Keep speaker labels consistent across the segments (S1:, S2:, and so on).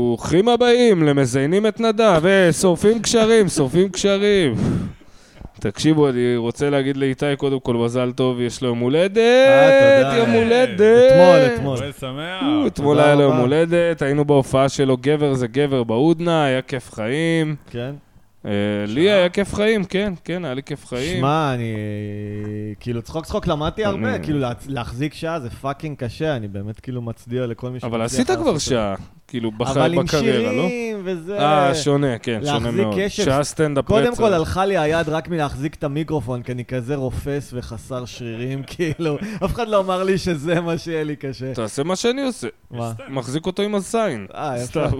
S1: ברוכים הבאים למזיינים את נדב, אה, שורפים קשרים, שורפים קשרים. תקשיבו, אני רוצה להגיד לאיתי קודם כל מזל טוב, יש לו יום הולדת,
S2: תודה.
S1: יום
S2: אה,
S1: הולדת.
S2: אתמול, אתמול.
S3: מועד שמח.
S1: או, אתמול
S2: תודה
S1: היה לו יום
S2: רבה.
S1: הולדת, היינו בהופעה שלו גבר זה גבר בהודנה, היה כיף חיים.
S2: כן?
S1: אה, לי היה כיף חיים, כן, כן, היה לי כיף חיים.
S2: שמע, אני... כאילו, צחוק צחוק למדתי הרבה,
S1: אני-
S2: כאילו, לה- להחזיק שעה זה פאקינג קשה, אני באמת כאילו מצדיע לכל מי שמצליח
S1: אבל עשית כבר
S2: לעשות את זה.
S1: שעה, כאילו, בח-
S2: אבל עם
S1: בקריירה, לא?
S2: שירים וזה...
S1: אה, שונה, כן, שונה
S2: להחזיק
S1: מאוד.
S2: קשב.
S1: שעה סטנדאפ רצח.
S2: קודם כל הלכה לי היד רק מלהחזיק את המיקרופון, כי אני כזה רופס וחסר שרירים, כאילו, אף אחד לא אמר לי שזה מה שיהיה לי קשה.
S1: תעשה מה שאני עושה.
S2: מה?
S1: מחזיק אותו עם הזין.
S2: אה, יפה.
S1: סתם.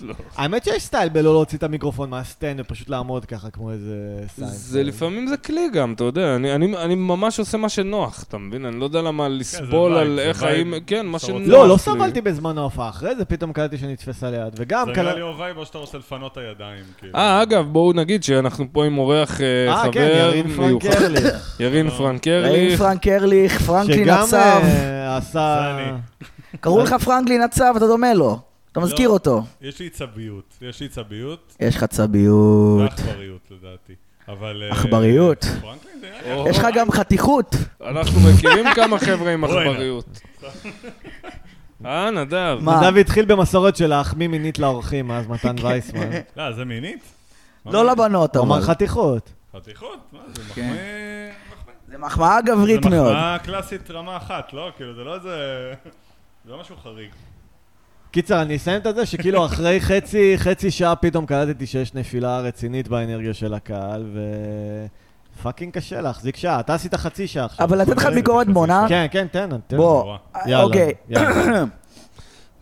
S1: לא.
S2: האמת שיש סטייל בלא להוציא את המיקרופון מהסטנד ופשוט לעמוד ככה כמו איזה סיינפלד.
S1: זה לפעמים זה כלי גם, אתה יודע, אני- אני אני ממש עושה מה שנוח, אתה מבין? אני לא יודע למה לסבול
S3: וייב,
S1: על
S3: כן, זה
S1: איך
S3: וייב.
S1: האם... כן, מה
S3: אתה רוצה-
S1: שנוח לי.
S2: לא, לא סבלתי בזמן ההופעה, אחרי זה פתאום קלטתי שנתפס על היד, וגם...
S3: זה
S2: קלט-
S3: נראה לי הווייב או שאתה רוצה לפנות את הידיים, כאילו.
S1: אה, אגב, בואו נגיד שאנחנו פה עם אורח אה,
S2: אה, כן,
S1: חבר
S2: ירין
S1: מיוחד.
S2: פרנקרלי.
S1: ירין
S3: אה.
S4: ראם
S1: פרנקרלי.
S4: פרנק ארליך, פרנקלין
S2: שגם
S4: הצב.
S2: אה, עשה...
S3: זה אני.
S4: קראו לך פרנקלין הצב, אתה דומה לו. אתה מזכיר
S3: לא.
S4: אותו.
S3: יש לי צביות. יש לי צביות
S4: יש לך צביות.
S3: ועכבריות, לדעתי. אבל... אה,
S4: עכבריות.
S3: פרנקלין זה נראה לי...
S1: או,
S4: יש לך גם חתיכות.
S1: אנחנו מכירים כמה חבר'ה עם
S3: בואי נא.
S1: עכבריות. אה, נדב.
S4: מה?
S2: נדב התחיל במסורת של להחמיא מינית לאורחים, אז מתן וייסמן.
S3: לא, זה מינית?
S4: לא לבנות,
S2: הוא
S4: אבל.
S2: אמר חתיכות.
S3: חתיכות? מה זה,
S4: כן.
S3: מחמיא... מחמיא.
S4: זה מחמאה גברית
S3: זה
S4: מאוד.
S3: מחמאה קלאסית רמה אחת, לא? כאילו, זה לא איזה... זה לא משהו חריג.
S2: קיצר, אני אסיים את זה שכאילו אחרי חצי, חצי שעה פתאום קלטתי שיש נפילה רצינית באנרגיה של הקהל, ו... פאקינג קשה להחזיק שעה. אתה עשית חצי שעה עכשיו.
S4: אבל לתת לך ביקורת בונה?
S2: כן, כן, תן, תן.
S4: בוא,
S3: נורא.
S2: יאללה,
S4: אוקיי.
S2: יאללה.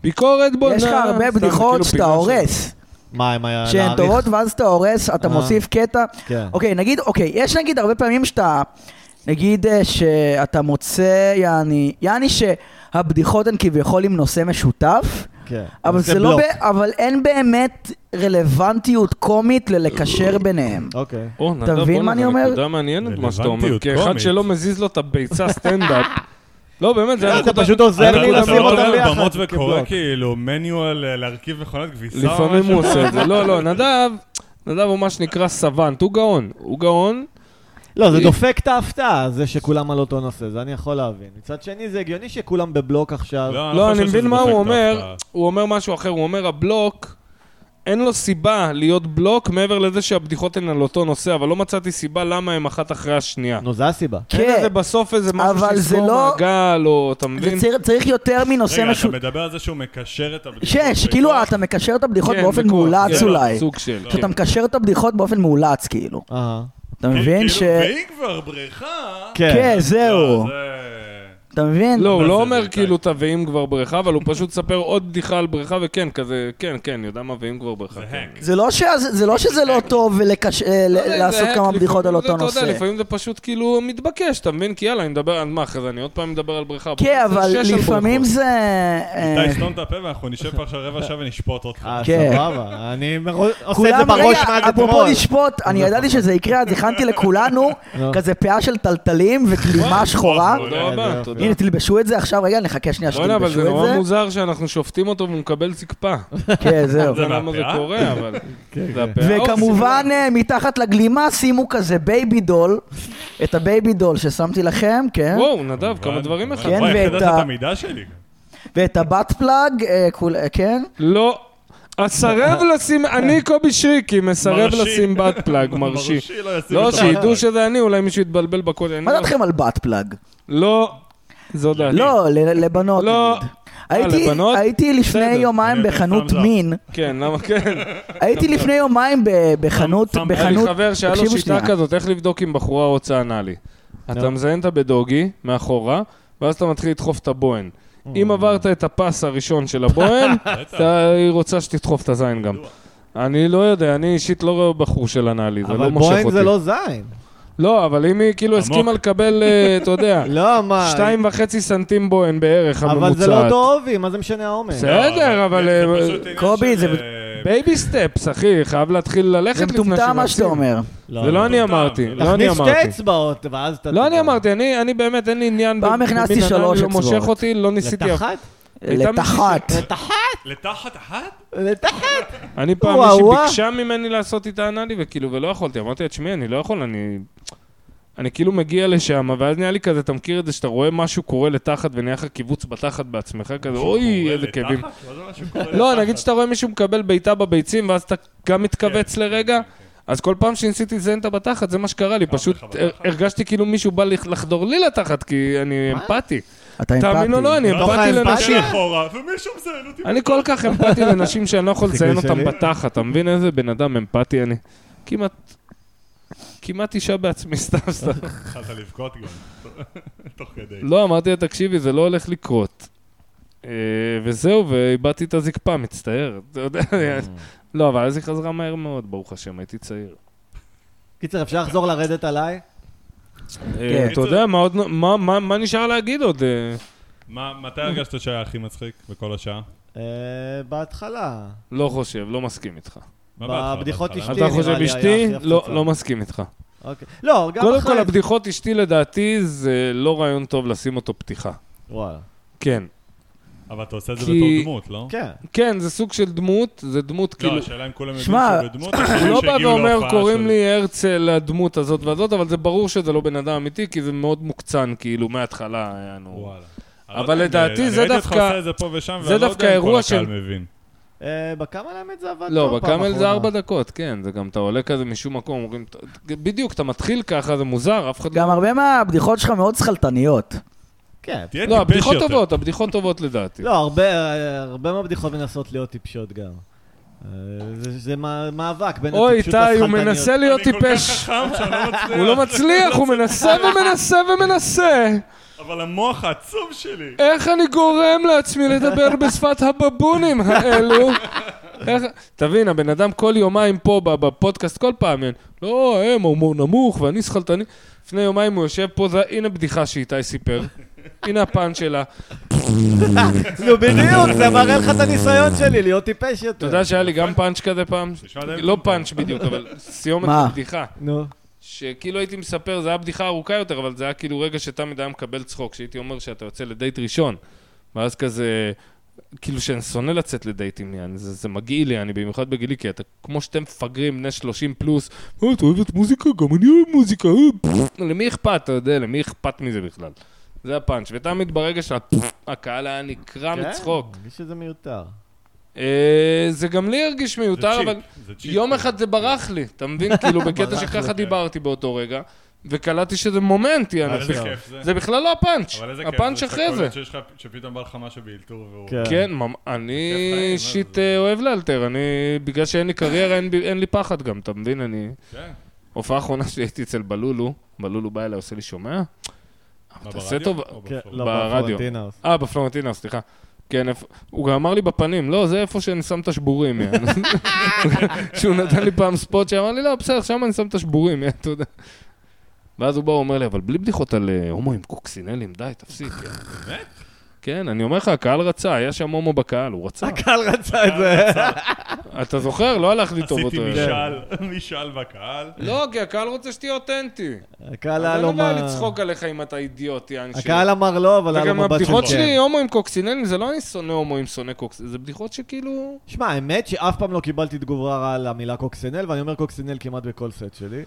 S1: ביקורת בונה.
S4: יש לך הרבה
S1: סתם,
S4: בדיחות
S1: כאילו
S4: שאתה
S1: פינה של-
S4: הורס,
S2: מה, הם היה
S4: שהן
S2: אה, להעריך?
S4: טובות ואז אתה הורס, אתה
S2: אה.
S4: מוסיף קטע.
S2: כן.
S4: אוקיי, נגיד, אוקיי, יש נגיד הרבה פעמים שאתה, נגיד אה, שאתה מוצא, יעני, יעני שהבדיחות הן כביכול עם נושא משותף,
S2: כן.
S4: אבל
S2: עושה
S4: זה לא,
S2: בלוק.
S4: ב- אבל אין באמת רלוונטיות קומית ללקשר ביניהם.
S2: אוקיי.
S1: או, נדב,
S4: מבין
S1: בוא'נה,
S4: מה אני
S1: זו
S4: אומר?
S1: נקודה מעניינת מה שאתה אומר.
S3: רלוונטיות
S1: כאחד
S3: קומית.
S1: שלא מזיז לו את הביצה סטנדאפ. לא, באמת, זה היה
S2: אתה
S1: נקודה...
S2: פשוט עוזר
S3: אתה
S2: לי
S3: לא
S2: לשים אותם
S3: עובר
S2: ביחד.
S3: במות וקורא
S2: כבלוק.
S3: כאילו מניואל אה, להרכיב מכונת כביסה. או
S1: לפעמים
S3: משהו?
S1: הוא עושה את זה. לא, לא, נדב, נדב הוא מה שנקרא סוונט, הוא גאון. הוא גאון.
S2: לא, זה דופק את ההפתעה, זה שכולם על אותו נושא, זה אני יכול להבין. מצד שני, זה הגיוני שכולם בבלוק עכשיו.
S1: לא,
S3: חושב
S1: אני
S3: שזה
S1: מבין מה
S3: דופק
S1: הוא
S3: את
S1: אומר.
S3: ההפתעה.
S1: הוא אומר משהו אחר, הוא אומר הבלוק... אין לו סיבה להיות בלוק מעבר לזה שהבדיחות הן על אותו נושא, אבל לא מצאתי סיבה למה הן אחת אחרי השנייה.
S2: נו, זה הסיבה.
S1: אין
S4: כן,
S1: איזה בסוף איזה משהו
S4: אבל זה
S1: שיסגור
S4: לא-
S1: מעגל, או אתה
S4: זה
S1: מבין?
S4: צריך- צריך יותר מנושא
S3: רגע, אתה
S4: משותף.
S3: מדבר על זה שהוא מקשר את הבדיחות.
S4: שש,
S3: בכוח?
S4: כאילו אתה מקשר את הבדיחות
S1: כן,
S4: באופן
S1: בכוח.
S4: מאולץ
S1: כן,
S4: אולי.
S1: סוג של...
S4: שאתה
S1: כן.
S4: מקשר את הבדיחות באופן מאולץ, כאילו.
S1: אה.
S2: אהה.
S4: אתה
S3: כן,
S4: מבין
S3: כאילו,
S4: ש...
S3: ואם כבר בריכה...
S4: כן,
S3: לא,
S4: זהו.
S3: זה-
S4: אתה מבין?
S1: לא, הוא
S3: מה
S1: לא
S3: זה,
S1: אומר
S3: זה
S1: כאילו
S3: איתי?
S1: את ה"ואם כבר בריכה", אבל הוא פשוט מספר עוד בדיחה על בריכה, וכן, כזה, כן, כן, יודע מה ואם כבר בריכה.
S3: זה
S1: כן.
S3: האק.
S4: זה לא, ש... זה לא שזה לא טוב ולקש... אה,
S1: לא יודע,
S4: לעשות
S1: זה
S4: כמה
S1: האק,
S4: בדיחות על
S1: לפעמים
S4: אותו
S1: זה, אתה יודע,
S4: נושא.
S1: לפעמים זה פשוט כאילו מתבקש, אתה מבין? כי יאללה, אני מדבר על מה אחרי זה, אני עוד פעם מדבר על בריכה.
S4: כן,
S1: פה זה
S4: אבל
S1: שש על
S4: לפעמים
S1: בריכות.
S4: זה... אה,
S3: איתי, סתום את הפה ואנחנו נשב פה עכשיו רבע שעה ונשפוט אותך.
S2: אה,
S4: כן.
S2: סבבה. אני מר- עושה את אוקיי, זה
S4: כולם,
S2: בראש
S4: רגע,
S2: מאז
S4: אפרופו
S2: אתמול. אוקיי.
S4: לשפוט, אני ידעתי שזה יקרה, אז הכנתי לכולנו
S2: נו.
S4: כזה פאה של טלטלים וקלימה שחורה.
S3: אוי,
S1: תודה רבה,
S2: אה,
S1: תודה.
S4: הנה, תלבשו את זה עכשיו, רגע, נחכה שנייה
S1: בוא'נה, אבל זה
S4: שתלבשו
S1: נורא
S4: את זה.
S1: מוזר שאנחנו שופטים אותו והוא מקבל זקפה.
S4: כן, זהו.
S1: אני לא יודע למה זה אוקיי.
S3: מהפאה? כן,
S1: קורה, אבל... זה הפאה.
S4: וכמובן, אה, מתחת לגלימה שימו כזה בייבי דול, את הבייבי דול ששמתי לכם, כן?
S1: אה? וואו, נדב, כמה דברים
S3: כמובן.
S1: אחד.
S4: כן,
S3: וואי, איך ידעת
S4: ואת
S3: את
S4: ה-
S3: המידה שלי?
S4: ואת הבת פלאג, אה, כול- אה, כן?
S1: לא. אסרב לשים, אני קובי שריקי, מסרב
S3: מרשי.
S1: לשים בת פלאג, מרשי.
S3: מרשי לא ישים
S1: לא,
S3: את המידה.
S1: שידעו שזה אני, אולי מישהו יתבלבל בקוד.
S4: מה דעתכם על בת פלאג?
S1: לא, זו דעתי.
S4: לא, ל- לבנות
S1: לא.
S4: נגיד.
S1: אה,
S4: הייתי-
S1: לבנות?
S4: הייתי לפני
S1: בסדר.
S4: יומיים
S3: אני אתן
S4: בחנות
S3: thumbs up.
S4: מין,
S1: כן, למה כן?
S4: הייתי לפני יומיים ב- בחנות,
S3: thumbs up.
S1: היה לי
S4: בחנות,
S1: חבר שהיה לו
S4: תקשיבו
S1: שיטה
S4: שנייה.
S1: כזאת, איך לבדוק אם בחורה רוצה אנאלי. אתה
S2: נו.
S1: מזיין אותה בדוגי, מאחורה, ואז אתה מתחיל לדחוף את הבוהן.
S2: Mm.
S1: אם עברת את הפס הראשון של הבוהן, אתה- היא רוצה שתדחוף את הזין גם. אני לא יודע, אני אישית לא רואה בחור של אנאלי, זה
S2: אבל
S1: לא מושך
S2: בואינג
S1: אותי.
S2: זה לא זין.
S1: לא, אבל אם היא כאילו הסכימה לקבל, אה, אתה יודע,
S2: לא, מה...
S1: שתיים וחצי סנטים בוהן בערך, הממוצעת.
S2: אבל זה לא אותו עובי, מה זה משנה העומק?
S4: אה,
S1: בסדר. בסדר, אבל,
S3: זה
S1: אה,
S3: פשוט עניין
S4: קובי,
S3: של,
S4: זה-
S3: אה,
S1: בייבי סטפס, אחי, חייב להתחיל ללכת
S4: זה
S1: לפני
S4: מטומטם מה שאתה
S1: שמעצים.
S4: אומר.
S1: זה לא אני
S3: מטומטם,
S1: אמרתי,
S3: זה
S1: לא אני
S2: תכניס שתי
S1: אמרתי.
S2: אצבעות, ואז אתה...
S1: לא אני אמרתי, אני אני באמת אין לי עניין.
S4: פעם
S1: ב-
S4: הכנסתי
S1: במין
S4: שלוש
S1: אנאלי, לא
S4: אצבעות.
S1: מושך אותי, לא ניסיתי. אף-
S2: לתחת?
S1: הייתה מישהי
S4: לתחת.
S2: לתחת?
S3: לתחת אחת?
S2: לתחת.
S1: אני פעם
S2: וואו,
S1: מישהי
S2: וואו.
S1: ביקשה ממני לעשות איתה אנאלי, וכאילו, ולא יכולתי. אמרתי לה, תשמעי, אני לא יכול, אני... אני כאילו מגיע לשם, ואז נהיה לי כזה, אתה מכיר את זה שאתה רואה משהו קורה לתחת ונהיה לך קיבוץ בתחת בעצמך, כזה, אה, אוי,
S3: קורה
S1: איזה
S3: לתחת?
S1: כאבים.
S3: לא זה מה שקורה
S1: לא,
S3: לתחת.
S1: נגיד שאתה רואה מישהו מקבל בעיטה בביצים, ואז אתה גם מתכווץ
S3: כן,
S1: לרגע,
S3: כן, כן.
S1: אז כל פעם שניסיתי לזיין את הבתחת, זה מה שקרה לי, פשוט
S3: לך בתחת?
S1: הרגשתי כאילו מישהו בא לח- לחדור לי לתחת, כי אני אמפתי.
S4: אתה אמפתי.
S1: תאמין או לא, אני
S3: לא,
S1: אמפתי
S2: אתה אמפתי?
S1: לנשים.
S3: מסתכל אחורה, ומישהו מזיין אותי.
S1: אני כל כך אמפתי לנשים שאני לא יכול לציין
S2: חיקוי
S1: אותן
S2: שלי.
S1: בתחת, אתה מבין איזה בן אדם אמפתי אני? כמעט... כמעט אישה בעצמי, סתם סתם.
S3: התחלת לבכות גם, תוך כדי.
S1: לא, אמרתי לה, תקשיבי, זה לא הולך לקרות. אה, וזהו, ואיבדתי את הזקפה, מצטער. אתה יודע, לא, אבל אז היא חזרה מהר מאוד, ברוך השם, הייתי צעיר.
S2: קיצר, אפשר לחזור לרדת עליי? כן.
S1: אה, אתה יודע, מה עוד- מה- מה מה נשאר להגיד עוד? אה,
S3: מה- מתי הרגשת שהיה הכי מצחיק בכל השעה?
S2: אה, בהתחלה.
S1: לא חושב, לא מסכים איתך.
S3: מה בהתחלה,
S2: בבדיחות
S3: בהתחלה?
S2: אשתי.
S1: אתה
S2: נראה
S1: חושב
S2: לי
S1: אשתי?
S2: היה הכי
S1: לא,
S2: הפצצה.
S1: לא מסכים איתך.
S2: אוקיי. לא, גם
S1: קודם
S2: אחרי...
S1: כל, הבדיחות אשתי לדעתי זה לא רעיון טוב לשים אותו פתיחה.
S2: וואלה.
S1: כן.
S3: אבל אתה עושה את זה
S1: כי-
S3: בתור דמות, לא?
S2: כן.
S1: כן, זה סוג של דמות, זה דמות כאילו...
S3: לא, השאלה אם כולם יודעים
S4: שמע,
S3: שהוא בדמות, או
S1: הוא
S3: שהם
S1: לא בא
S3: שהגיעו
S1: ואומר,
S3: להופעה
S1: קוראים
S3: של-
S1: לי הרצל הדמות הזאת והזאת, אבל זה ברור שזה לא בן אדם אמיתי, כי זה מאוד מוקצן, כאילו, מההתחלה היה נו...
S3: וואלה.
S1: אבל לדעתי
S3: אני
S1: זה
S3: ראיתי אותך
S1: דווקא-
S3: עושה את זה פה ושם,
S1: זה
S3: ואני לא
S1: דווקא
S3: יודע אם כל
S1: אירוע של-
S3: הקהל מבין.
S2: אה, בקאמל האמת זה עבד
S1: לא,
S2: טוב פעם
S1: בקאמל זה
S2: אחרונה.
S1: ארבע דקות, כן, זה גם, אתה עולה כזה משום מקום, אומרים, "ת- בדיוק, אתה מתחיל ככה, זה מוזר, אף אחד לא...
S4: גם הרבה מהבדיחות שלך מאוד שכלתניות.
S2: כן.
S3: תהיה
S1: לא,
S3: טיפש
S1: הבדיחות
S3: יותר.
S1: טובות, הבדיחות טובות לדעתי.
S2: לא, הרבה- אה, הרבה מהבדיחות מנסות להיות טיפשות גם. אה, זה- זה מא- מאבק בין
S1: אוי,
S2: הטיפשות
S1: איתי, הוא
S2: והשכלתניות.
S1: מנסה להיות
S3: אני כל כך
S1: טיפש.
S3: חכם שאני לא מצליח.
S1: הוא לא מצליח, הוא מנסה ומנסה ומנסה.
S3: אבל המוח העצום שלי.
S1: איך אני גורם לעצמי לדבר בשפת הבבונים האלו? איך... תבין, הבן אדם כל יומיים פה ב- בפודקאסט, כל פעם, אין, לא, הם, ההומור נמוך ואני שכלתני. לפני יומיים הוא יושב פה, זה, הנה בדיחה שאיתי סיפר. הנה הפן שלה.
S2: נו, בדיוק, זה מראה לך את הניסיון שלי להיות טיפש יותר.
S1: אתה יודע שהיה לי גם פאנץ' כזה פעם?
S3: נשמע די
S1: לא
S3: מטומטם.
S1: פאנץ' בדיוק, אבל סיומת
S4: מה?
S1: בדיחה.
S2: נו.
S1: שכאילו הייתי מספר, זה היה בדיחה ארוכה יותר, אבל זה היה כאילו רגע שתמיד היה מקבל צחוק, שהייתי אומר שאתה יוצא לדייט ראשון. ואז כזה, כאילו שאני שונא לצאת לדייטים, יעני, זה, זה מגעיל לי, אני במיוחד בגילי, כי אתה כמו שאתם מפגרים, בני 30 פלוס, אה, את אוהבת מוזיקה? גם אני אוהב מוזיקה, אה, פפפ." למי אכפת, אתה יודע, למי אכפת מזה בכלל? זה הפאנץ', ותמיד ברגע שהקהל היה נקרע
S2: כן,
S1: מצחוק.
S2: אני חושב שזה מיותר.
S1: אה, זה גם לי הרגיש
S3: זה
S1: מיותר,
S3: צ'יפ,
S1: אבל...
S3: זה צ'יפ.
S1: יום אחד זה ברח לי, אתה מבין? כאילו, בקטע שככה דיברתי באותו רגע, וקלטתי שזה מומנט, יאללה.
S3: איזה כיף זה.
S1: זה בכלל לא הפאנץ',
S3: אבל איזה כיף.
S1: הפאנץ'
S3: זה
S1: אחרי זה.
S3: שקולט שיש לך- שפתאום בא לך משהו באלתור והוא...
S2: כן.
S1: כן, ממ- אני
S3: כיף חיים, מה
S1: אישית
S3: זה?
S1: אה, אוהב לאלתר, אני, בגלל שאין לי קריירה, אין בי- אין לי פחד גם, אתה מבין? אני...
S3: כן.
S1: הופעה האחרונה שהייתי אצל בלולו, בלולו בא אליי, עושה לי שומע?
S3: מה,
S1: תעשה
S3: ברדיו?
S1: טוב.
S3: או
S2: כן,
S3: בפורום?
S2: לא,
S1: ברדיו.
S2: בפלורנטינוס.
S1: אה, בפלורנטינה, סליחה. כן, איפה- הוא גם אמר לי בפנים, לא, זה איפה שאני שם את השבורים, יא." שהוא נתן לי פעם ספוט שאמר לי, לא, בסדר, שם אני שם את השבורים, יא, אתה יודע. ואז הוא בא, הוא אומר לי, אבל בלי בדיחות על אה, הומואים קוקסינלים, די, תפסיק. יא."
S3: באמת?
S1: כן, אני אומר לך, הקהל רצה, היה שם הומו בקהל, הוא רצה.
S2: הקהל רצה את זה.
S1: אתה זוכר? לא הלך לי טוב אותו.
S3: עשיתי משאל, משאל בקהל.
S1: לא, כי הקהל רוצה שתהיה אותנטי.
S2: הקהל היה
S1: אז
S2: לו
S1: אין לו בעיה
S2: מה...
S1: לא לצחוק עליך אם אתה אידיוט, יעני. שלי.
S2: הקהל אמר לא, אבל היה לו
S1: וגם
S2: מבט של...
S1: הבדיחות
S2: כן.
S1: שלי, הומואים קוקסינלים, זה לא אני שונא הומואים, שונא קוקסינלים, זה בדיחות שכאילו...
S2: שמע, האמת שאף פעם לא קיבלתי תגובה רעה על המילה קוקסינל, ואני אומר קוקסינל כמעט בכל סט שלי.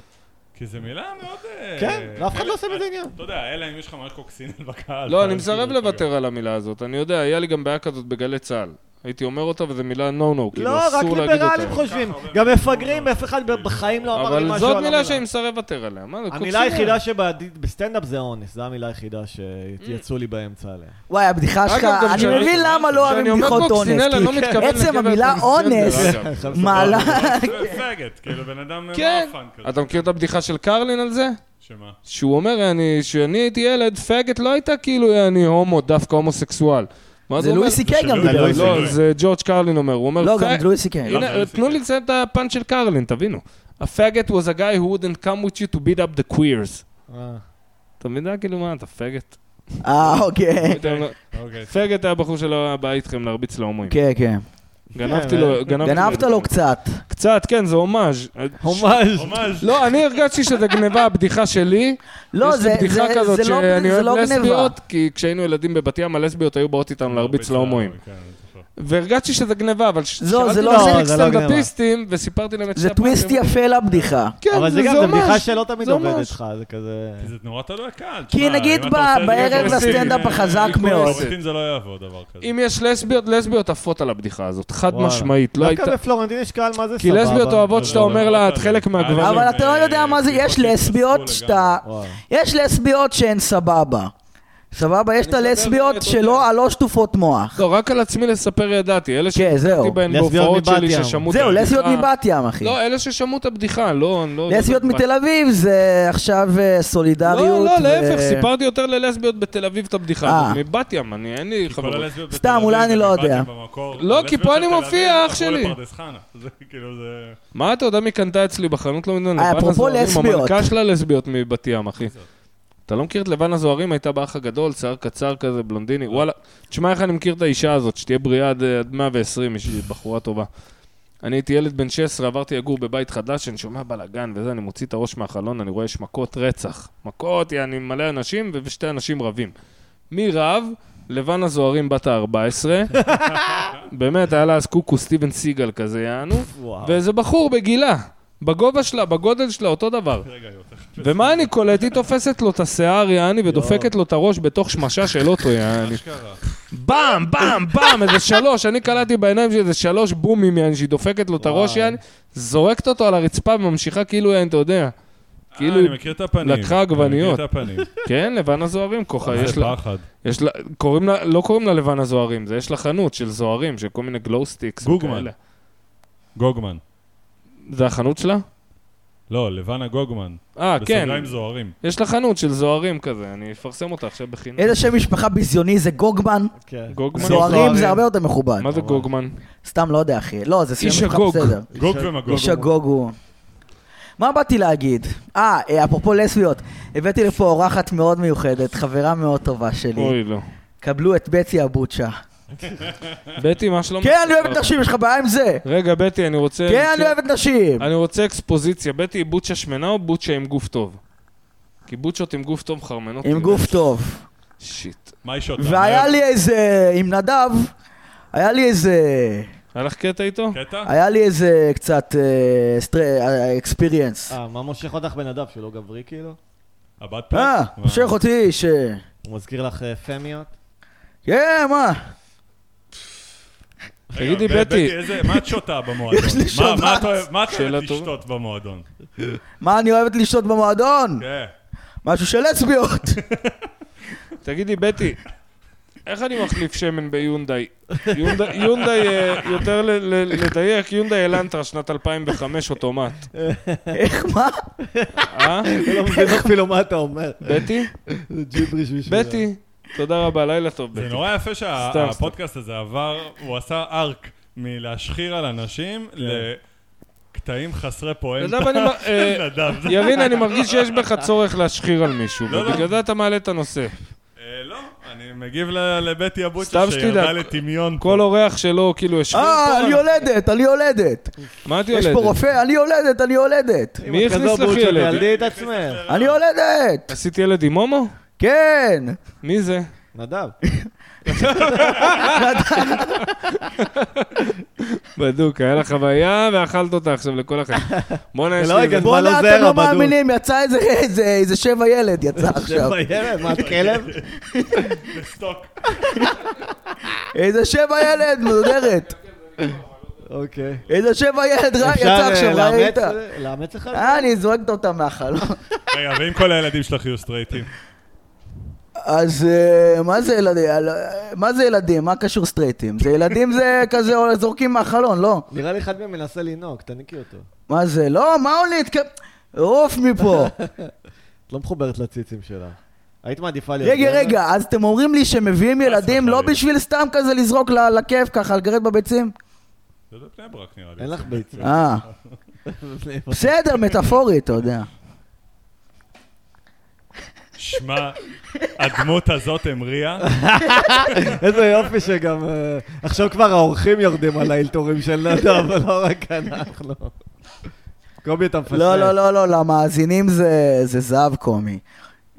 S3: כי זו מילה מאוד... אה,
S2: כן, ואף אחד לא עושה מזה עניין.
S3: אתה יודע, אלא אם יש לך ממש קוקסינל בקהל.
S1: לא,
S3: אתה
S1: אני מסרב
S3: כאילו, אתה
S1: לוותר על המילה הזאת, אני יודע, היה לי גם בעיה כזאת בגלי צה"ל. הייתי אומר אותה וזו מילה נו-נו, כאילו
S2: לא, רק
S1: אסור להגיד
S2: ליברלים
S1: אותה.
S2: חושבים.
S3: ככה,
S2: גם
S3: אבל-
S2: מפגרים, אף אחד בחיים לא אמר לי משהו על
S1: אבל
S2: המילה.
S1: זאת מילה כן. שאני מסרב לוותר עליה, מה זה קוקסינל?
S2: המילה היחידה שבסטנדאפ זה אונס, זו המילה היחידה שיצאו לי באמצע עליה.
S4: וואי, הבדיחה שלך,
S1: אגב, גם
S4: אני
S1: כשאני-
S4: מבין למה לא
S1: כשאני
S4: אוהבים
S1: אומר
S4: בדיחות אונס,
S1: קוקסינל, אני לא
S4: כי
S1: מתכוון
S4: עצם
S1: לגבר
S4: המילה
S1: טרנסג'נדר,
S4: אונס
S1: אגב.
S4: מעלה...
S3: זה פגט, כאילו בן אדם
S1: כן.
S3: מאפן כזה.
S1: אתה מכיר את הבדיחה של קרלין על זה?
S3: שמה?
S1: שהוא אומר, אני, כשאני הייתי ילד, פגט לא הייתה כאילו, אני הומו, דווקא הומוסקסואל. מה
S4: זה לואי סי קיי גם
S2: שלא-
S4: דיבר על
S2: לואי
S4: זה.
S1: לא, זה ג'ורג' קרלין אומר, הוא אומר...
S4: לא, גם
S1: "פג-"
S4: לואי סי קיי.
S3: לא,
S1: הנה,
S3: לואי סי
S1: תנו לי
S3: קיי.
S1: לציין את הפאנץ' של קרלין, תבינו. A faggot was a guy who wouldn't come with you to beat up the queers.
S2: אה.
S1: אתה יודע כאילו מה, אתה פגט?
S4: אה, אוקיי.
S3: אוקיי.
S1: פגט לא. היה בחור שלא בא איתכם להרביץ להומואים.
S4: כן, כן.
S1: גנבתי
S2: כן,
S1: לו, גנבתי
S4: גנבת לו קצת.
S1: קצת, כן, זה הומאז'.
S2: הומאז'.
S3: הומאז'.
S1: לא, אני הרגשתי שזה גניבה, הבדיחה שלי.
S4: לא,
S1: יש לי
S4: זה
S1: בדיחה
S4: זה-
S1: כזאת
S4: זה לא-
S1: שאני
S4: זה
S1: אוהב
S4: לא גניבה.
S1: לסביות, כי כשהיינו ילדים בבת ים, הלסביות היו באות איתנו להרביץ להומואים.
S3: כן, אני זוכר.
S1: והרגשתי שזה גנבה, אבל ש-
S4: לא, זה
S1: שאלתי
S4: לא-
S2: לא,
S1: מספיק
S2: זה לא גניבה.
S1: סטנדאפיסטים, וסיפרתי להם את
S4: זה
S1: הפרטים.
S4: טוויסט יפה לבדיחה.
S1: כן,
S2: אבל זה גם,
S1: ממש.
S2: זה בדיחה שלא תמיד
S1: זה
S2: עובדת
S1: ממש.
S2: לך, זה כזה...
S3: כי זה נורא תלוי הקהל.
S4: כי
S3: תשמע,
S4: נגיד
S3: אם אתה עושה את
S4: ב-
S3: זה
S4: בערב
S3: בתור
S4: הסטנדאפ
S3: עורך דין,
S4: החזק
S1: היא
S4: מאוד.
S1: כועסת.
S3: עורך דין זה לא יעבוד דבר כזה.
S1: אם יש לסביות, לסביות עפות על הבדיחה הזאת, חד
S2: וואלה.
S1: משמעית. לא הייתה...
S2: דווקא בפלורנטין יש קהל מה זה
S1: כי
S2: סבבה.
S1: לסביות אוהבות
S3: זה
S1: שאתה
S3: לא
S1: אומר
S3: דבר
S1: לה,
S3: כזה.
S1: את חלק מהגברים.
S4: אבל אתה לא יודע מה זה, יש לסביות שאתה...
S2: וואו.
S4: יש לסביות שהן סבבה. סבבה? יש את
S1: מדבר
S4: הלסביות
S1: באמת, אוקיי.
S4: שלא הלא שטופות מוח.
S1: לא, רק על עצמי לספר ידעתי. אלה
S4: כן, זהו.
S1: שהתחלתי בהן
S2: לסביות
S1: בהופעות
S2: מבת
S1: שלי
S2: ים.
S1: ששמעו את
S4: זהו,
S1: הבדיחה.
S4: לסביות מבת ים, אחי.
S1: לא, אלה ששמעו את הבדיחה, לא... אני לא-
S4: לסביות
S1: לא-
S4: מתל אביב זה עכשיו אה, סולידריות.
S1: לא, לא,
S4: ו-
S1: להפך, סיפרתי יותר ללסביות בתל אביב את הבדיחה.
S4: אה.
S1: הזאת. מבת ים, אני, אין לי חברות.
S4: סתם, אולי אני לא יודע.
S1: לא, כי פה אני מופיע, אח שלי.
S3: לפרדס חנה. זה כאילו זה...
S1: מה אתה יודע מי קנתה אצלי בחנות? לא מבין,
S4: אה, אפרופו
S1: הזוהרים,
S4: לסביות.
S1: המלכה שלה לסביות מבת ים, אחי. אתה לא מכיר את לבנה זוהרים? הייתה באח הגדול, שיער קצר כזה, בלונדיני. וואלה, תשמע איך אני מכיר את האישה הזאת, שתהיה בריאה עד אה, עד 120, היא בחורה טובה. אני הייתי ילד בן 16, עברתי לגור בבית חדש, אני שומע בלאגן וזה, אני מוציא את הראש מהחלון, אני רואה יש מכות רצח. מכות, יעני מלא אנשים, ו- ושתי אנשים רבים. מי רב? לבנה זוהרים בת ה-14. באמת, היה לה אז קוקו סטיבן סיגל כזה, יענו.
S2: וואו.
S1: ואיזה בחור בגילה, בגובה שלה, בגודל שלה, אותו דבר.
S3: רגע, יוטה.
S1: ומה אני קולט? היא תופסת לו את השיער, יעני, ודופקת לו את הראש בתוך שמשה של אוטו, יעני.
S3: אשכרה.
S1: באם, באם, באם, איזה שלוש, אני קלטתי בעיניים שלי איזה שלוש בומים, יעני, שהיא דופקת לו את הראש,
S2: וואי.
S1: יעני, זורקת אותו על הרצפה וממשיכה כאילו, יעני, אתה יודע. כאילו,
S3: אה, אני מכיר את הפנים.
S1: לקחה עגבניות.
S3: אני מכיר את הפנים.
S1: כן, לבנה זוהרים, כוחה, יש
S3: זה
S1: לה,
S3: פחד.
S1: יש לה, קוראים לה, לא קוראים לה לבנה זוהרים, זה יש לה חנות של זוהרים, של כל מיני גלואו סטיקס.
S3: גוגמן.
S1: וכאלה.
S3: גוגמן.
S1: זה החנות שלה?
S3: לא, לבנה גוגמן.
S1: אה, כן.
S3: בסוגריים זוהרים.
S1: יש לה חנות של זוהרים כזה, אני אפרסם אותה עכשיו בחינם.
S4: איזה שם משפחה ביזיוני זה גוגמן?
S2: כן.
S1: גוגמן?
S4: זוהרים
S2: זוהרים.
S4: זה הרבה יותר מכובד.
S1: מה זה גוגמן?
S4: סתם לא יודע, אחי. לא, זה שם
S1: איש
S4: משפחה
S1: הגוג.
S4: בסדר.
S3: גוג
S2: איש-
S3: ומגוג.
S4: איש הגוג הוא... מה באתי להגיד? אה, אה, אפרופו לסביות, הבאתי לפה אורחת מאוד מיוחדת, חברה מאוד טובה שלי.
S1: אוי, לא.
S4: קבלו את בצי אבוצ'ה.
S1: בטי, מה שלומך? אה,
S4: כן, אני אוהבת נשים, יש לך בעיה עם זה?
S1: רגע, בטי, אני רוצה...
S4: כן, אני אוהבת נשים.
S1: אני רוצה אקספוזיציה. בטי היא בוטשה שמנה או בוטשה עם גוף טוב? כי בוטשות עם גוף טוב חרמנות.
S4: עם
S1: לי.
S4: גוף טוב.
S1: שיט.
S3: מה איש אותה?
S4: והיה לי איזה, עם נדב, היה לי איזה,
S1: היה לך קטע איתו?
S3: קטע?
S4: היה לי איזה קצת אה, אקספיריאנס.
S2: אה, מה מושך אותך בן אדם שהוא לא גברי כאילו?
S3: הבת פה?
S4: אה,
S3: מה?
S4: מושך אותי ש...
S2: הוא מזכיר לך אה, פמיות?
S4: כן, מה?
S3: רגע,
S1: תגידי,
S3: ב-
S1: בטי.
S3: איזה- מה את שותה במועדון?
S4: יש לי
S3: מה- מה את
S4: שבת.
S3: אוהב- מה את
S1: שאלה
S3: אוהבת
S1: טובה.
S3: לשתות במועדון?
S4: מה אני אוהבת לשתות במועדון?
S3: כן.
S4: משהו של לסביות.
S1: תגידי, בטי, איך אני מחליף שמן ביונדאי? יונדאי- יונדאי, אה, יותר ל- ל- לדייק, יונדאי אלנטרה שנת 2005 אוטומט.
S4: איך, מה?
S1: אה?
S2: הוא לא מבין אפילו מה אתה אומר.
S1: בטי?
S2: זה ג'יבריש בשבילו.
S1: בטי, תודה רבה, לילה טוב,
S3: זה
S1: בטי.
S3: נורא יפה
S1: סתם,
S3: שהפודקאסט הזה עבר, הוא עשה ארק מלהשחיר על אנשים
S1: כן.
S3: לקטעים חסרי פואנטה.
S1: נדב, אני... מ- אה,
S3: נדב, זה-
S1: ירין, אני מרגיש שיש בך צורך להשחיר על מישהו,
S3: לא, לא.
S1: ובגלל זה אתה מעלה את הנושא.
S3: אה, לא, אני מגיב ל- לבטי אבוצ'ה
S1: סתם שתדע,
S3: שירדה לטמיון פה.
S1: כל אורח שלו כאילו השחיר
S4: אה, אני
S1: פה.
S4: יולדת, אני יולדת.
S1: מה את
S4: יש פה
S1: יולדת?
S4: רופא, אני יולדת, אני יולדת.
S1: מי
S2: את כזו
S1: הכניס לך
S2: בוטשה,
S1: ילד?
S2: תילדי את עצמך.
S4: אני יולדת!
S1: עשית ילד עם הומו?
S4: כן!
S1: מי זה?
S2: נדב.
S1: בדוק, היה לך חוויה ואכלת אותה עכשיו לכל החיים. בואנה, יש
S2: לא
S1: לי איזה...
S2: הגענו. מה, לא
S4: בואנה,
S2: זה
S4: אתם לא
S2: רבדות.
S4: מאמינים, יצא איזה- איזה- איזה שבע ילד יצא עכשיו.
S2: ילד, מה את כלב?
S3: בסטוק.
S4: איזה שבע ילד, מודרת.
S2: אוקיי.
S4: איזה שבע ילד רע
S2: אפשר
S4: יצא
S2: אה,
S4: עכשיו,
S2: לאמץ-
S4: ראית?
S2: לאמץ לך?
S4: אה, אני זורקת אותה מהחלום.
S3: רגע, ואם כל הילדים שלך יהיו סטרייטים?
S4: אז אה, מה זה ילדים? אה, מה זה ילדים? מה קשור סטרייטים? זה ילדים זה כזה או- זורקים מהחלון, לא?
S2: נראה לי אחד מהם מנסה לנהוג, תניקי אותו.
S4: מה זה? לא, מה הוא להתקרב? עוף מפה.
S2: את לא מחוברת לציצים שלה. היית מעדיפה להיות...
S4: רגע,
S2: גבר?
S4: רגע, אז אתם אומרים לי שמביאים ילדים לא
S3: וחלילה.
S4: בשביל סתם כזה לזרוק ל- לכיף ככה, לגרד בביצים?
S3: זה בבני ברק נראה לי.
S2: אין לך ביצים.
S4: אה, בסדר, מטאפורית, אתה יודע.
S3: שמע, הדמות הזאת המריאה.
S2: איזה יופי שגם... אה, עכשיו כבר האורחים יורדים על האלתורים של נדב, לא רק אנחנו. קובי, אתה מפספס.
S4: לא, לא, לא, לא, למאזינים זה, זה זהב קומי.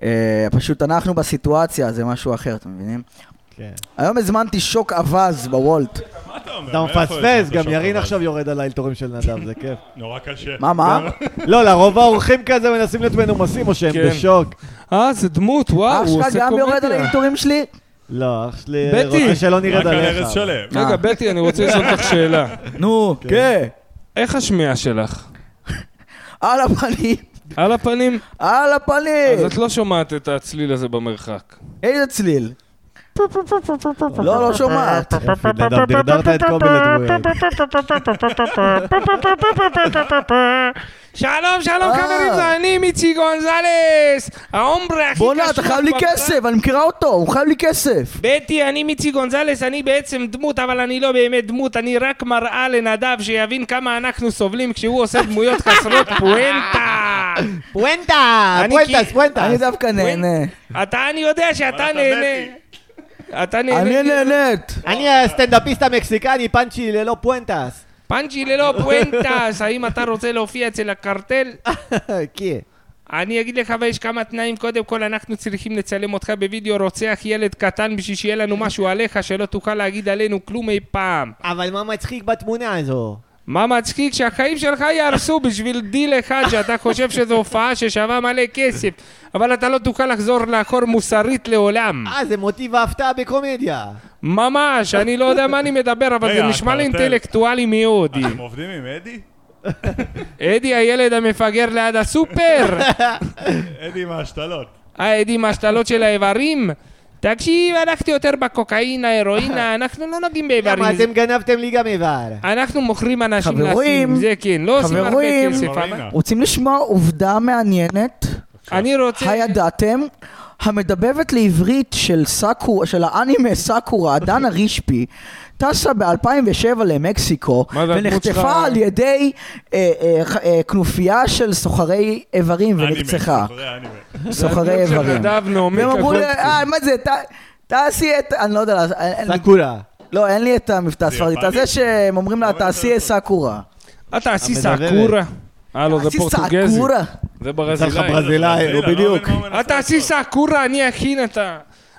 S4: אה, פשוט אנחנו בסיטואציה, זה משהו אחר, אתם מבינים?
S2: כן. כן.
S4: היום הזמנתי שוק אווז בוולט.
S1: אה,
S3: מה אתה אומר?
S2: אתה
S3: מאיפה
S2: מפספס,
S3: הבאת
S2: גם
S3: שם
S2: ירין
S3: דבר?
S2: עכשיו יורד עליי לתורים של נדב, זה כיף.
S3: נורא קשה.
S4: מה, מה?
S2: לא, לרוב האורחים כזה מנסים להיות מנומסים או שהם
S1: כן.
S2: בשוק.
S1: אה, זה דמות, וואו,
S4: אח
S1: הוא
S4: שלך
S1: עושה
S4: גם יורד על
S1: קומדיה.
S4: האינטורים שלי?
S2: לא, אח שלי
S1: בטי.
S2: רוצה שלא נרד
S3: רק על
S2: עליך.
S3: ארז שלו.
S1: רגע,
S4: אה.
S1: בטי, אני רוצה לשאול אותך שאלה.
S4: נו, כן.
S1: אוקיי. איך השמיעה שלך?
S4: על הפנים,
S1: על הפנים?
S4: על
S1: אז
S4: הפנים.
S1: את לא שומעת את הצליל הזה במרחק.
S4: איזה צליל. לא, לא שומעת.
S2: יופי, נדב, דרדרת את קובי לדמויות.
S1: שלום, שלום,
S4: אה.
S1: חברים, זה אני מיצי גונזלס! האומברה הכי קשור...
S4: בואנה, אתה חייב לי
S1: במדינה.
S4: כסף, אני מכירה אותו, הוא חייב לי כסף.
S1: בטי, אני מיצי גונזלס, אני בעצם דמות, אבל אני לא באמת דמות, אני רק מראה לנדב שיבין כמה אנחנו סובלים כשהוא עושה דמויות חסרות פואנטה!
S2: פואנטה,
S1: אני
S2: פואנטה,
S1: כי-
S2: פואנטה.
S4: אני דווקא נהנה.
S1: אתה, אני יודע שאתה
S3: אבל אתה
S1: נהנה. אתה נהנה.
S4: אני נהנית.
S2: אני הסטנדאפיסט המקסיקני, פאנצ'י ללא פואנטס.
S1: פאנצ'י ללא פואנטס, האם אתה רוצה להופיע אצל הקרטל?
S2: כי.
S1: אני אגיד לך, אבל יש כמה תנאים. קודם כל, אנחנו צריכים לצלם אותך בווידאו רוצח ילד קטן בשביל שיהיה לנו משהו עליך, שלא תוכל להגיד עלינו כלום אי פעם.
S2: אבל מה מצחיק בתמונה הזו?
S1: מה מצחיק? שהחיים שלך יהרסו בשביל דיל אחד שאתה חושב שזו הופעה ששווה מלא כסף, אבל אתה לא תוכל לחזור לאחור מוסרית לעולם.
S2: אה, זה מוטיב ההפתעה בקומדיה.
S1: ממש, אני לא יודע מה אני מדבר, אבל זה
S3: רגע,
S1: נשמע לי
S3: הקרטל.
S1: אינטלקטואלי מאוד.
S3: אתם עובדים עם אדי?
S1: אדי הילד המפגר ליד הסופר!
S3: אדי עם ההשתלות.
S1: האדי עם השתלות של האיברים? תקשיב, הלכתי יותר בקוקאין, ההרואינה, אנחנו לא נוגעים
S2: למה
S1: באיברים.
S2: אתם גנבתם לי גם איבר?
S1: אנחנו מוכרים אנשים
S4: חברים,
S1: לשים, זה כן, לא עושים הרבה
S4: חברים.
S1: כסף. אבל-
S3: מרינה.
S4: רוצים לשמוע עובדה מעניינת?
S1: אני רוצה...
S4: הידעתם? המדבבת לעברית של סאקו, של האנימה סאקורה, דנה רשפי, טסה ב-2007 למקסיקו,
S1: מה זה הדמות
S4: ונחטפה
S1: שלה?
S4: על ידי אה, אה, ח- אה, כנופיה של סוחרי איברים
S3: אנימה,
S4: ונרצחה.
S3: סוחרי אנימה.
S4: סוחרי
S1: הדמות של
S4: איברים.
S1: נדב נעמי
S4: והם אמרו לי,
S1: קגונסקי.
S4: אה, מה זה, ת- תעשי את, אני לא יודע, אין- אין לי-
S2: סקולה.
S4: לא, אין לי את המבטא הספרדי,
S3: יפני?
S4: זה שהם אומרים לה,
S3: אבל
S1: לא
S4: תעשי את סאקורה.
S1: אתה עשי
S2: המדברת.
S1: סאקורה. הלו, לא, זה
S4: תעשי
S1: פורטוגזי.
S4: סאקורה.
S1: זה
S2: זה לך
S1: ברזילאי.
S2: ברזילאי, נו
S3: חלילה, לא
S2: בדיוק.
S3: מבין מה הוא מנסה
S1: אתה עשי
S3: לעשות.
S1: סאקורה, אני אכין את ה...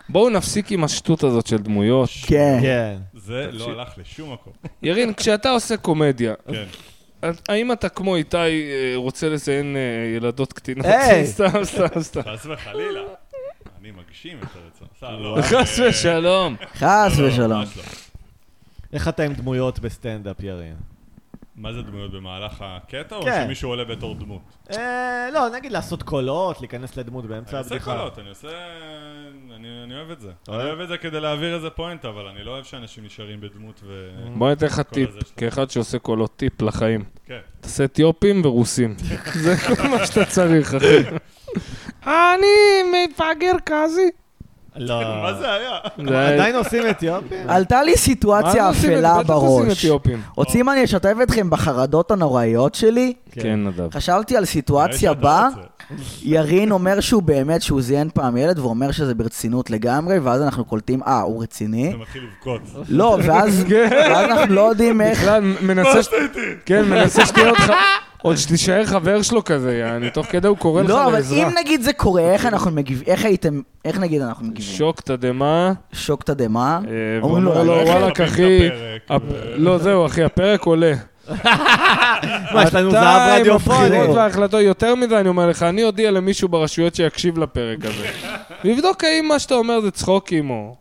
S1: בואו נפסיק עם השטות הזאת של דמויות.
S4: כן.
S2: כן.
S3: זה לא הלך לשום מקום.
S1: ירין, כשאתה עושה קומדיה,
S3: כן.
S1: האם אתה כמו איתי אה, רוצה לציין אה, ילדות קטינות?
S2: היי.
S1: סתם, סתם, סתם.
S3: חס וחלילה. אני מגשים את הרצון. סע, לא.
S1: חס ושלום.
S4: חס
S3: לא,
S4: ושלום.
S3: ממש לא.
S2: איך אתה עם דמויות בסטנדאפ, ירין?
S3: מה זה דמויות במהלך הקטע, או
S2: כן.
S3: שמישהו עולה בתור דמות?
S2: אה, לא, נגיד לעשות קולות, להיכנס לדמות באמצע
S3: אני עושה
S2: הבדיחה.
S3: קולות, אני עושה... אני אני אוהב את זה. אני
S2: אוהב?
S3: אוהב את זה כדי להעביר איזה פואנטה, אבל אני לא אוהב שאנשים נשארים בדמות ו...
S1: בוא אני אתן לך
S3: כל
S1: טיפ,
S3: הזה שלך.
S1: כאחד שעושה קולות טיפ לחיים.
S3: כן.
S1: תעשה אתיופים ורוסים. זה כל מה שאתה צריך, אחי. אני מפגר כזי.
S2: לא.
S3: מה זה היה?
S1: זה היה-
S2: עדיין עושים אתיופים?
S1: אה,
S4: עלתה לי
S1: מה
S4: סיטואציה
S1: לא עושים?
S4: אפלה
S1: בטח עושים
S4: בראש.
S1: אתיופים.
S3: כן,
S4: רוצים אני אשתף אתכם בחרדות הנוראיות שלי?
S1: כן, נדב.
S4: חשבתי על סיטואציה
S3: שאתה
S4: בה
S3: רוצה.
S4: ירין אומר שהוא באמת, שהוא זיין פעם ילד ואומר שזה ברצינות לגמרי, ואז אנחנו קולטים, אה, הוא רציני?
S3: אתה מתחיל לבכות.
S4: לא, ואז ואז אנחנו לא יודעים איך...
S1: כן. בכלל, מנסה... ש- כן, מנסה שתהיה אותך... עוד שתישאר חבר שלו כזה, יעני, תוך כדי הוא קורא לך
S4: לא, אבל
S1: לעזרה.
S4: אם נגיד זה קורה, איך אנחנו מגיבים? איך הייתם... איך נגיד אנחנו מגיבים?
S1: שוק תדהמה.
S4: שוק תדהמה?
S1: אה,
S4: אומרים לו,
S1: ואומר
S4: לא,
S1: לו,
S3: איך
S1: וואלכ,
S3: מכבים את
S1: אחי,
S3: הפרק,
S1: הפ-
S3: ו-
S1: לא, זהו, אחי, הפרק עולה.
S2: מה, יש לנו זהב
S1: אתה עם
S2: רדיופוני?
S1: הבחירות וההחלטות, יותר מזה אני אומר לך, אני אודיע למישהו ברשויות שיקשיב לפרק הזה. לבדוק האם מה שאתה אומר זה צחוקים או...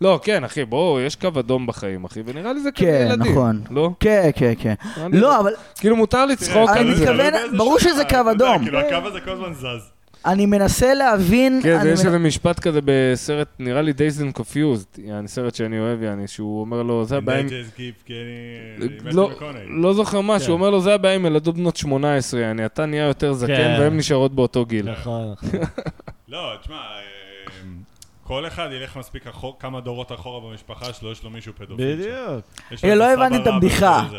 S1: לא, כן, אחי, בואו, יש קו אדום בחיים, אחי, ונראה לי זה כזה
S4: כן,
S1: ילדים.
S4: נכון.
S1: לא?
S4: כן, כן, כן.
S1: אני-
S4: לא, אבל
S1: כאילו, מותר
S2: כן.
S1: לצחוק.
S4: אני
S1: על זה.
S4: מתכוון-
S3: באיזה
S4: ברור
S3: שעה,
S4: שזה קו
S3: אתה לא יודע,
S4: אדום.
S3: כאילו, הקו הזה כל הזמן זז.
S4: אני מנסה להבין...
S1: כן,
S4: אני
S1: זה יש
S4: מנ-
S1: איזה משפט כזה בסרט, נראה לי Days and Confused, יעני, סרט שאני אוהב, יעני, שהוא אומר לו, זה הבעיה עם...
S3: They just keep getting- עם
S1: לא,
S3: מתיו מקונאי.
S1: לא זוכר מה,
S2: כן.
S1: שהוא אומר לו, זה הבעיה עם ילדות בנות 18, יעני, אתה נהיה יותר זקן
S2: כן.
S1: והן נשארות באותו גיל.
S2: נכון, נכון.
S3: לא, תשמע, אה, כל אחד ילך מספיק אחור- כמה דורות אחורה במשפחה שלו, יש לו מישהו פדופיל. שם.
S2: בדיוק.
S3: יש לו
S4: אה, לא
S3: סבא
S4: הבנתי את
S3: רבא
S4: הבדיחה.
S3: וזה.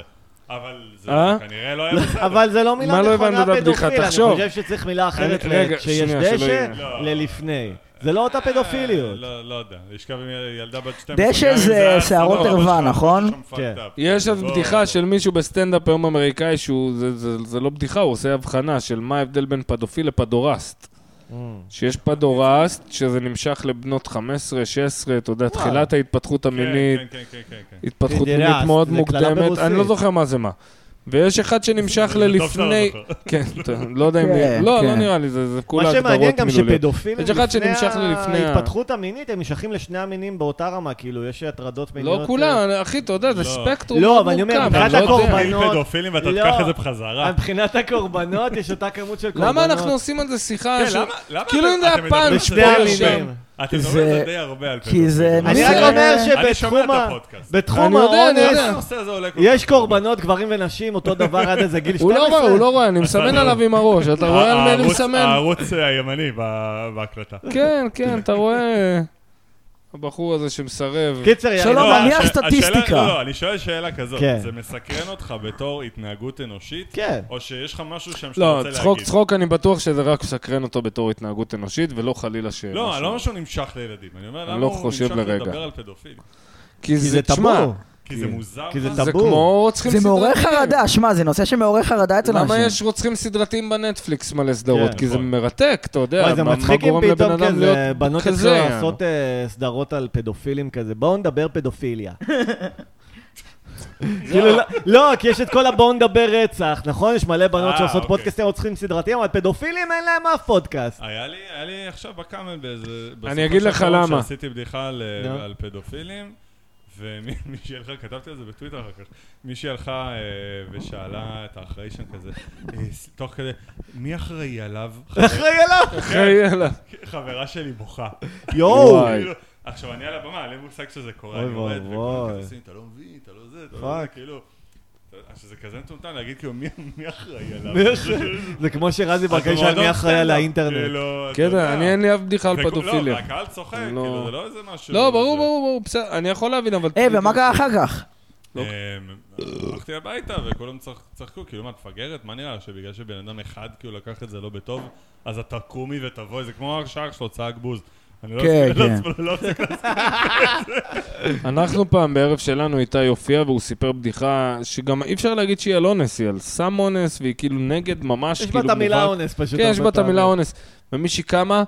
S3: אבל זה
S1: אה?
S3: כנראה לא היה בסדר.
S2: אבל זה לא מילה
S1: מה לא
S2: נכונה
S1: הבנת בבדיחה?
S2: פדופיל,
S1: תחשוב.
S2: אני חושב שצריך מילה אחרת
S1: אני- רגע,
S2: כשיש
S1: שנייה, שלא
S2: דשא
S1: יהיה.
S2: ללפני. זה לא אותה
S3: אה,
S2: פדופיליות.
S3: לא לא יודע, לשכב עם ילדה בת 12.
S4: דשא
S3: גם אם
S4: זה
S3: היה
S4: שערות
S3: סבא,
S4: ערווה,
S3: אבל שלך,
S4: נכון?
S3: יש לך fucked
S2: כן.
S3: up.
S1: יש אז
S3: בוא,
S1: בדיחה
S3: בוא.
S1: של מישהו בסטנדאפ היום אמריקאי שהוא, זה, זה, זה לא בדיחה, הוא עושה הבחנה של מה ההבדל בין פדופיל לפדורסט. שיש פדורסט, שזה נמשך לבנות 15, 16, אתה יודע,
S2: וואלה.
S1: תחילת ההתפתחות המינית,
S3: כן, כן, כן, כן, כן.
S1: התפתחות
S2: פידרסט,
S1: מינית מאוד
S2: זה קללה
S1: מוקדמת, אני לא
S2: ברוסית.
S1: זוכר מה זה מה. ויש אחד שנמשך
S3: זה טוב שאתה לא
S1: ללפני...
S3: זוכר.
S1: כן, אתה- לא יודע אם...
S4: כן,
S1: לא, לא
S4: כן.
S1: נראה לי, זה זה
S2: מה
S1: כולה
S2: שמעניין
S1: הגדרות
S2: גם
S1: מילוליות.
S2: שפדופילים,
S1: יש אחד
S2: לפני
S1: שנמשך ללפני ה-
S2: ההתפתחות המינית, הם נשאכים לשני המינים באותה רמה, כאילו, יש הטרדות מיניות.
S1: לא כולם, אחי, אתה יודע, זה
S3: לא.
S1: ספקטרום
S2: לא,
S1: מאוד
S2: אבל אני אומר,
S1: מורכב,
S2: מבחינת
S1: אני לא יודע.
S2: הקורבן-
S3: תגיד
S2: בנות-
S3: פדופילים ואתה
S2: לא.
S3: תיקח את זה בחזרה.
S2: מבחינת הקורבנות, יש אותה כמות של קורבנות.
S1: למה אנחנו עושים על זה שיחה?
S3: כן,
S1: של-
S3: למה- למה
S1: כאילו
S3: אתם-
S1: אם זה
S3: אתם
S1: היה פאנץ'
S3: מדברים
S1: פה
S2: לשני
S3: על זה?
S1: לשם.
S2: המינים.
S3: אתם
S4: זה-
S3: מדברים על זה די הרבה על
S4: כי זה
S3: פדופילים.
S2: אני
S4: נושא-
S2: רק אומר
S3: אני שומע
S2: שבתחום
S3: את
S2: ה-
S3: הפודקאסט.
S2: בתחום
S1: אני יודע, אני
S2: האונס,
S1: יודע.
S3: הנושא הזה עולה כל
S2: יש
S3: כך
S2: קורבנות, גברים ונשים, אותו דבר עד איזה גיל
S1: הוא
S2: 12.
S1: לא רואה, הוא לא רואה, אני מסמן
S3: לא.
S1: עליו עם הראש, אתה רואה על מי אני
S3: הערוץ-
S1: מסמן?
S3: הערוץ הימני ב- בהקלטה.
S1: כן, כן, אתה רואה... הבחור הזה שמסרב.
S2: קיצר, יאללה.
S4: שלום,
S3: לא,
S4: אני
S3: הש-
S4: הסטטיסטיקה.
S3: השאלה- לא, לא, אני שואל שאלה כזאת.
S2: כן.
S3: זה מסקרן אותך בתור התנהגות אנושית?
S2: כן.
S3: או שיש לך משהו שם שאתה
S1: לא,
S3: רוצה להגיד?
S1: צחוק, צחוק, אני בטוח שזה רק מסקרן אותו בתור התנהגות אנושית, ולא חלילה ש...
S3: לא, אני לא אומר שהוא נמשך לילדים. אני אומר,
S1: אני
S3: למה
S1: לא
S3: הוא
S1: חושב
S3: נמשך
S1: לרגע.
S3: לדבר על פדופילים?
S1: כי
S2: כי זה
S1: זה, תשמע,
S2: טאבו.
S3: כי זה מוזר
S2: כי זה
S3: לך?
S1: זה
S2: טאבו.
S1: כמו רוצחים
S4: זה
S1: סדרתיים.
S4: מעורר חרדה, שמע, זה נושא שמעורר חרדה אצל אנשים.
S1: כן. למה יש רוצחים סדרתיים בנטפליקס מלא סדרות?
S2: לא כן,
S1: כי זה
S3: נכון.
S1: מרתק, אתה יודע.
S2: וואי, זה
S1: לא, מה-
S2: מצחיק
S1: מה גורם
S2: אם
S1: לבן
S2: פתאום
S1: אדם
S2: כזה,
S1: להיות
S2: בנות
S1: כזה,
S2: אצלו
S1: יענו.
S2: לעשות אה, סדרות על פדופילים כזה. בואו נדבר פדופיליה. כאילו, לא- לא, כי יש את כל הבואו נדבר רצח, נכון? יש מלא בנות
S3: אה,
S2: שעושות
S3: אוקיי.
S2: פודקאסטים רוצחים סדרתיים, אבל פדופילים אין להם אף פודקאסט.
S3: היה לי, היה לי עכשיו בקאמל באיזה...
S1: אני אגיד לך למה.
S3: שעשיתי בדיחה על,
S2: נו.
S3: על פדופילים, ומישהי הלכה, כתבתי על זה בטוויטר אחר כך, מישהי הלכה אה, ושאלה את האחראי שם כזה, אה, ס- תוך כדי, מי אחראי עליו?
S2: אחראי עליו!
S3: כן.
S1: אחי, יאללה.
S3: חברה שלי בוכה.
S2: יואו!
S1: וואי.
S3: כאילו, עכשיו, אני על הבמה, אין לי מושג שזה קורה,
S2: אוי
S3: אני עומד,
S2: ואבוי.
S3: וכולם כזה עושים, אתה לא מבין, אתה לא זה, אתה לא זה,
S2: פאק.
S3: כאילו... אתה- שזה כזה מטומטם להגיד כאילו מי מי אחראי עליו.
S2: מי אחראי? זה כמו שרזי ברקאי שאל מי אחראי על האינטרנט.
S3: כאילו,
S1: כן, אני אין לי אף בדיחה על
S3: לא,
S1: פדופיליה.
S3: והקהל צוחק,
S1: לא.
S3: כאילו, זה לא איזה משהו...
S1: לא, ברור,
S3: זה-
S1: ברור, ברור, בסדר, אני יכול להבין, אבל...
S2: אה,
S1: כאילו-
S4: היי, אה, ומה קרה אחר כך?
S1: לא.
S3: אמ, הלכתי הביתה וכולם צח- צחקו, כאילו מה, את מפגרת? מה נראה? שבגלל שבן אדם אחד כאילו לקח את זה לא בטוב, אז אתה קומי ותבואי, זה כמו השער שלו, צעק בוז. אני לא
S4: כן,
S3: אפסיק- לא
S4: כן.
S3: אפסיק- לא אפסיק
S1: אנחנו פעם בערב שלנו, איתי הופיע והוא סיפר בדיחה שגם אי אפשר להגיד שהיא על אונס, היא על סם אונס, והיא כאילו נגד ממש,
S2: יש
S1: כאילו...
S2: בה את המילה
S1: מובהק.
S2: אונס פשוט.
S1: כן, יש בה
S2: הרבה
S1: את המילה
S2: פעמים.
S1: אונס. ומישהי קמה,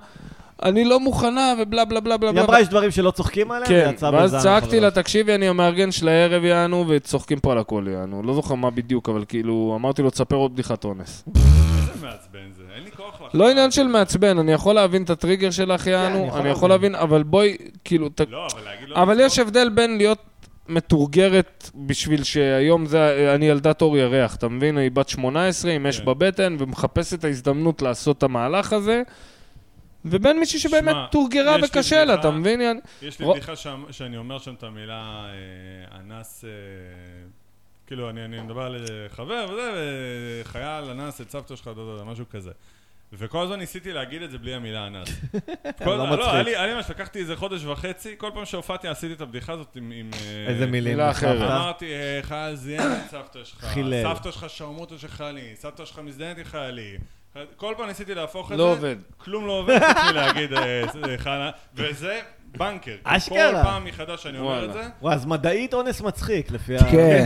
S1: אני לא מוכנה, ובלה בלה בלה בלה
S2: היא
S1: בלה.
S2: אמרה יש דברים שלא צוחקים עליהם,
S1: כן,
S2: ויצא
S1: ואז
S2: בזן
S1: צעקתי
S2: חדש.
S1: לה, תקשיבי, אני המארגן של הערב, יענו, וצוחקים פה על הכל, יענו. לא זוכר מה בדיוק, אבל כאילו, אמרתי לו, תספר עוד בדיחת אונס.
S3: זה מעצבן זה, אין לי כוח לך.
S1: לא עניין של מעצבן, אני יכול להבין את הטריגר שלך,
S2: כן, אני
S1: יענו,
S2: יכול
S1: אני יכול להבין, אבל בואי, כאילו, ת-
S3: לא, אבל להגיד לו...
S1: אבל יש הבדל בין להיות מתורגרת בשביל שהיום זה, אני ילדת אור ירח, אתה מבין? היא בת 18 עם אש
S3: כן.
S1: בבטן ומחפשת את ההזדמנות לעשות את המהלך הזה, ובין מישהי שבאמת
S3: שמע,
S1: תורגרה
S3: יש לי
S1: וקשה לה,
S3: בדיחה- כן,
S1: אתה מבין? יעני?
S3: יש לי
S1: רוא-
S3: בדיחה שם- שאני אומר שם את המילה אה, אנס, אה, כאילו אני אני מדבר על אה, חבר וזה, אה, חייל אנס את סבתא שלך, דו, דו, דו, משהו כזה. וכל הזמן ניסיתי להגיד את זה בלי המילה אנס. כל-
S2: לא מצחיק.
S3: היה לי- היה לי ממש, לקחתי איזה חודש וחצי, כל פעם שהופעתי עשיתי את הבדיחה הזאת עם... עם, אה,
S2: איזה מילים.
S1: מילה
S2: נחמד.
S1: אחרת.
S3: אמרתי, אה, חייל זיין את סבתא שלך,
S2: חילל.
S3: סבתא שלך שרמוטה של חיילים, סבתא שלך מזדיינת עם חיילים. כל פעם ניסיתי להפוך את זה.
S1: לא עובד.
S3: כלום לא עובד, חוץ מלהגיד אה, זה חנה, וזה בנקר.
S2: אשכרה.
S3: כל פעם מחדש אני אומר את זה.
S2: וואי, אז מדעית אונס מצחיק, לפי ה...
S4: כן.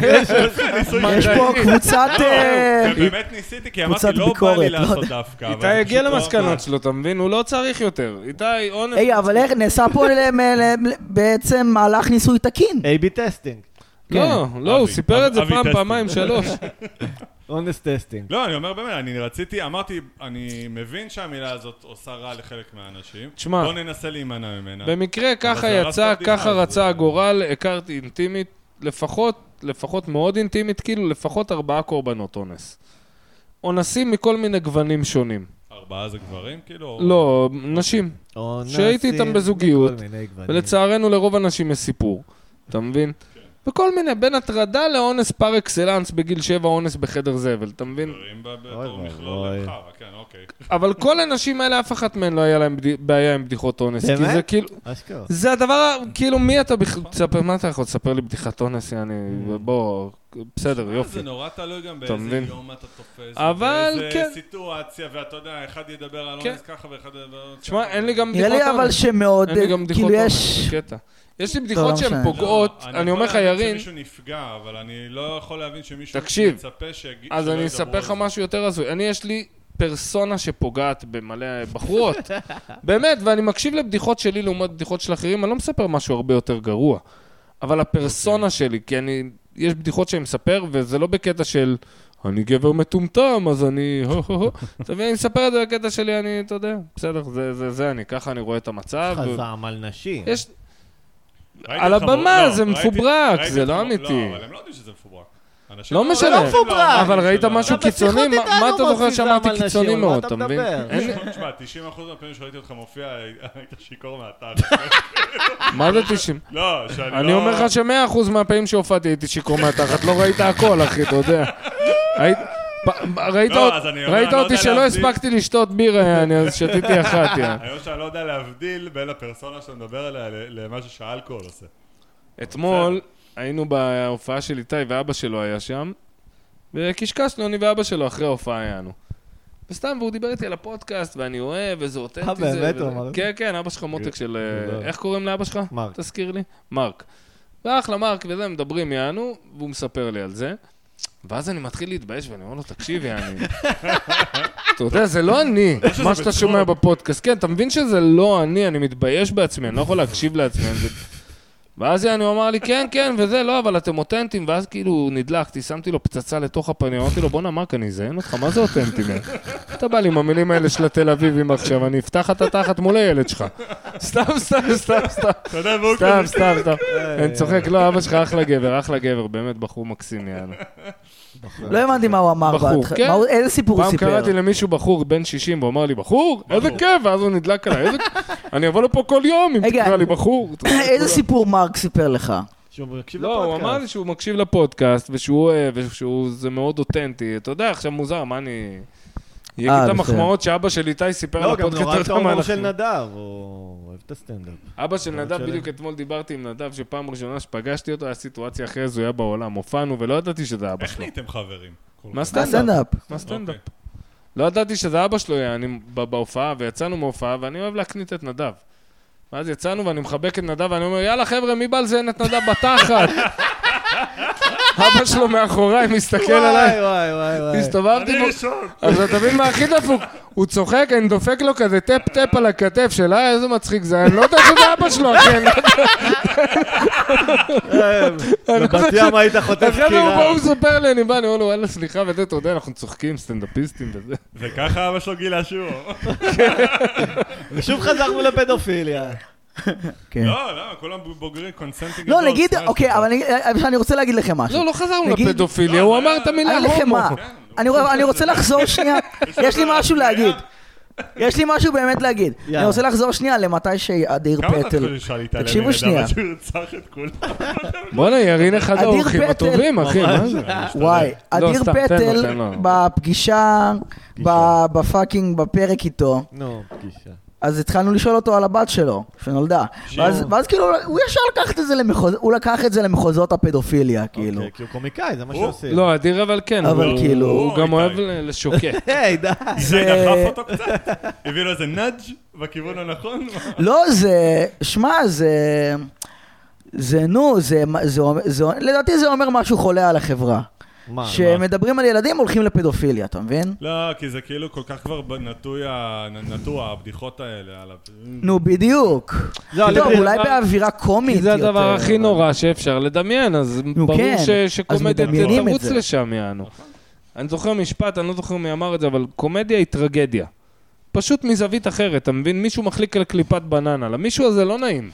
S3: ניסוי
S4: יש
S3: מדעי.
S4: פה קבוצת...
S3: לא,
S4: אה,
S3: ובאמת ניסיתי, כי
S4: קבוצת
S3: אמרתי, לא בא
S4: ביקורת,
S3: לי
S4: לא
S3: לעשות
S4: יודע.
S3: דווקא. אבל
S1: איתי
S3: זה
S1: הגיע
S3: פשוט לא
S1: למסקנות
S3: עבד.
S1: שלו, אתה מבין? הוא לא צריך יותר. איתי, אונס...
S4: היי, אבל איך נעשה פה ל- מ- ל- ל- בעצם מהלך ניסוי תקין?
S1: אה,
S2: A-B טסטינג.
S1: לא, לא, הוא
S3: אבי,
S1: סיפר
S3: אבי-
S1: את זה
S3: אבי
S1: פעם,
S3: טסטינג.
S1: פעמיים, שלוש.
S2: אונס טסטינג.
S3: לא, אני אומר באמת, אני רציתי, אמרתי, אני מבין שהמילה הזאת עושה רע לחלק מהאנשים.
S1: תשמע.
S3: בוא ננסה להימנע ממנה.
S1: במקרה ככה
S3: כן. זה לא הרס את
S1: יצא,
S3: הבדיחה,
S1: ככה
S3: אז-
S1: רצה הגורל, הכרתי אינטימית, לפחות, לפחות מאוד אינטימית, כאילו לפחות ארבעה קורבנות אונס. אונסים מכל מיני גוונים שונים.
S3: ארבעה זה גברים, כאילו? או-
S1: לא, נשים.
S2: אונסים
S1: שהייתי איתם בזוגיות,
S2: מכל מיני גוונים.
S1: ולצערנו לרוב הנשים יש סיפור, אתה מבין?
S3: כן.
S1: וכל מיני, בין הטרדה לאונס פר אקסלנס בגיל שבע, אונס בחדר זבל, אתה מבין?
S3: גברים ב- בתור
S2: אוי
S3: מכלול
S2: ואבוי.
S3: לבחרה, כן, אוקיי.
S1: אבל כל הנשים האלה, אף אחת מהן לא היה להן בדי- בעיה עם בדיחות אונס. כי
S2: באמת?
S1: זה כאילו...
S2: אשכרה.
S1: זה הדבר, ה- כאילו, מי אתה בכלל, תספר, מה אתה יכול לספר לי בדיחת אונס, יעני, בוא, בסדר,
S3: אה,
S1: יופי.
S3: זה נורא תלוי גם
S1: אתה
S3: באיזה
S1: מבין?
S3: יום אתה תופס,
S1: אבל
S3: באיזה
S1: כן.
S3: סיטואציה, ואתה יודע, אחד ידבר על
S1: כן.
S3: אונס ככה ואחד ידבר לא על אונס
S1: תשמע,
S3: ככה.
S1: אין לי גם
S4: נראה
S1: בדיחות
S4: לי אבל
S1: אונס.
S4: שמאוד,
S1: אין לי גם
S4: כאילו
S1: בדיחות אונס,
S4: יש...
S1: זה קטע. יש לי
S4: לא
S1: בדיחות שהן
S4: משנה.
S1: פוגעות,
S3: לא,
S1: אני אומר לך,
S3: יכול להבין
S1: ירין,
S3: שמישהו נפגע, אבל אני לא יכול להבין שמישהו
S1: תקשיב,
S3: מצפה שיגיד...
S1: אז
S3: שלא
S1: אני
S3: ידברו
S1: אספר לך
S3: על זה.
S1: משהו יותר הזוי. אני, יש לי פרסונה שפוגעת במלא בחורות. באמת, ואני מקשיב לבדיחות שלי לעומת בדיחות של אחרים, אני לא מספר משהו הרבה יותר גרוע. אבל
S2: אוקיי.
S1: הפרסונה שלי, כי אני... יש בדיחות שאני מספר, וזה לא בקטע של אני גבר מטומטם, אז אני... אתה מבין, אני מספר את זה בקטע שלי, אני, אתה יודע, בסדר, זה, זה, זה אני, ככה אני רואה את המצב.
S2: יש לך זעם על נשים.
S1: יש...
S3: ראיתי
S1: על
S3: אותך
S1: הבמה,
S3: מור- לא,
S1: זה
S3: ראיתי-
S1: מפוברק,
S3: ראיתי
S1: זה
S3: אותך
S1: לא
S3: מור-
S1: אמיתי.
S3: לא, אבל הם לא יודעים שזה מפוברק. אנשים
S1: לא
S3: יודעים,
S1: משנה.
S3: הם
S1: זה לא
S2: מפוברק.
S3: יודעים
S1: אבל
S3: שזה-
S1: ראית משהו
S2: לא, בשיחות
S1: קיצוני? מה-
S2: איתנו
S1: מה אתה זוכר
S2: מוציא זעם
S1: שאמרתי
S2: על נשים,
S1: קיצוני
S2: על מה
S1: מאוד,
S2: אתה
S1: אתה מבין?
S2: מדבר?
S1: אין-
S3: תשמע, 90% מהפעמים שראיתי אותך מופיע, היית שיכור מהאתר.
S1: מה זה 90?
S3: לא, שאני לא...
S1: אני אומר לך שמאה אחוז מהפעמים שהופעתי הייתי שיכור מהתחת, לא ראית הכל, אחי, אתה יודע. היית- פ- ראית
S3: לא,
S1: אות-
S3: אז אני אומר,
S1: ראית
S3: אני לא
S1: אותי
S3: יודע
S1: שלא
S3: להבדיל.
S1: הספקתי לשתות בירה, אני אז שתיתי אחת, יא.
S3: היום שאני לא יודע להבדיל בין הפרסונה שאתה מדבר עליה ל- למשהו שהאלכוהול עושה.
S1: אתמול היינו בהופעה של איתי ואבא שלו היה שם, וקשקשנו, אני ואבא שלו אחרי ההופעה היינו. וסתם, והוא דיבר איתי על הפודקאסט, ואני אוהב, איזה אותנטי זה.
S2: אה, באמת?
S1: וזה-
S2: הוא אמר את זה?
S1: כן,
S2: לא-
S1: כן, אבא שלך מותק של... אה,
S2: גדול.
S1: איך קוראים לאבא שלך?
S2: מרק.
S1: תזכיר לי. מרק. ואחלה מרק וזה, מדברים יענו, והוא מספר לי על זה. ואז אני מתחיל להתבייש ואני אומר לו, תקשיב, יעני. אתה יודע, זה לא אני,
S3: שזה
S1: מה שאתה
S3: בצחוק.
S1: שומע בפודקאסט. כן, אתה מבין שזה לא אני, אני מתבייש בעצמי, אני לא יכול להקשיב לעצמי. אני- ואז יעני, הוא אמר לי, כן, כן, וזה, לא, אבל אתם אותנטיים. ואז כאילו נדלקתי, שמתי לו פצצה לתוך הפנים, אמרתי לו, בואנה, מרק, אני אזיין אותך, מה זה אותנטי? יא?" אתה בא לי עם המילים האלה של התל אביבים עכשיו, אני אפתח את התחת מול הילד שלך. סתם, סתם, סתם, סתם.
S3: אתה יודע, והוא
S1: סתם,
S3: כזה...
S1: סתם, סתם. אני צוחק, לא, אבא שלך אחלה גבר, אחלה גבר, באמת בחור מקסים, יאללה.
S4: לא הבנתי מה הוא אמר
S1: כן. בחור,
S4: בהתחלה.
S1: כן.
S4: מה הוא- איזה סיפור הוא
S1: פעם
S4: סיפר?
S1: קראתי למישהו בחור בן 60, והוא אמר לי, בחור? איזה
S3: בחור."
S1: כיף, ואז הוא נדלק עליי, "איזה- אני אבוא לפה כל יום אם
S4: רגע.
S1: תקרא לי בחור. אתה יודע,
S4: איזה
S1: כולם.
S4: סיפור מרק סיפר לך?
S2: שהוא מקשיב
S1: לא, הוא אמר לי
S2: לפודקאסט.
S1: שהוא מקשיב לפודקאסט, ושהוא אוהב, ושזה מאוד אותנטי. אתה יודע, עכשיו מוזר, מה אני... יגיד
S4: אה,
S1: את
S4: בסדר.
S1: המחמאות שאבא של איתי סיפר על
S2: לא, גם
S1: הפודקאסט.
S2: נורא
S1: אתה
S2: את
S1: יודע מה
S2: ההומור
S1: אנחנו-
S2: של נדב, הוא אוהב את הסטנדאפ.
S1: אבא של נדב,
S2: שלם.
S1: בדיוק אתמול דיברתי עם נדב, שפעם ראשונה שפגשתי אותו, היה סיטואציה הכי הזויה בעולם. הופענו, ולא ידעתי שזה אבא
S3: איך
S1: שלו.
S3: נהייתם חברים? כל
S1: מה
S3: כך?
S1: סתם?
S4: הסטנדאפ.
S1: מה סטנדאפ?
S3: אוקיי.
S1: לא ידעתי שזה אבא שלו היה, אני ב- בהופעה, ויצאנו מההופעה, ואני אוהב להקנית את נדב. ואז יצאנו ואני מחבק את נדב, ואני אומר, יאללה חבר'ה, מי בא לזיין את נדב בתחת? אבא שלו מאחוריי מסתכל עליי,
S2: וואי, וואי, וואי, וואי.
S1: הסתובבתי
S3: אני
S1: בו,
S3: ראשון!
S1: אז אתה מבין מה הכי דפוק? הוא צוחק, אני דופק לו כזה טפ-טפ על הכתף של אה, איזה מצחיק זה, היה." אני לא יודע שזה אבא שלו, אחי. אני לא יודע.
S2: בבת אה, לא, ים היית חוטף
S1: חבר'ה, הוא בא,
S2: קירה.
S1: הוא מספר לי, אני בא, אני אומר לו, וואלה, סליחה, וזה, אתה יודע, אנחנו צוחקים, סטנדאפיסטים וזה.
S3: וככה אבא שלו גילה שהוא.
S2: ושוב חזרנו לפדופיליה.
S4: כן.
S3: לא, למה? כולם בוגרים קונסנטינג.
S4: לא, נגיד, אוקיי, אבל אני- אבל אני רוצה להגיד לכם משהו.
S1: לא, לא חזרנו
S4: נגיד-
S1: לפדופיליה, הוא אמר את המילה
S4: אני אגיד לכם
S1: הומו.
S4: מה, אני רוצה- אני רוצה לחזור שנייה, יש לי משהו להגיד. יש לי משהו באמת להגיד. אני
S2: יאללה.
S4: רוצה לחזור שנייה למתי שאדיר
S3: כמה אתה
S4: פטל...
S3: חושב שאני אתעלם
S4: תקשיבו
S3: מנדב
S4: שנייה.
S3: עד שהוא ירצח את כולם?
S1: בואנה, ירין אחד
S4: אדיר
S1: האורחים
S4: פטל.
S1: הטובים, אחי, מה זה?
S4: וואי,
S1: לא,
S4: אדיר
S1: סתם, תן לו, תן
S4: פטל
S1: לו.
S4: בפגישה, ב- בפאקינג, בפרק איתו,
S2: נו, פגישה.
S4: אז התחלנו לשאול אותו על הבת שלו, שנולדה. ואז- ואז כאילו, הוא ישר לקח את זה למחוז... הוא לקח את זה למחוזות הפדופיליה, כאילו.
S2: אוקיי, כי הוא קומיקאי, זה מה
S3: הוא-
S2: שעושים.
S1: לא, אדיר אבל כן,
S4: אבל
S1: הוא-
S4: כאילו-
S1: הוא גם אוהב
S3: איתי.
S1: ל- לשוקק.
S2: היי, די.
S3: זה דחף אותו קצת? הביא לו איזה נאג' בכיוון הנכון?
S4: לא, זה... שמע, זה... זה נו, זה, זה, זה, לדעתי זה אומר משהו חולה על החברה.
S2: מה, מה?
S4: שמדברים על ילדים הולכים לפדופיליה, אתה מבין?
S3: לא, כי זה כאילו כל כך כבר נטוי, ה- נטוע, הבדיחות האלה על ה...
S4: נו, בדיוק.
S2: לא,
S4: טוב,
S2: לדעתי-
S4: אולי באווירה קומית
S1: כי
S4: יותר.
S1: זה הדבר הכי נורא שאפשר לדמיין, אז ברור
S4: כן,
S1: ש-
S4: אז
S1: שקומדיה
S4: מדמיינים את
S1: תרוץ
S4: זה.
S1: לשם, יענו. אני זוכר משפט, אני לא זוכר מי אמר את זה, אבל קומדיה היא טרגדיה. פשוט מזווית אחרת, אתה מבין? מישהו מחליק על קליפת בננה, למישהו הזה לא נעים.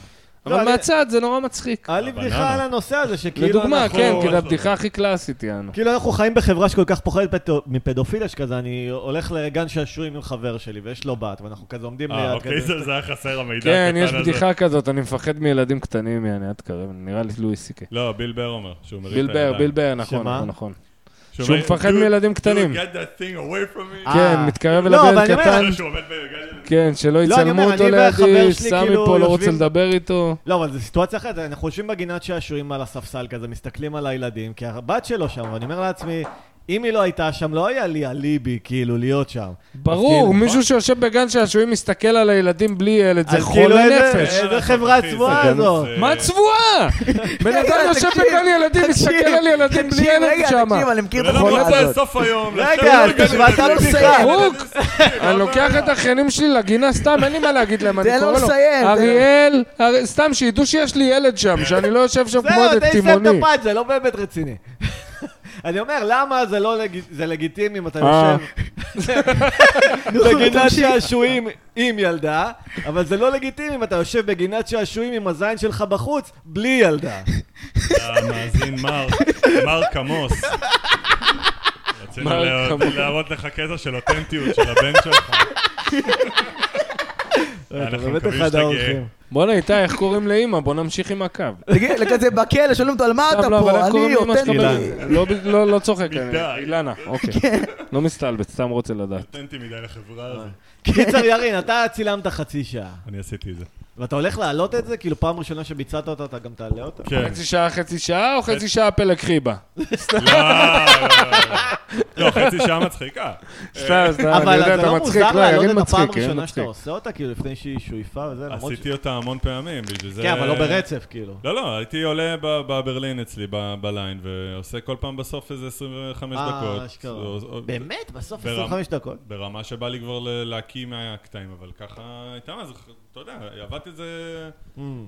S2: לא,
S1: אבל
S2: אני-
S1: מהצד זה נורא מצחיק.
S2: היה לי בדיחה
S3: הבננה.
S2: על הנושא הזה, שכאילו...
S1: לדוגמה,
S2: אנחנו-
S1: כן, כי
S3: אה, כאילו אנחנו-
S1: זו הבדיחה הכי קלאסית, יענו.
S2: כאילו אנחנו חיים בחברה שכל כך פוחדת פדו- מפדופילה שכזה, אני הולך לגן שעשועים עם חבר שלי ויש לו בת, ואנחנו כזה עומדים
S3: אה,
S2: ליד
S3: אוקיי,
S2: כזה.
S3: זה זה היה חסר המידע
S1: כן,
S3: הקטן
S1: יש
S3: הזה.
S1: בדיחה כזאת, אני מפחד מילדים קטנים, יעני, עד קרב, נראה לי לואי סי קיי.
S3: לא, ביל בר אומר, שהוא מרים
S1: ביל
S3: את
S1: בר,
S3: הידיים.
S1: ביל בר, נכון,
S2: שמה?
S1: נכון, נכון.
S3: שהוא
S1: שהוא
S3: אומר,
S1: מפחד
S3: "Dude,
S1: מילדים
S3: dude,
S1: קטנים." אה,
S3: get that thing away from me.
S2: אה,
S1: כן, מתקרב
S2: לא,
S1: אליו
S2: אבל אני
S1: ילד
S2: אומר, לא,
S1: קטן,
S3: שהוא עומד בגן-
S1: כן, שלא
S2: אני
S1: יצלמו
S2: אומר,
S1: אותו
S2: אני והחבר
S1: לידי,
S2: שלי
S1: סמי
S2: כאילו
S1: פה לא
S2: יושבים-
S1: רוצה לדבר איתו.
S2: לא, אבל זו סיטואציה אחרת, אנחנו יושבים בגינת שעשועים על הספסל כזה, מסתכלים על הילדים, כי הבת שלו שם, ואני אומר לעצמי, אם היא לא הייתה שם, לא היה לי אליבי, כאילו, להיות שם. אז
S1: ברור,
S2: כאילו-
S1: מישהו שיושב בגן שעשועים מסתכל על הילדים בלי ילד, זה
S2: אז כאילו,
S1: חולה
S2: איזה-
S1: נפש.
S2: איזה חברה צבועה
S1: זה-
S2: זאת?
S1: מה צבועה? בן
S4: רגע,
S1: אדם יושב
S4: תקשיב,
S1: בגן ילדים,
S4: תקשיב,
S1: מסתכל על ילדים בלי
S4: תקשיב,
S1: ילד
S4: רגע,
S1: שמה.
S4: תקשיב, אני מכיר את
S3: בן אדם
S4: החולה
S3: רוצה
S4: הזאת.
S3: לסוף היום.
S2: רגע,
S3: לשבת על
S2: תשמע,
S3: הגדר,
S2: אתה לא
S3: ילדים
S4: מסיים.
S3: משחקים,
S1: בוק.
S3: משחקים,
S1: אני
S3: לא
S1: לוקח
S3: בעיה.
S1: את האחיינים שלי לגינה סתם, אין לי מה להגיד להם, אני
S4: תן לו
S1: קורא לו.
S4: לסיים, תן לו.
S1: אריאל, אר- סתם שידעו שיש לי ילד שם, שאני לא יושב שם כמו
S2: זהו,
S1: ילד
S2: תסיים את
S1: תימוני.
S2: הפאנץ', זה לא באמת רציני. אני אומר, למה זה לא לג... זה לגיטימי אם אתה
S1: אה.
S2: יושב בגינת שעשועים עם ילדה, אבל זה לא לגיטימי אם אתה יושב בגינת שעשועים עם הזין שלך בחוץ, בלי ילדה.
S3: אה, המאזין מר, מר כמוס. רצינו
S1: מר
S3: לה-
S1: כמוס.
S3: להראות לך קטע של אותנטיות של הבן שלך.
S2: אתה
S3: אנחנו
S2: באמת
S3: מקווים
S2: אחד
S3: שאתה גאה.
S2: האורחים.
S1: בואנה, איתי, איך קוראים לאימא? בוא נמשיך עם הקו.
S4: תגיד, כזה בכלא, שואלים אותו, על מה אתה
S1: סתם, לא, אבל
S4: פה?
S1: איך
S4: אני
S1: קוראים לאמא שלך?
S4: אותנטי.
S1: בזה? לא, ב- לא לא צוחק, אני-
S3: מידה.
S1: אילנה, אוקיי.
S2: כן.
S1: לא מסתלבט, סתם רוצה לדעת.
S3: אותנטי מדי לחברה
S1: אה.
S3: הזאת.
S2: קיצר, ירין, אתה צילמת חצי שעה.
S3: אני עשיתי את זה.
S2: ואתה הולך להעלות את זה? כאילו, פעם ראשונה שביצעת אותו, אתה גם תעלה אותו?
S3: כן.
S1: חצי שעה, חצי שעה, או חצי שעה פלג חיבה?
S3: לא, לא, לא. לא, חצי שעה מצחיקה.
S1: סתם, סתם, אה, אני
S2: אבל
S1: יודע,
S2: זה
S1: אתה
S2: לא
S1: מצחיק,
S2: מוזר
S1: לא,
S2: להעלות
S1: ירין
S2: את הפעם
S1: מצחיק, ירין
S2: הראשונה שאתה
S1: מצחיק.
S2: עושה אותה, כאילו, לפני שהיא שאיפה וזה, למרות ש...
S3: עשיתי אותה המון פעמים, בגלל זה...
S2: כן, אבל לא ברצף, כאילו.
S3: לא, לא, הייתי עולה ב- בברלין אצלי, ב- בליין, ועושה כל פעם בסוף איזה 25 דקות.
S2: אה,
S3: או- או-
S2: אשכרה. באמת? בסוף
S3: ברמה.
S2: 25 דקות?
S3: ברמה שבא לי כבר ל- להקיא מהקטעים, אבל ככה הייתה מה זה, אתה יודע, עבדתי את זה,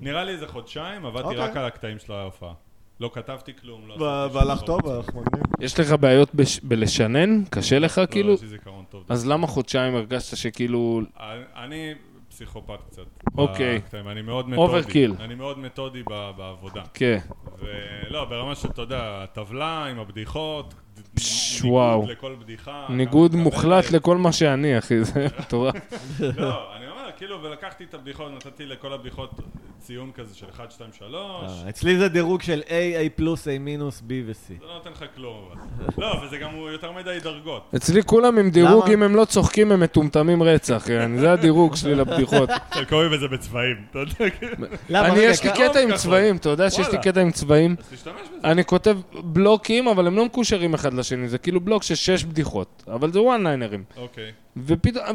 S3: נראה לי איזה חודשיים, עבדתי
S2: Mm. אוקיי.
S3: רק על הקטעים של ההופעה. לא כתבתי כלום, לא עשיתי שום
S2: והלך
S3: דבר.
S2: טוב,
S3: לא,
S2: אנחנו מגניב.
S1: יש לך בעיות בש- בלשנן? קשה
S3: לא,
S1: לך, כאילו?
S3: יש לי זיכרון טוב.
S1: אז למה חודשיים הרגשת שכאילו...
S3: אני- אני פסיכופת קצת.
S1: אוקיי.
S3: בקטעים, אני מאוד מתודי.
S1: אוברקיל.
S3: אני מאוד מתודי ב- בעבודה.
S1: כן.
S3: ולא, ברמה שאתה יודע, הטבלה עם הבדיחות,
S1: פש,
S3: ניגוד
S1: וואו.
S3: לכל בדיחה.
S1: ניגוד
S3: כמה
S1: מוחלט
S3: מקבל.
S1: לכל מה שאני, אחי, זה מטורף.
S3: לא, אני אומר, כאילו, ולקחתי את הבדיחות, נתתי לכל הבדיחות ציון כזה של 1, 2, 3.
S2: אה, אצלי זה דירוג של A, A פלוס, A מינוס, B ו-C.
S3: זה לא נותן לך כלום, אבל. לא, וזה גם הוא יותר מדי דרגות.
S1: אצלי כולם עם דירוג,
S2: למה?
S1: אם הם לא צוחקים הם מטומטמים רצח, יעני, זה הדירוג שלי לבדיחות.
S3: אצל קוראים לזה בצבעים, אתה יודע, כאילו.
S2: למה?
S1: אני,
S2: רגע,
S1: יש לי
S2: כ-
S1: קטע עם
S3: כחול.
S1: צבעים, אתה יודע שיש לי
S3: וואלה.
S1: קטע עם צבעים?
S3: אז תשתמש בזה.
S1: אני כותב בלוקים, אבל הם לא מקושרים אחד לשני, זה כאילו בלוק של שש בדיחות, אבל זה וואן ליינרים.
S3: אוקיי.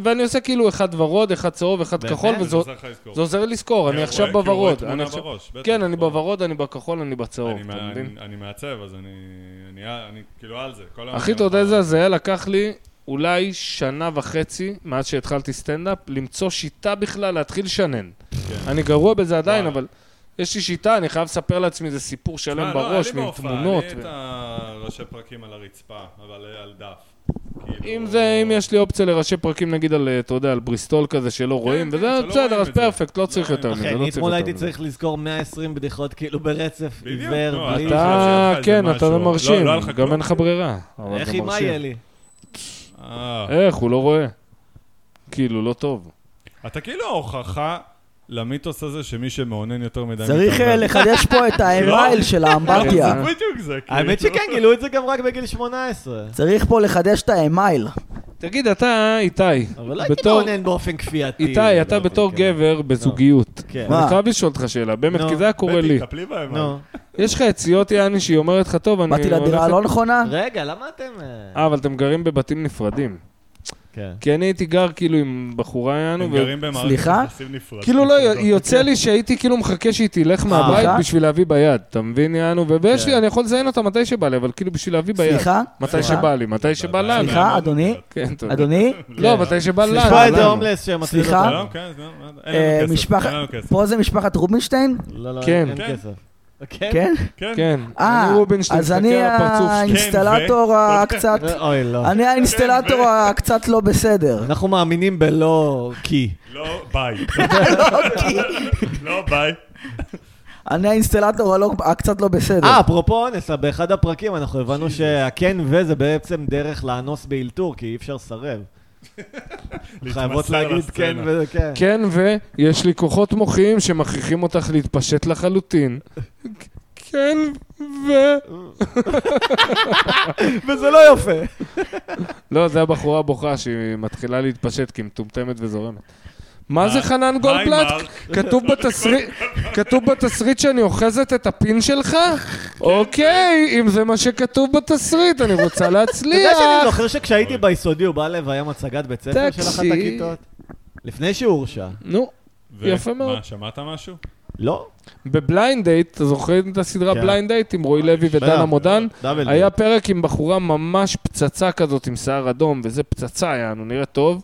S1: ואני עושה כאילו אחד ורוד, אחד צהוב, אחד
S2: באמת?
S1: כחול,
S3: זה
S1: וזה
S3: עוזר לך לזכור.
S1: זה עוזר לי לזכור,
S3: כי
S1: אני
S3: הוא
S1: עכשיו
S3: כן, רואה- כי הוא רואה
S1: בוורוד.
S3: תמונה
S1: אני עכשיו-
S3: בראש, בטח,
S1: כן, אני
S3: ברור.
S1: בוורוד, אני בכחול, אני בצהוב,
S3: אני
S1: אתה
S3: מה-
S1: מבין?
S3: אני- אני מעצב, אז אני- אני אני כאילו על זה. כל היום
S1: אחי,
S3: אני-
S1: אתה יודע איזה הזיה לקח לי אולי שנה וחצי מאז שהתחלתי סטנדאפ, למצוא שיטה בכלל להתחיל לשנן.
S3: כן.
S1: אני גרוע בזה עדיין,
S3: וואלה.
S1: אבל יש לי שיטה, אני חייב לספר לעצמי איזה סיפור
S3: אה,
S1: שלם
S3: לא,
S1: בראש,
S3: היה לי
S1: ועם
S3: בהופעה,
S1: תמונות.
S3: לי
S1: ו-
S3: את הראשי פרקים על הרצפה, אבל אה, על דף. כאילו-
S1: אם זה, אם יש לי אופציה לראשי פרקים, נגיד על, אה, אתה יודע, על בריסטול כזה שלא רואים,
S3: כן,
S1: וזה
S3: שלא
S1: בסדר,
S3: רואים
S1: אז
S3: את זה.
S1: פרפקט, לא
S3: לא
S1: צריך
S3: רואים.
S1: יותר מזה,
S2: אחי,
S1: לא
S2: אני
S1: צריך
S2: אתמול
S1: יותר
S2: הייתי
S1: מזה.
S2: צריך לזכור 120 בדיחות כאילו ברצף,
S3: בדיוק,
S2: עיוור,
S3: לא,
S2: בלי...
S3: אתה-
S1: אתה,
S3: חושב שיש לך
S1: כן,
S3: איזה
S1: אתה לא
S3: משהו.
S1: מרשים,
S3: לא, לא היה לך
S1: גם
S3: כלום.
S1: אין לך ברירה. אבל
S2: איך
S1: אתה
S2: עם מה
S1: מרשים.
S2: יהיה לי?
S3: אה,
S1: איך, הוא לא רואה. כאילו, לא טוב.
S3: אתה כאילו ההוכחה למיתוס הזה שמי שמאונן יותר מדי...
S4: צריך אה,
S3: מתאבד.
S4: לחדש פה
S3: לא?
S4: את ה-MRI של האמבטיה.
S3: זה בדיוק זה, כאילו.
S2: האמת שכן, גילו את זה גם רק בגיל 18.
S4: צריך פה לחדש את ה-MRI.
S1: תגיד, אתה, איתי,
S2: אבל לא הייתי
S1: בתור...
S2: מעונן באופן כפייתי.
S1: איתי, אתה
S2: לא,
S1: בתור
S2: כן.
S1: גבר בזוגיות.
S2: כן.
S4: מה?
S1: אני חייב לשאול אותך שאלה, באמת,
S2: נו,
S1: כי זה היה קורה
S3: בטי,
S1: לי.
S3: טפלי בהם.
S2: נו.
S1: יש לך יציאות, יעני, שהיא אומרת לך, טוב, אני...
S4: באתי לדירה
S1: הולכת-"
S2: לא-
S4: הלא נכונה?
S2: רגע, למה אתם... אה,
S1: אה, אבל אתם גרים בבתים נפרדים.
S2: כן.
S1: כי אני הייתי גר כאילו עם בחורה, יענו,
S3: הם
S1: ו-
S3: גרים במערכת
S4: סליחה?
S3: יחסים נפרדת.
S1: כאילו לא, היא יוצא לי שהייתי כאילו מחכה שהיא
S4: אה,
S1: תלך מהבית
S4: סליחה?
S1: בשביל להביא ביד, אתה מבין, יענו? ויש
S2: כן.
S1: לי, אני יכול לזיין אותה מתי שבא לי, אבל כאילו בשביל להביא ביד.
S4: סליחה?
S1: מתי
S4: סליחה?
S1: שבא לי, מתי שבא לנו.
S4: סליחה? אדוני?
S1: כן, טוב.
S4: אדוני?
S1: לא, מתי שבא לנו.
S4: סליחה?
S2: תשמע איזה
S1: לנו.
S2: הומלס שמטריד
S4: סליחה?
S2: אותנו.
S3: שלום, כן, זה- אין לנו
S4: אה,
S3: כסף,
S4: משפחת-
S3: אין לנו כסף.
S4: פה זה משפחת רובינשטיין?
S2: לא, לא,
S1: כן.
S2: אין
S3: כן.
S2: כסף. כן?
S4: כן?
S3: כן.
S1: כן.
S4: אה,
S1: אני רובינשטיין,
S4: אז
S1: תסתכל
S4: אני
S1: על הפרצוף שלי.
S4: האינסטלטור
S3: כן, ו-
S4: הקצת...
S2: אוי, לא.
S4: אני האינסטלטור הקצת לא בסדר.
S2: אנחנו מאמינים בלא כי.
S3: לא, ביי.
S4: אוקיי.
S3: לא, ביי.
S4: אני האינסטלטור הלא- הקצת לא בסדר.
S2: אה, אפרופו אונס, באחד הפרקים אנחנו הבנו שהכן וזה בעצם דרך לאנוס באלתור, כי אי אפשר לסרב. חייבות
S3: להתמסר
S2: להגיד
S3: לסצנה.
S2: כן וזה כן.
S1: כן, ויש לי כוחות מוחיים שמכריחים אותך להתפשט לחלוטין. כן, ו... כן.
S2: וזה לא יפה.
S1: לא, זה הבחורה הבוכה שהיא מתחילה להתפשט כי היא מטומטמת וזורמת. מה זה חנן גולדבלט?
S3: היי, מרק.
S1: כתוב בתסריט, כתוב בתסריט שאני אוחזת את הפין שלך? אוקיי, אם זה מה שכתוב בתסריט, אני רוצה
S2: אתה
S1: אה.
S2: יודע שאני
S1: להצליח.
S2: זוכר שכשהייתי ביסודי הוא בא לביים הצגת בית ספר של אחת
S1: תקשיב.
S2: הכיתות? לפני שהוא הורשע.
S1: נו,
S3: ו-
S1: יפה מאוד.
S3: מה, שמעת משהו?
S2: לא.
S1: בבליינד דייט, אתה זוכר את הסדרה
S2: כן.
S1: בליינד דייט עם רועי לוי ודנה
S2: בטח.
S1: מודן?
S2: לא. דאבל.
S1: היה פרק עם בחורה ממש פצצה כזאת, עם שיער אדום, וזה פצצה היה, נו, נראה טוב.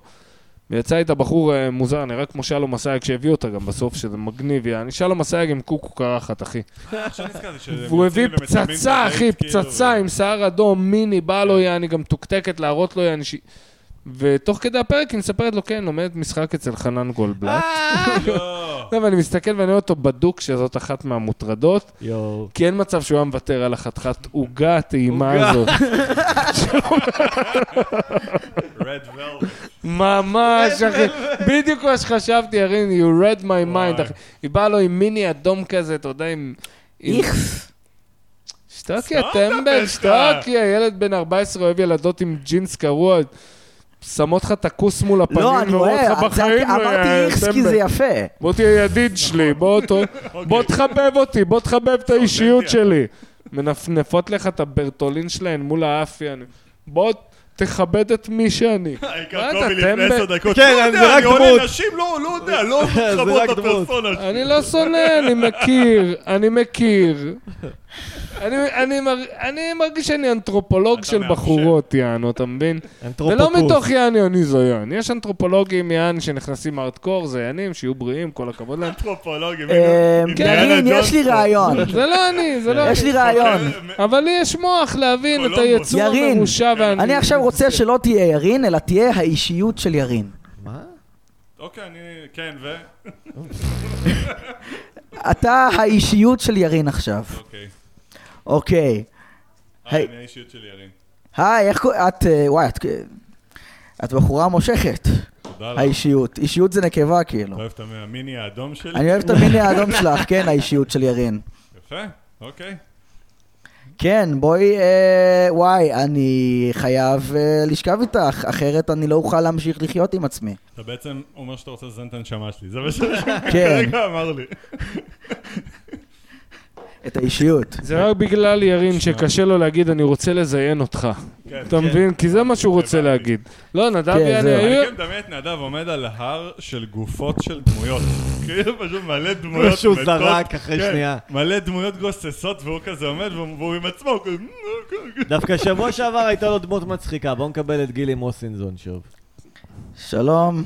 S1: ויצא איתה בחור אה, מוזר, נראה כמו שלום אסייג שהביא אותה גם בסוף, שזה מגניב, יעני. שלום אסייג עם קוקו קרחת, אחי.
S3: עכשיו נזכרתי שזה...
S1: והוא הביא פצצה, אחי,
S3: כאילו.
S1: פצצה עם שיער אדום, מיני, בא לו יעני, גם מתוקתקת להראות לו יעני. ש- ותוך כדי הפרק היא מספרת לו, כן, לומדת משחק אצל חנן גולדבלט.
S3: לא.
S1: לא, ואני מסתכל ואני רואה אותו בדוק, שזאת אחת מהמוטרדות.
S2: יואו.
S1: כי אין מצב שהוא היה מוותר על החתיכת עוגה הטעימה הזאת.
S3: רד ולווט.
S1: ממש, אחי. בדיוק מה שחשבתי, ירין, you read my mind,
S3: וואי.
S1: אחי. היא באה לו עם מיני אדום כזה, אתה יודע, עם... עם-
S4: איכס.
S1: שתוק, יא
S3: סתום את
S1: טמבל,
S3: הפה
S1: שתוק,
S3: שלך.
S1: יא ילד בן 14 אוהב ילדות עם ג'ינס קרוע. שמות לך את הכוס מול הפנים,
S4: לא, אני
S1: ואומרות
S4: רואה,
S1: לך בחיים, לא,
S4: אמרתי
S1: יא
S4: איכס כי
S1: טמבל."
S4: זה יפה.
S1: בוא תהיה ידיד שלי, בוא ת-
S3: אוקיי,
S1: בוא תחבב אותי, בוא תחבב את האישיות שלי. מנפנפות לך את הברטולין שלהן מול האף, יעני. בוא תכבד את מי שאני. מה
S3: העיקר
S1: אתה,
S3: קובי לפני
S1: טמבל?
S3: עשר דקות.
S2: כן,
S3: לא
S2: זה
S3: יודע,
S2: רק
S3: אני עולה
S2: דמות.
S3: נשים, לא, לא יודע, לא
S2: זה
S3: מתחברות
S2: רק דמות.
S3: לפרסונה שלי.
S1: אני לא שונא, אני מכיר, אני מכיר. אני, אני, מר, אני מרגיש שאני אנתרופולוג
S3: אתה
S1: של
S3: מאפשר.
S1: בחורות, יענו, אתה מבין? ולא לא מתוך יעני אני זיין. יש אנתרופולוגים יעני שנכנסים ארדקור, זיינים, שיהיו בריאים, כל הכבוד להם.
S3: אנתרופולוגים.
S4: אה,
S3: הנה,
S4: קרין,
S3: אינדיאנה
S4: יש לי
S3: ג'ונס.
S4: רעיון.
S1: זה לא אני, זה לא
S4: יש לי
S3: אוקיי.
S1: אני.
S4: רעיון.
S3: אה,
S1: אבל לי יש מוח להבין את
S3: קולומבוס.
S1: היצור
S4: ירין,
S1: המרושע והנ...
S4: אני עכשיו רוצה שלא תהיה ירין, אלא תהיה האישיות של ירין.
S2: מה?
S3: אוקיי, אני... כן, ו...
S4: אתה האישיות של ירין עכשיו.
S3: אוקיי.
S4: אוקיי.
S3: אה,
S4: היי.
S3: אני האישיות של ירין.
S4: היי, איך קוראים? את... אה, וואי, את... את בחורה מושכת.
S3: תודה לך.
S4: האישיות. אישיות זה נקבה, כאילו.
S3: אתה אוהב את המיני האדום שלי?
S4: אני אוהב את המיני האדום שלך, כן, האישיות של ירין.
S3: יפה, אוקיי.
S4: כן, בואי, אה, וואי, אני חייב אה, לשכב איתך, אחרת אני לא אוכל להמשיך לחיות עם עצמי.
S3: אתה בעצם אומר שאתה רוצה לזיין את הנשמה שלי, זה מה שאתה
S4: כן.
S3: כרגע אמר לי.
S4: את האישיות.
S1: זה רק בגלל ירין שקשה לו להגיד, אני רוצה לזיין אותך.
S3: כן.
S1: אתה מבין? כי זה מה שהוא רוצה להגיד. לא, נדב
S4: כן,
S1: יעני,
S4: זהו.
S1: היו...
S3: אני גם מדמיין את נדב עומד על הר של גופות של דמויות. כאילו פשוט מלא דמויות
S2: שהוא
S3: מתות.
S2: זרק אחרי
S3: כן,
S2: שנייה.
S3: מלא דמויות גוססות, והוא כזה עומד, והוא והוא עם עצמו, הוא כזה...
S2: דווקא שבוע שעבר הייתה לו דמות מצחיקה, בואו נקבל את גילי מוסינזון שוב.
S4: שלום.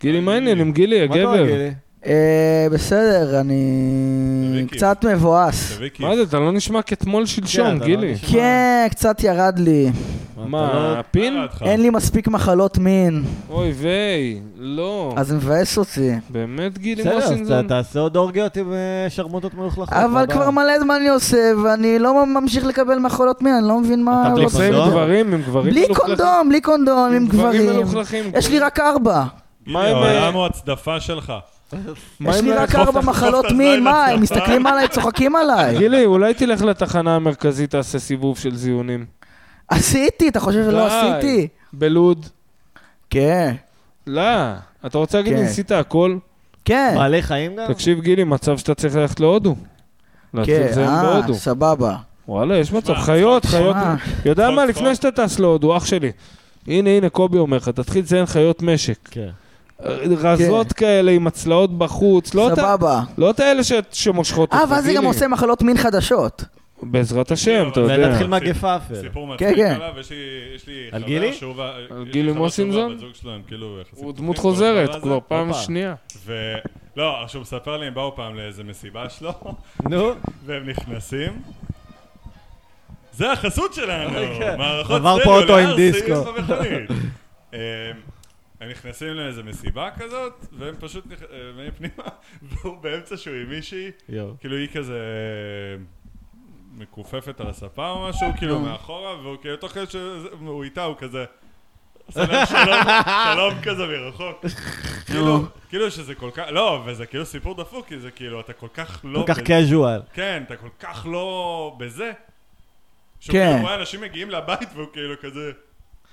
S1: גילי, מה העניינים? גילי,
S2: מה קורה
S1: הגבר.
S2: גילי?
S4: אה, בסדר, אני
S3: תביא כיף.
S4: קצת מבואס.
S3: תביא כיף.
S1: מה זה, אתה לא נשמע כתמול
S2: כן,
S1: שלשום,
S2: אתה לא
S1: גילי.
S2: נשמע.
S4: כן, קצת ירד לי.
S2: אתה
S1: מה,
S2: לא-
S1: הפין?
S3: מה דעתך?
S4: אין לי מספיק מחלות מין,
S1: אוי ויי, לא.
S4: אז זה מבאס אותי.
S1: באמת, גילי
S2: בסדר, אז
S1: מוסינזון?
S2: ת- תעשה עוד אורגיות עם אה, שרמוטות מלוכלכות. מה
S4: אבל
S2: הבעיה?
S4: כבר מלא זמן אני עושה, ואני לא ממשיך לקבל מחלות מין, אני לא מבין מה...
S2: אתה
S1: אתה
S2: בלי
S1: עושה עם
S2: קונדום?
S1: גברים, עם גברים כאילו
S4: בלי
S1: מלוכלכים?
S4: קונדום, בלי קונדום, עם גברים.
S1: מלוכלכים.
S4: יש לי רק ארבע.
S3: גילי,
S1: מה עם, אה,
S3: העולם הוא הצדפה שלך.
S1: מה
S4: יש
S1: עם
S4: לי
S1: ה-
S4: רק ארבע מחלות
S3: הזין
S4: מין, מה,
S3: לצבא.
S4: הם מסתכלים עליי, צוחקים עליי.
S1: גילי, אולי תלך לתחנה המרכזית, תעשה סיבוב של זיונים.
S4: עשיתי, אתה חושב שלא
S1: די.
S4: עשיתי?
S1: בלוד?
S4: כן,
S1: לא. אתה רוצה להגיד לי,
S4: כן.
S1: ניסית הכל?
S4: כן,
S2: בעלי חיים גם?
S1: תקשיב, גילי, מצב שאתה צריך ללכת להודו. להתחיל
S4: כן,
S1: לזיין
S4: אה,
S1: בהודו.
S4: סבבה.
S1: וואלה, יש מצב.
S3: שמע,
S1: חיות, חיות.
S4: שמע.
S1: יודע
S3: צחוק,
S1: מה,
S3: צחוק.
S1: לפני שאתה טס להודו, אח שלי. הנה, הנה, קובי אומר לך, תתחיל לציין חיות משק.
S2: כן.
S1: רזות כאלה עם הצלעות בחוץ. לא את ה-
S4: כן. סבבה.
S1: לא את האלה ש- שמושכות
S4: אה,
S1: אותך,
S4: ואז זה גם
S1: גילי.
S4: עושה מחלות מין חדשות.
S1: בעזרת השם, אתה יודע.
S2: לא, ונתחיל מגפה אפל.
S3: סיפור
S4: כן,
S3: מצחיק
S4: כן.
S3: עליו, יש לי- יש לי
S2: על
S3: חבר
S2: גילי?
S3: שהוא... וה- יש לי
S1: גילי
S3: חבר שהוא
S1: מוסינזון?
S3: והבת זוג שלו הם כאילו יחסים
S1: הוא
S3: טובים,
S1: דמות
S3: כל הדבר
S1: חוזרת
S3: הזה.
S1: כבר פעם
S2: הופה.
S1: שנייה.
S3: ו... לא, עכשיו הוא מספר לי, הם באו פעם לאיזה מסיבה שלו,
S2: נו,
S3: והם נכנסים. זה החסות שלנו,
S2: כן.
S3: מערכות
S2: עבר פה אוטו עם דיסקו.
S3: במכונית. אמ, הם נכנסים לאיזה מסיבה כזאת, והם פשוט נכ- אה, באים פנימה, והוא באמצע שהוא עם מישהי,
S2: יואו.
S3: כאילו היא כזה אה, מכופפת על הספה או משהו, כאילו מאחורה, והוא כאילו תוך כדי שהוא איתה, הוא כזה... עושה להם שלום, שלום כזה מרחוק. כאילו, כאילו שזה כל כך, לא, וזה כאילו סיפור דפוק, כי זה כאילו, אתה כל כך לא...
S2: כל כך
S3: בזה.
S2: casual.
S3: כן, אתה כל כך לא בזה. שהוא
S4: כן.
S3: כאילו רואה אנשים מגיעים לבית והוא כאילו כזה...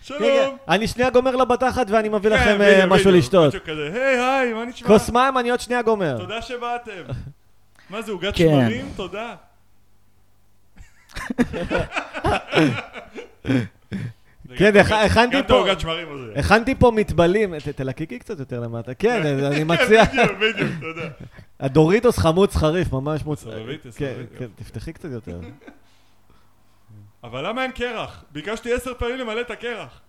S2: כן, כן.
S3: שלום.
S2: אני שנייה גומר לה בתחת ואני מביא
S3: כן,
S2: לכם
S3: בדיוק,
S2: אה, משהו
S3: בדיוק,
S2: לשתות.
S3: משהו כזה, היי, היי, מה נשמע?
S2: כוס מים, אני עוד שנייה גומר.
S3: תודה שבאתם. מה זה, עוגת
S4: כן.
S3: שמרים? תודה.
S2: כן, הכ- הכנתי
S3: גם את
S2: פה-
S3: העוגת שמרים הזה.
S2: הכנתי פה מטבלים, ת- תלקקי קצת יותר למטה. כן, אז אני
S3: כן,
S2: מציע.
S3: בדיוק, בדיוק, תודה.
S2: הדוריטוס חמוץ חריף, ממש מוצ...
S3: סובבי,
S2: כן,
S3: תסובבי,
S2: כן,
S3: כן.
S2: תפתחי קצת יותר.
S3: אבל למה אין קרח? ביקשתי עשר פעמים למלא את הקרח.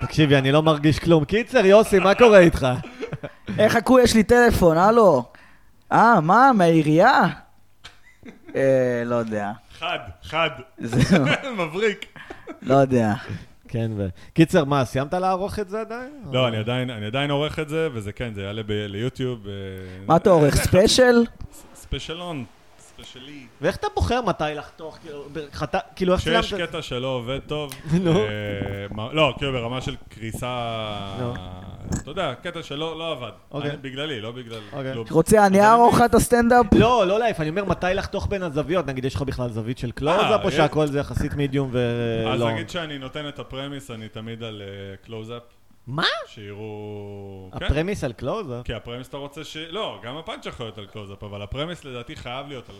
S2: תקשיבי, אני לא מרגיש כלום. קיצר, יוסי, מה קורה איתך?
S4: היי, "אה, חכו, יש לי טלפון, הלו. אה, מה, מהעירייה? אה, לא יודע.
S3: חד, חד.
S4: זהו,
S3: מבריק.
S4: לא יודע.
S2: כן, ו... קיצר, מה, סיימת לערוך את זה עדיין?
S3: לא, אני עדיין, אני עדיין עורך את זה, וזה כן, זה יעלה ב- ליוטיוב. אה,
S4: מה אתה עורך, ספיישל?
S3: ספיישלון, ספיישלי.
S2: ואיך אתה בוחר מתי לחתוך? כאילו, בחת- כאילו, איך
S3: כשיש
S2: סיימת? לא.
S3: קטע שלא עובד טוב,
S2: נו.
S3: אה, מה- לא, כאילו ברמה של קריסה,
S2: נו.
S3: אתה יודע, קטע שלא לא עבד.
S2: לא. אוקיי.
S3: אני- בגללי, לא בגלל...
S2: אוקיי.
S3: לא-
S4: רוצה אני
S3: אבל
S4: אערוך לך את הסטנדאפ?
S2: לא, לא להיף, אני אומר מתי לחתוך בין הזוויות. נגיד, יש לך בכלל זווית של קלוזאפ,
S3: אה,
S2: או
S3: יש.
S2: שהכל זה יחסית לא? מידיום ולא?
S3: אז נגיד שאני נותן את הפרמיס, אני תמיד על קלוזאפ,
S2: מה?
S3: שיראו... כן.
S2: הפרמיס על קלוזאפ?
S3: כי הפרמיס אתה רוצה ש... לא, גם הפאנץ' יכול להיות על קלוזאפ, אבל הפרמיס לדעתי חייב להיות על...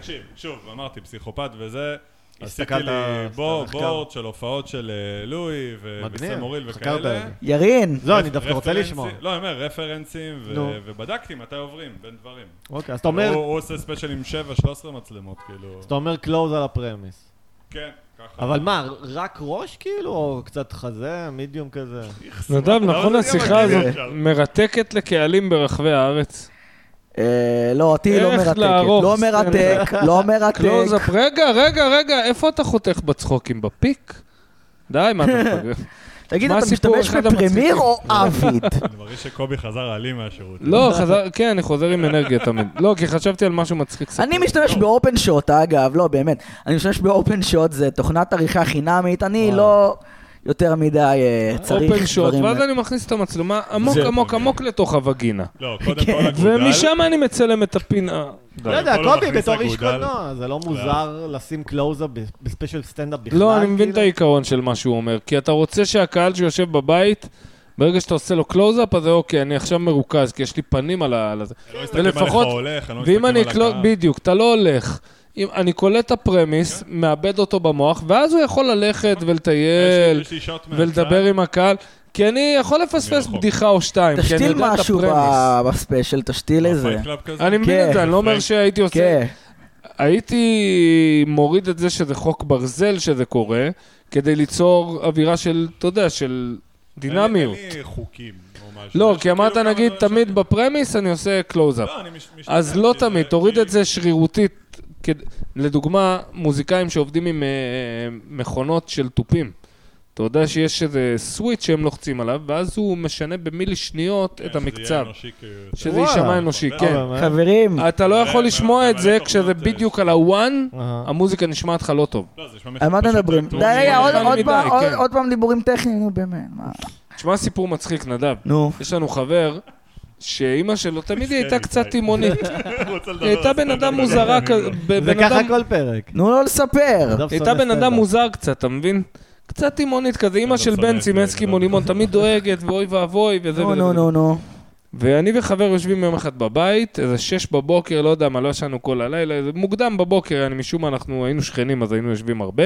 S3: תקשיב, שוב, אמרתי, פסיכופת וזה... עשיתי
S2: הסתכלת
S3: לי
S2: סתם
S3: בור-
S2: מחקר.
S3: בורד של הופעות של אה, לואי ו-
S2: מגניב,
S3: וסם אוריל
S2: חקרת
S3: וכאלה.
S2: את זה.
S4: ירין,
S2: לא, אני
S3: רפ-
S2: דווקא רוצה
S3: רפרנסים-
S2: לשמוע.
S3: לא, אני אומר, רפרנסים, ו-
S2: נו.
S3: ובדקתי מתי עוברים בין דברים.
S2: אוקיי, אז אתה אומר-
S3: הוא הוא עושה ספיישל עם 7-13 מצלמות, כאילו.
S2: אז אתה אומר קלוז על הפרמיס.
S3: כן, ככה.
S2: אבל מה, רק ראש כאילו, או קצת חזה, מידיום כזה?
S3: לא,
S1: נדב, נכון
S3: זה
S1: השיחה
S3: גם
S1: הזאת
S3: מגניב עכשיו.
S1: מרתקת לקהלים ברחבי הארץ?
S4: אה, לא, אותי לא
S1: איך
S4: מרתקת.
S1: לערוך
S4: לא מרתק, לא מרתק.
S1: קלוזאפ, רגע, רגע, רגע, איפה אתה חותך בצחוקים? בפיק? די, מה אתה מפגר?
S4: תגיד,
S1: מה
S4: אתה
S1: הסיפור
S4: משתמש
S1: אחד
S4: בפרמיר
S1: המצחיק?
S4: או אביד?
S3: אני מרגיש שקובי חזר אלים מהשירות.
S1: לא, חזר, כן, אני חוזר עם אנרגיה תמיד. לא, כי חשבתי על משהו מצחיק קצת.
S4: אני משתמש באופן שוט, אגב, לא, באמת. אני משתמש באופן שוט, זה תוכנת עריכה חינמית, אני
S2: וואו.
S4: לא יותר מדי אה, צריך
S1: אופן שוט,
S4: דברים... אה,
S1: ואז אני מכניס את המצלמה עמוק
S2: זה-
S1: עמוק עמוק לתוך הווגינה.
S3: לא, קודם
S4: כן.
S3: כל אגודל.
S1: ומשם אני מצלם את הפינה.
S2: לא יודע,
S3: כל
S2: קובי,
S3: מכניס
S2: בתור איש
S3: אגודל.
S2: קולנוע, זה לא מוזר לשים קלוזאפ ב- בספיישל סטנדאפ בכלל?
S1: לא, אני מבין את
S2: כאילו?
S1: העיקרון של מה שהוא אומר, כי אתה רוצה שהקהל שיושב בבית, ברגע שאתה עושה לו קלוזאפ, אז זה אוקיי, אני עכשיו מרוכז, כי יש לי פנים על ה... על הזה.
S3: אני לא מסתכלים עליך
S1: ולפחות-
S3: הולך, אני
S1: ואם
S3: לא מסתכלים
S1: אני
S3: על
S1: אקלוט,
S3: הקהל.
S1: בדיוק, אתה לא הולך. אם אני קולט את
S3: כן.
S1: הפרמיס, מאבד אותו במוח, ואז הוא יכול ללכת
S3: יש
S1: ולטייל,
S3: לי- אה, יש לי שוט מהצד.
S1: אה, ולדבר עם הקהל, כי אני יכול לפספס
S3: מרחוק.
S1: בדיחה או שתיים, כי אני
S4: תשתיל
S1: כן יודע את
S4: משהו
S1: הפרמיס. אוקיי. לא,
S4: ב- בספיישל, תשתיל איזה.
S3: פייט קלאב כזה?
S1: אני מבין את זה, אני לא אומר
S3: פרנק.
S1: שהייתי עושה...
S4: כן.
S1: הייתי מוריד את זה שזה חוק ברזל שזה קורה, כדי ליצור אווירה של, אתה יודע, של
S3: אין לי-
S1: דינמיות.
S3: אין לי חוקים או משהו.
S1: לא,
S3: יש
S1: כי אמרת
S3: כאילו כמה
S1: נגיד
S3: דברים
S1: תמיד
S3: שאני-
S1: בפרמיס אני עושה קלוזאפ.
S3: לא, אני מש- משתדל,
S1: אז לא
S3: כי זה-
S1: תמיד, תוריד
S3: כי-
S1: את זה שרירותית. כד- לדוגמה, מוזיקאים שעובדים עם אה, מכונות של תופים. אתה יודע שיש איזה סוויץ' שהם לוחצים עליו, ואז הוא משנה במילי שניות
S3: כן,
S1: את
S3: שזה יהיה
S1: המקצב.
S3: אנושי, כאילו,
S1: שזה
S2: וואלה.
S1: יישמע אנושי,
S3: אבל-
S1: כן.
S2: אבל מה?
S4: חברים,
S1: אתה לא
S3: אבל-
S1: יכול
S3: אבל-
S1: לשמוע
S3: אבל
S1: את זה
S3: תוכנות אה.
S1: כשזה
S3: זה-
S1: בדיוק על הוואן,
S2: אהה.
S1: המוזיקה נשמעת לך לא טוב.
S3: לא, זה נשמע
S4: על מה אתם
S3: פשוט
S4: מדברים?
S3: טוב.
S4: די, רגע, עוד- לא-
S1: נראה לי
S4: עוד
S1: מדי,
S4: פעם- עוד-
S1: כן.
S4: עוד פעם דיבורים טכניים, נו באמת, מה?
S1: תשמע סיפור מצחיק, נדב.
S4: נו.
S1: יש לנו חבר, שאימא שלו תמיד היא הייתה
S3: היסטרי,
S1: קצת
S3: היסטרי.
S1: תימונית.
S3: הוא רוצה לדבר
S1: היא הייתה
S3: על לא,
S1: בן אדם
S3: סטנדאפ.
S1: מוזרה, כ-
S3: לא,
S1: ב-
S2: זה
S1: בן
S2: ככה
S1: אדם-
S2: כל פרק.
S4: תנו לו לא לספר.
S2: נדב
S1: היא
S2: שונא
S1: הייתה בן אדם
S2: סטנדאפ.
S1: מוזר קצת, אתה מבין? קצת תימונית כזה, אימא
S3: אתה
S1: של
S3: שונא את
S1: בן
S3: זה,
S1: צימנסקי
S3: נדב.
S1: מולימון, תמיד דואגת, ואוי ואבוי, וזה
S4: נו,
S1: וזה.
S4: נו,
S1: וזה.
S4: נו, נו.
S1: ואני וחבר יושבים יום אחד בבית, איזה שש בבוקר, לא יודע מה, לא ישנו כל הלילה, זה מוקדם בבוקר, אני משום מה, אנחנו היינו שכנים, אז היינו יושבים הרבה.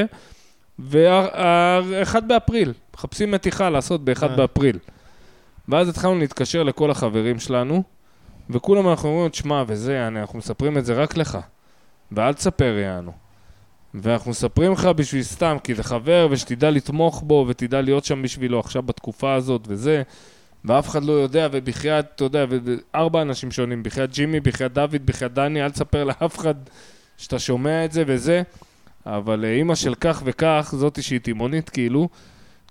S1: ו-1 באפריל, מחפשים מתיחה לעשות ב-1
S2: אה.
S1: באפריל. ואז התחלנו להתקשר לכל החברים שלנו, וכולם אנחנו אומרים, תשמע, וזה, אני- אנחנו מספרים את זה רק לך. ואל תספר, יענו. ואנחנו מספרים לך בשביל סתם, כי זה חבר, ושתדע לתמוך בו, ותדע להיות שם בשבילו עכשיו בתקופה הזאת, וזה. ואף אחד לא יודע, ובחייאת, אתה יודע, וארבע אנשים שונים, בחייאת ג'ימי, בחייאת דוד, בחייאת דני, אל תספר לאף אחד שאתה שומע את זה וזה. אבל אה, אימא של כך וכך, זאתי שהיא תימונית, כאילו,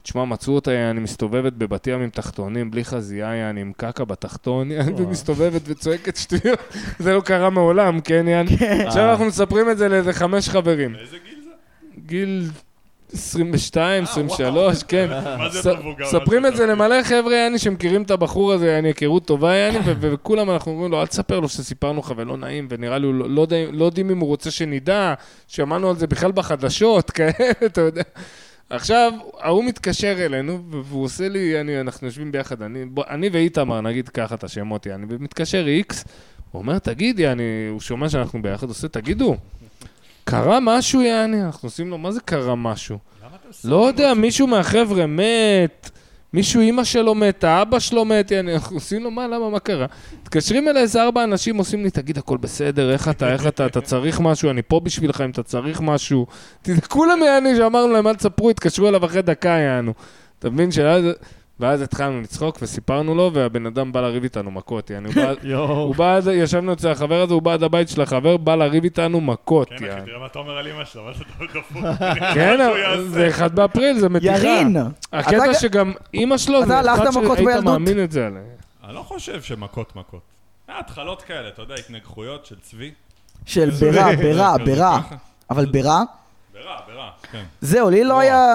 S1: תשמע, מצאו אותה, יעני, מסתובבת בבת ים עם תחתונים, בלי חזייה, יעני, עם קקה בתחתון, יעני,
S2: וואו.
S1: ומסתובבת וצועקת שטויות. זה לא קרה מעולם, כן, יעני? עכשיו
S2: אה.
S1: אנחנו מספרים את זה לאיזה חמש חברים.
S3: איזה גיל זה?
S1: גיל 22, 23, כן.
S3: אה, מה זה
S1: ס-
S3: אתה מבוגר?
S1: מספרים
S3: מה
S1: את זה
S3: שאתה-
S1: למלא חבר'ה, יעני, שמכירים את הבחור הזה, יעני, היכרות טובה, יעני, ו- ו- וכולם אנחנו אומרים לו, אל תספר לו שסיפרנו לך ולא נעים, ונראה לי, הוא לא- לא יודע- לא יודעים אם הוא רוצה שנדע, שמענו על זה בכלל בחדשות, כאלה, כן, אתה יודע. עכשיו, ההוא מתקשר אלינו, ו- והוא עושה לי, אני, אנחנו יושבים ביחד, אני, בוא, אני ואיתמר, נגיד ככה את השמות, יעני, ומתקשר איקס, הוא אומר, תגיד, יעני, הוא שומע שאנחנו ביחד, עושה, תגידו, קרה משהו, יעני, אנחנו עושים לו, מה זה קרה משהו?
S3: למה אתם עושים?
S1: לא יודע, מישהו מהחבר'ה מת, מישהו, אימא שלו מתה, אבא שלו מת, יעני, אנחנו עושים לו, מה, למה, מה קרה? מתקשרים אליי איזה ארבע אנשים, עושים לי, תגיד, הכל בסדר, איך אתה, איך אתה, אתה צריך משהו, אני פה בשבילך אם אתה צריך משהו. תדע, כולם יעני שאמרנו להם, אל תספרו, התקשרו אליו אחרי דקה, יענו. אתה מבין שאז... ואז התחלנו לצחוק וסיפרנו לו, והבן אדם בא לריב איתנו מכות, יעני. הוא בא-
S2: יואו.
S1: הוא בא, עד- ישבנו אצל החבר הזה, הוא בא עד הבית של החבר, בא לריב איתנו מכות,
S3: כן, אחי,
S1: יעני.
S3: תראה מה אתה אומר על אמא שלו, מה זה אתה דפוק?
S1: כן,
S3: מה שהוא
S1: אבל
S3: יעשה.
S1: זה 1 באפריל, זה מתיחה.
S4: ירין. אתה
S1: הקטע
S4: ג-
S1: שגם אימא שלו,
S4: אתה
S1: זה
S4: הלכת
S1: אחד
S4: מכות
S1: שהיית
S4: בילדות?
S1: מאמין את זה עליה.
S3: אני לא חושב שמכות מכות. היה התחלות כאלה, אתה יודע, התנגחויות של צבי.
S4: של בירה, בירה, בירה. אבל בירה?
S3: ברע, ברע, כן.
S4: זהו, לי לא היה...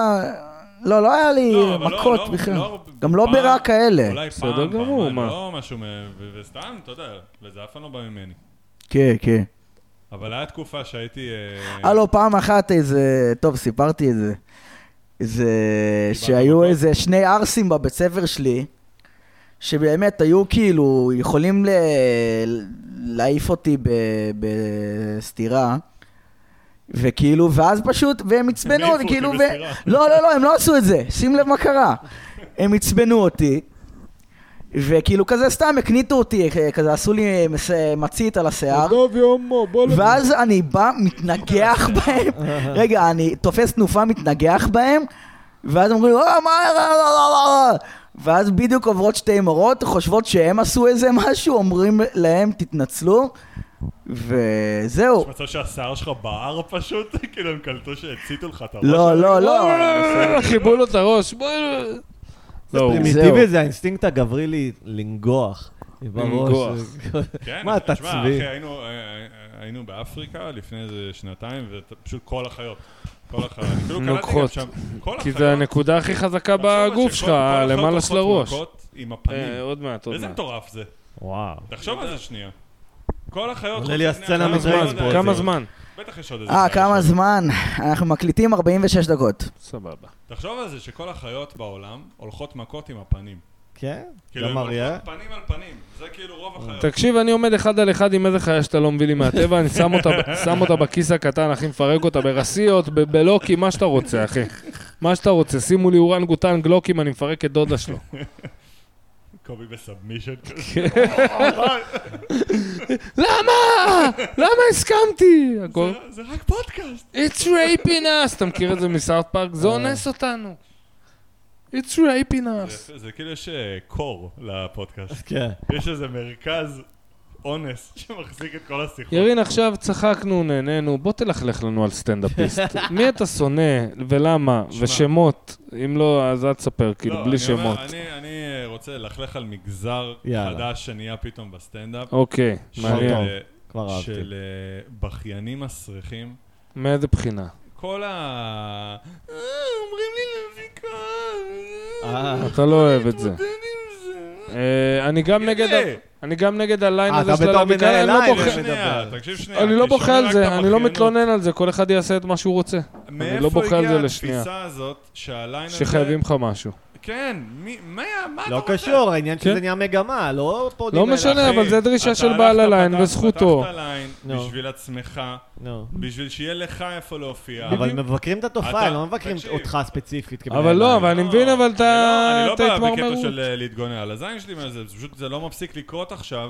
S4: לא, לא היה לי
S3: לא, אבל לא,
S4: מכות
S3: לא,
S4: בכלל.
S3: לא,
S4: גם לא
S3: פעם,
S4: בירה כאלה.
S3: אולי
S1: כן, בסדר
S3: פעם,
S1: גמור,
S3: פעמיים,
S1: מה?
S3: לא משהו, מ- ו- וסתם, אתה יודע, וזה אף פעם לא בא ממני.
S4: כן, כן.
S3: אבל היה תקופה שהייתי... אה,
S4: הלו, לא, פעם אחת איזה... טוב, סיפרתי את זה. איזה... שהיו
S3: מכות?
S4: איזה שני ערסים בבית ספר שלי, שבאמת היו כאילו יכולים ל... להעיף אותי ב... בסתירה. וכאילו, ואז פשוט, והם עצבנו
S3: העיפו
S4: אותי,
S3: אותי
S4: כאילו, ו...
S3: בסתירה.
S4: לא, לא, לא, הם לא עשו את זה, שים לב מה קרה. הם עצבנו אותי, וכאילו כזה סתם הקניטו אותי, כזה עשו לי מס- מצית על השיער.
S1: טוב, יומו, בוא לב...
S4: ואז אני בא, מתנגח בהם, רגע, אני תופס תנופה, מתנגח בהם, ואז אומרים, "אה, מה, לא, לא, לא, לא." ואז בדיוק עוברות שתי מורות, חושבות שהם עשו איזה משהו, אומרים להם, תתנצלו, וזהו.
S3: יש מצב שהשיער שלך בער פשוט? כאילו הם קלטו שהציתו לך את הראש?
S4: לא, לא, לא.
S1: אה, חיבו לו את הראש, בוא... לא, הוא-
S2: פרימיטיבי זה האינסטינקט הגברי לי לנגוח. בראש.
S1: לנגוח.
S3: כן,
S2: מה אתה
S3: תשמע,
S2: צבי?
S3: אחי, היינו, אה, אה, היינו באפריקה לפני איזה שנתיים, ופשוט כל החיות. כל החיות. כאילו קלטתי גם
S1: לוקחות.
S3: שם. כל
S1: כי
S3: החיות.
S1: זה הנקודה הכי חזקה
S3: תחשוב על
S1: בגוף
S3: שכל-
S1: שלך,
S3: כל החיות
S1: למעלה
S3: לוקחות
S1: של הראש.
S3: מכות עם
S1: אה,
S3: הפנים.
S1: עוד מעט, עוד
S3: איזה
S1: מעט.
S3: מטורף זה.
S2: וואו.
S3: תחשוב על זה שנייה. כל החיות...
S2: עולה לי
S3: חוץ מבני
S2: הסצנה
S3: אדם,
S2: מזמן,
S3: לא יודע,
S2: פה.
S1: כמה
S3: זה-
S1: זמן?
S3: בטח יש עוד איזה... חיה
S4: אה, כמה
S3: שם.
S4: זמן? אנחנו מקליטים 46 דקות.
S1: סבבה.
S3: תחשוב על זה שכל החיות בעולם הולכות מכות עם הפנים.
S2: כן?
S3: כאילו,
S2: גם
S3: הן
S2: אריה? אה.
S3: הולכות פנים על פנים. זה כאילו רוב החיות.
S1: תקשיב, אני עומד אחד על אחד עם איזה חיה שאתה לא מביא לי מהטבע, אני שם אותה, שם אותה בכיס הקטן, אחי, מפרק אותה ברסיות, ב- בלוקי, מה שאתה רוצה, אחי. מה שאתה רוצה, שימו לי אורנגוטן גלוקים, אני מפרק את דודה שלו.
S3: קובי בסאבמישן כזה.
S1: למה? למה הסכמתי? הכל.
S3: זה- זה רק פודקאסט.
S1: It's raping us! אתה מכיר את זה מסארט פארק? זה אונס אותנו. It's raping us.
S3: זה- זה כאילו יש אה, קור לפודקאסט.
S2: כן.
S3: יש איזה מרכז אונס שמחזיק את כל השיחות. לא,
S1: ירין, עכשיו צחקנו, נהנינו, בוא תלכלך לנו על סטנדאפיסט. מי אתה שונא ולמה
S3: שמע.
S1: ושמות? אם לא, אז אל תספר,
S3: לא,
S1: כאילו, בלי
S3: אני אומר,
S1: שמות.
S3: אני- אני רוצה ללכלך על מגזר
S2: יאללה.
S3: חדש שנהיה פתאום בסטנדאפ.
S1: אוקיי,
S3: של-
S1: מעניין.
S3: אה,
S2: כבר אהבתי.
S3: של אה, בכיינים מסריחים.
S1: מאיזה בחינה?
S3: כל ה... "אה, אומרים לי להביא
S2: אה.
S3: קהל.
S1: אתה לא אוהב את זה.
S3: להתמודד עם זה.
S1: אה, אני גם
S3: תגיד
S1: נגד...
S3: לי.
S1: ה- אני גם נגד הליין
S2: אה,
S1: הזה
S2: אתה
S1: של
S2: בתור
S1: הלביקה, אני
S2: מנהל
S1: לא
S2: ליין,
S1: בוכה.
S2: יש לי-
S3: אה, שנייה,
S2: מדבר.
S3: תקשיב שנייה.
S1: אני לא
S3: כי
S1: בוכה
S3: שומעים
S1: על
S3: רק את
S1: זה, אני לא
S3: הבכיינות.
S1: מתלונן על זה, כל אחד יעשה את מה שהוא רוצה. אני לא
S3: מאיפה
S1: בוכה על
S3: הגיעה
S1: זה לשנייה.
S3: התפיסה הזאת שהליין הזה...
S1: שחייבים לך משהו.
S3: כן, מי, מה, מה אתה
S2: לא
S3: רוצה?
S2: קשור, העניין
S1: כן.
S2: שזה נהיה מגמה, לא פה
S1: לא
S2: דימנה.
S1: משנה.
S3: אחי,
S1: אבל זה דרישה
S3: אתה
S1: של
S3: הלכת,
S1: בעל הליין,
S3: פתחת-
S1: וזכותו.
S3: פתחת ליין
S2: נו.
S3: בשביל עצמך,
S2: נו.
S3: בשביל שיהיה לך איפה להופיע.
S2: אבל מבקרים את התופעה,
S3: אתה-
S2: הם לא מבקרים
S3: תקשיב.
S2: אותך ספציפית. כבן
S1: אבל
S2: אדם.
S1: לא, אבל אני מבין, אבל את ה-
S3: אני לא
S1: את
S3: בא בקטע
S1: ההתמרמרות.
S3: של אה, להתגונן על הזין שלי, אבל זה זה פשוט, זה לא מפסיק לקרות עכשיו,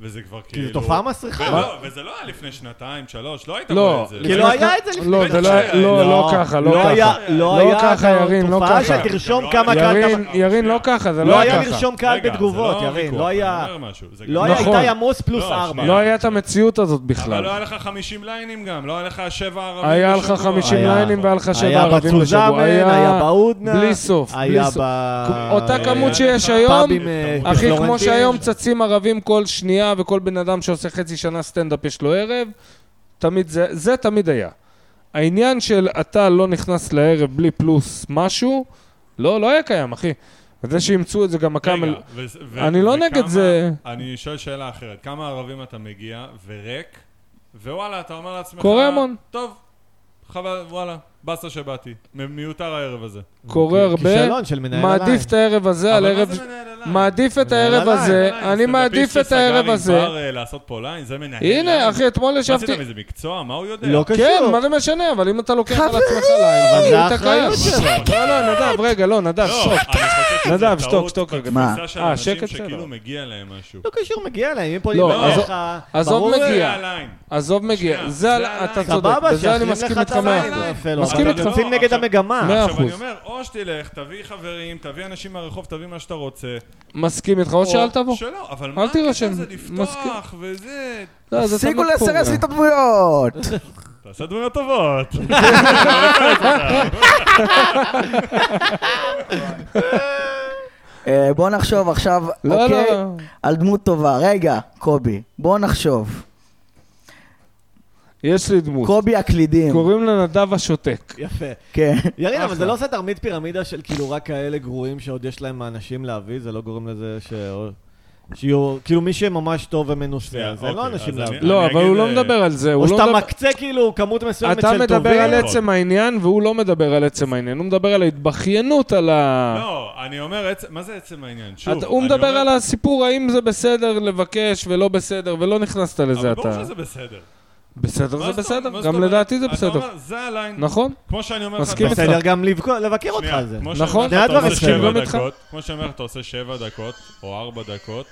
S3: וזה כבר
S2: כי
S3: כאילו...
S2: זו תופעה מסריחה.
S3: כן, לא, וזה לא היה לפני שנתיים, שלוש, לא היית
S1: לא.
S3: רואה את זה.
S1: כי
S2: כי
S1: לפני
S2: לא היה את זה לפני...
S1: לא, זה לא- לא, לא ככה, לא ככה.
S2: היה- לא
S1: לא
S2: היה
S1: ככה,
S2: את
S1: ירין, לא
S2: התופעה
S1: ככה.
S2: שתרשום
S3: גם לא
S2: כמה
S3: היה-
S2: קהל...
S1: ירין,
S3: ככה.
S1: ירין, לא ככה, זה
S2: לא
S1: לא
S2: היה
S1: היה ככה.
S2: לרשום קהל
S3: רגע, זה
S2: בתגובות,
S3: לא
S2: ירין.
S3: ויכוח,
S2: לא
S3: אני
S2: היה...
S3: אומר משהו, זה
S2: לא
S3: גם-
S2: היה
S1: נכון.
S2: איתי עמוס פלוס
S3: לא,
S2: ארבע.
S3: שנייה.
S1: לא היה את המציאות הזאת בכלל.
S3: אבל לא היה לך 50 ליינים גם, לא היה לך 7 ערבים
S1: היה לך 50
S2: היה.
S1: ליינים והיה לך שבע
S2: היה
S1: ערבים בשבוע.
S2: בצוזמן, היה בהודנה.
S1: בלי סוף, בלי
S2: היה
S1: סוף.
S2: ב...
S1: אותה
S2: אה,
S1: כמות
S3: היה לך
S1: שיש היום,
S2: פאבים, אה,
S1: אחי, כמו
S2: בפלורנטין.
S1: שהיום צצים ערבים כל שנייה, וכל בן אדם שעושה חצי שנה סטנדאפ יש לו ערב, תמיד זה, זה תמיד היה. העניין של אתה לא נכנס לערב בלי פלוס משהו, לא, לא היה קיים, אחי. זה שאימצו את זה גם הקאמל...
S3: רגע, ו- ו-
S1: אני לא
S3: וכמה-
S1: נגד זה.
S3: אני שואל שאלה אחרת, כמה ערבים אתה מגיע וריק, ווואלה, אתה אומר לעצמך...
S1: קורה המון.
S3: טוב, חבל, וואלה, באסה שבאתי. מ- מיותר הערב הזה.
S1: קורה הרבה,
S2: כישלון של מנהל הליין.
S1: מעדיף את הערב הזה על
S3: אבל
S1: ערב...
S3: מה זה מנהל הליין?
S1: מעדיף את
S2: מנהל
S1: הערב
S2: הליין,
S1: הזה,
S3: מנהל
S1: אני
S3: הליין?
S1: מעדיף את
S3: סטנדאפיסט
S1: הערב
S3: שסגר
S1: הזה.
S3: עם בר, אה, לעשות פה ליין, זה מנהל
S1: הנה,
S3: ליין.
S1: אחי, אתמול
S3: מה
S1: ישבתי...
S3: עשית מזה מקצוע? מה הוא יודע?
S2: לא קשור.
S1: כן, מה זה משנה, אבל אם אתה לוקח על
S4: חברים!
S1: עצמך ליין,
S2: אבל
S1: אז
S2: זה
S1: אתה קיים.
S2: האחריות שלו.
S1: לא, לא, נדב, רגע, לא, נדב,
S3: לא,
S1: סטופ.
S3: אני חושב שזה
S1: נדב,
S3: טעות
S1: שתוק, שתוק רגע.
S4: מה?
S3: בתפיסה של
S1: אה,
S3: אנשים
S1: שקט, בסדר.
S3: שכאילו מגיע להם משהו.
S2: לא קשור, מגיע להם, אם פונים
S1: לא,
S3: עזוב-
S2: אליך,
S1: עזוב
S2: ברור,
S1: מגיע.
S3: זה הליין.
S1: עזוב מגיע,
S3: שנייה,
S1: זה, על-
S3: זה עליי.
S1: אתה צודק,
S2: סבבה,
S1: בזה אני
S2: שיחרים
S1: מסכים
S2: לך את
S1: איתך מאה
S2: הליין.
S1: אחוז.
S2: יפה, לא,
S1: מסכים
S2: אבל
S1: איתך.
S2: אתם יוצאים נגד
S3: עכשיו-
S1: מאה
S2: המגמה.
S3: עכשיו אני
S1: אחוז.
S3: אומר, או שתלך, תביא חברים, תביא אנשים מהרחוב, תביא מה שאתה רוצה.
S1: מסכים איתך, או שאל תבוא.
S3: שלא, אבל
S1: אל
S3: מה
S1: תירשם,
S3: הקטע זה
S1: מסכים.
S3: לפתוח וזה...
S1: לא, זה
S4: תפסיקו
S1: תמיד קורה.
S4: לסרס לי את הדמויות.
S3: תעשה דמויות טובות.
S4: אה, בוא נחשוב עכשיו,
S1: לא,
S4: אוקיי,
S1: לא, לא.
S4: על דמות טובה. רגע, קובי, בוא נחשוב.
S1: יש לי דמות.
S4: קובי הקלידים.
S1: קוראים לנדב השותק.
S2: יפה.
S4: כן.
S2: ירין, אבל זה
S1: אחלה.
S2: לא עושה תרמית פירמידה של כאילו רק כאלה גרועים שעוד יש להם אנשים להביא, זה לא גורם לזה ש... שיהיו, כאילו מי שממש טוב ומנוסה,
S3: שנייה,
S2: אז אין לו
S3: אוקיי,
S2: אנשים
S3: אז אני-
S2: להביא.
S1: לא,
S3: אני
S1: אבל הוא
S3: אגיד,
S1: לא
S3: אה,
S1: מדבר על זה, הוא
S2: או
S1: לא
S2: שאתה
S1: מדבר...
S2: מקצה כאילו כמות מסוימת של
S1: אתה
S2: טובים.
S1: מדבר על
S3: נכון.
S1: עצם העניין, והוא לא מדבר על עצם העניין, הוא מדבר על ההתבכיינות, על ה...
S3: לא, אני אומר, עצ- מה זה עצם העניין? שוב,
S1: אתה- הוא
S3: אני
S1: מדבר
S3: אומר-
S1: על הסיפור האם זה בסדר לבקש ולא בסדר, ולא נכנסת לזה
S3: אבל
S1: אתה.
S3: ברור שזה בסדר.
S1: בסדר זה
S3: מה זאת- מה
S1: בסדר,
S3: זאת
S1: גם
S3: אומרת?
S1: לדעתי זה
S3: אתה
S1: בסדר.
S3: אומר, זה הליין.
S1: נכון?
S3: כמו שאני אומר לך,
S1: מסכים
S3: אתה-
S1: איתך.
S2: בסדר גם לבכו- לבקר אותך
S3: שנייה,
S2: על זה.
S3: כמו
S1: נכון.
S3: שאומר לך, אתה
S2: זה
S3: עושה
S2: הדבר
S3: שבע
S1: הזה.
S3: דקות, כמו שאומר לך, אתה עושה שבע דקות, או ארבע דקות.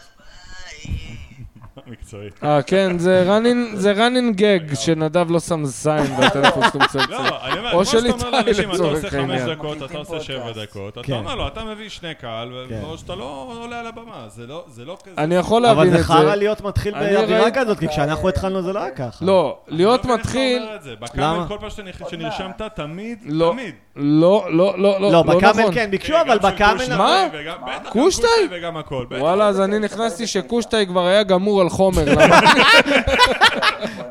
S3: מקצועי.
S1: אה, כן, זה running- זה running gag שנדב לא שם זין בטלפון שאתה מצלצל.
S3: לא, אני אומר,
S1: או
S3: כמו שאתה
S1: של
S3: אומר לאנשים, אתה
S1: לצורך
S3: עושה חמש
S1: העניין.
S3: דקות, אתה
S4: מקליטים
S3: עושה שבע
S4: פודקאסט.
S3: דקות,
S2: כן.
S3: אתה אומר לו, אתה מביא שני קהל, ו-
S2: כן.
S3: או שאתה לא עולה על הבמה, זה לא- זה לא כזה.
S1: אני יכול
S2: אבל
S1: להבין
S2: זה
S1: את
S2: חרא
S1: זה.
S2: להיות מתחיל
S1: אני
S2: באווירה
S1: ראיתי-
S2: כזאת, כי כשאנחנו התחלנו זה לא היה ככה.
S1: לא, להיות
S3: אני לא מבין איך אתה
S1: מתחיל...
S3: אומר את זה.
S2: למה?
S3: בקאמל, כל פעם שאתה נכ- שנרשמת, תמיד,
S1: לא,
S3: תמיד.
S1: לא, לא, לא, לא,
S2: לא,
S1: לא
S2: בקאמל
S1: נכון.
S2: כן ביקשו,
S3: אה,
S2: אבל
S3: גם של
S2: בקאמל...
S3: קושטייב
S1: מה?
S3: וגם- בטח, גם
S1: קושטייב?
S3: וגם הכל. בטח.
S1: וואלה, אז אני נכנסתי שקושטי כבר היה גמור על חומר. למה?
S2: לא,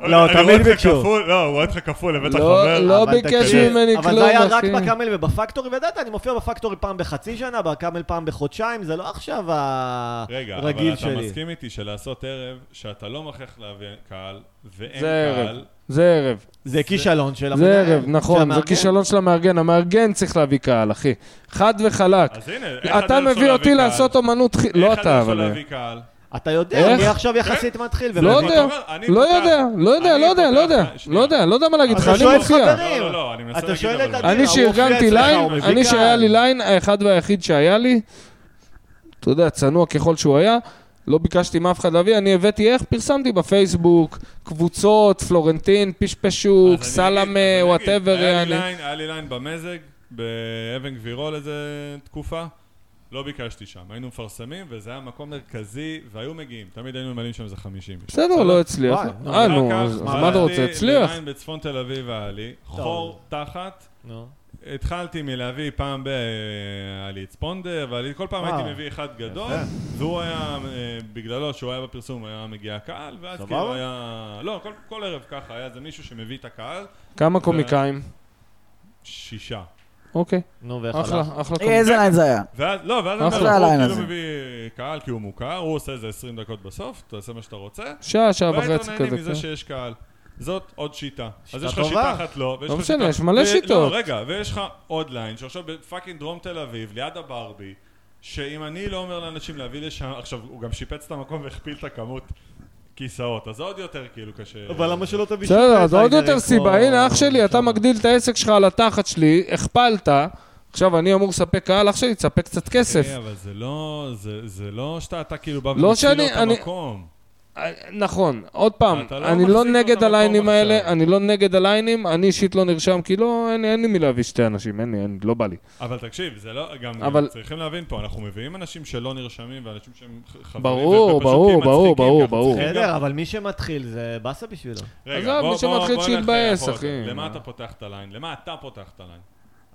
S3: אני רואה
S2: תמיד
S3: אותך
S2: ביקשו.
S3: כפול, לא, הוא רואה אותך כפול, הבאת
S1: לא,
S3: חבר.
S1: לא
S2: אבל
S1: ביקש
S2: תקשיב,
S1: ממני
S2: אבל
S1: כלום,
S2: זה היה רק
S1: אחי.
S2: בקאמל ובפקטורי, וידעת, אני מופיע בפקטורי פעם בחצי שנה, בקאמל פעם בחודשיים, זה לא עכשיו
S3: רגע, אבל
S2: הרגיל
S3: אתה
S2: שלי.
S3: מסכים איתי שלעשות ערב שאתה לא מכריח להביא קהל, ואין
S1: זה ערב.
S3: קהל,
S1: זה ערב,
S2: זה כישלון של
S1: זה
S2: המנהל,
S1: ערב, נכון, זה
S2: שהמארגן-
S1: כישלון של המארגן, המארגן צריך להביא קהל, אחי. חד וחלק.
S3: אז הנה, איך הדרך
S1: אתה
S3: שלו
S1: מביא
S3: להביא
S1: אותי
S3: קהל?
S1: לעשות אומנות, חי- לא
S3: איך
S1: אתה,
S3: הדרך שלו
S1: אבל...
S3: להביא קהל?
S2: אתה יודע,
S1: איך?
S2: אני עכשיו יחסית מתחיל.
S1: לא
S2: ומבין.
S1: יודע,
S3: אומר, אני
S1: לא
S3: פותח-
S1: יודע, לא יודע,
S3: אני
S1: לא יודע, לא
S3: פותח-
S1: יודע,
S3: שנייה.
S1: לא יודע, לא יודע מה להגיד לך,
S2: אתה
S1: אני
S2: שואל
S1: מופיע.
S2: חברים.
S3: לא, לא, לא, אני לא- מנסה
S2: אתה
S3: להגיד
S2: שואל
S3: אבל
S2: את
S3: מה.
S2: הדיל.
S1: אני
S2: הוא מופיע
S1: שארגנתי
S2: אצלך,
S1: ליין,
S2: הוא מביא
S1: אני
S2: קהל.
S1: שהיה לי ליין, האחד והיחיד שהיה לי, אתה יודע, צנוע ככל שהוא היה, לא ביקשתי מאף אחד להביא, אני הבאתי איך, פרסמתי בפייסבוק, קבוצות, פלורנטין, פשפשוק,
S3: אז אני אגיד- אז אני
S1: סלאמה,
S3: אגיד,
S1: וואטאבר,
S3: היה לי
S1: אה, יעני.
S3: ליין- היה לי ליין במזג, באבן גבירול איזה תקופה. לא ביקשתי שם, היינו מפרסמים, וזה היה מקום מרכזי, והיו מגיעים, תמיד היינו ממלאים שם איזה 50. איש.
S1: בסדר, לא הצליח.
S2: וואי, נו,
S1: אה,
S3: אחר
S1: נו,
S3: כך
S1: אז אז מה
S3: הלכתי
S1: אתה רוצה, הצליח.
S3: לליין בצפון תל אביב היה לי, חור תחת,
S2: נו.
S3: התחלתי מלהביא פעם ב... היה לי את ספונדר, והיה לי- כל פעם
S2: וואו.
S3: הייתי מביא אחד גדול, והוא היה, אה, בגללו שהוא היה בפרסום, היה מגיע הקהל, ואז
S2: סבבה.
S3: כאילו היה... לא, כל- כל ערב ככה, היה איזה מישהו שמביא את הקהל,
S1: כמה קומיקאים?
S3: אה, שישה.
S1: אוקיי,
S2: נו, ואיך
S1: אחלה,
S2: הלך?
S1: אחלה קומיקאים.
S4: איזה ליין זה היה?
S3: ואז, לא, ואז אני
S1: אחלה
S3: אומר,
S4: הליין
S3: לו, הוא
S4: הזה.
S3: כאילו מביא קהל כי הוא מוכר, הוא עושה איזה 20 דקות בסוף, תעשה מה שאתה רוצה,
S1: שעה, שעה
S3: לא
S1: וחצי
S3: והיתר נהנים
S1: כזה. כן.
S3: מזה שיש קהל. זאת עוד שיטה. אז
S2: שיטה
S3: יש לך
S2: טובה.
S3: שיטה אחת לא, ויש
S1: לא
S3: לך
S1: משנה,
S3: שיטה-
S1: יש מלא
S3: ו-
S1: שיטות.
S3: לא, רגע, ויש לך עוד ליין, שעכשיו בפאקינג דרום תל אביב, ליד הברבי, שאם אני לא אומר לאנשים להביא לשם, עכשיו, הוא גם שיפץ את המקום והכפיל את הכמות כיסאות, אז זה עוד יותר כאילו קשה.
S2: אבל למה שלא תביא
S1: בסדר, אז עוד
S2: טיינרים
S1: יותר
S2: פה?
S1: סיבה. הנה, אח שלי, אתה מגדיל את העסק שלך על התחת שלי, הכפלת. עכשיו, אני אמור לספק קהל, אח שלי, תספק קצת כסף.
S3: אה, אבל זה לא, זה, זה לא שאתה אתה כאילו בא
S1: לא
S3: ומציל לו
S1: שאני-
S3: את
S1: אני-
S3: המקום.
S1: אה, נכון, עוד פעם,
S3: אתה לא
S1: אני לא
S3: מחזיק לו את
S1: נגד
S3: המקום
S1: הליינים
S3: עכשיו.
S1: האלה, אני לא נגד הליינים, אני אישית לא נרשם, כי לא, אין לי- אין לי מי להביא שתי אנשים, אין לי, אין לי, לא בא לי.
S3: אבל תקשיב, זה לא, גם,
S1: אבל-
S3: גם צריכים להבין פה, אנחנו מביאים אנשים שלא נרשמים ואנשים שהם ח- חברים.
S1: ברור,
S3: ופשוט כי
S1: ברור,
S3: מצחיקים,
S1: ברור,
S3: כי
S1: ברור,
S3: אנחנו
S1: ברור.
S3: צריכים גם-
S2: בסדר, אבל מי שמתחיל זה באסה בשבילו.
S3: רגע,
S1: עזוב,
S3: בוא,
S1: מי
S3: בוא,
S1: שמתחיל
S3: בוא
S1: שיתבאס,
S3: נלך לאחורה.
S1: אחי. כן.
S3: למה אתה פותח את הליין? למה אתה פותח את הליין?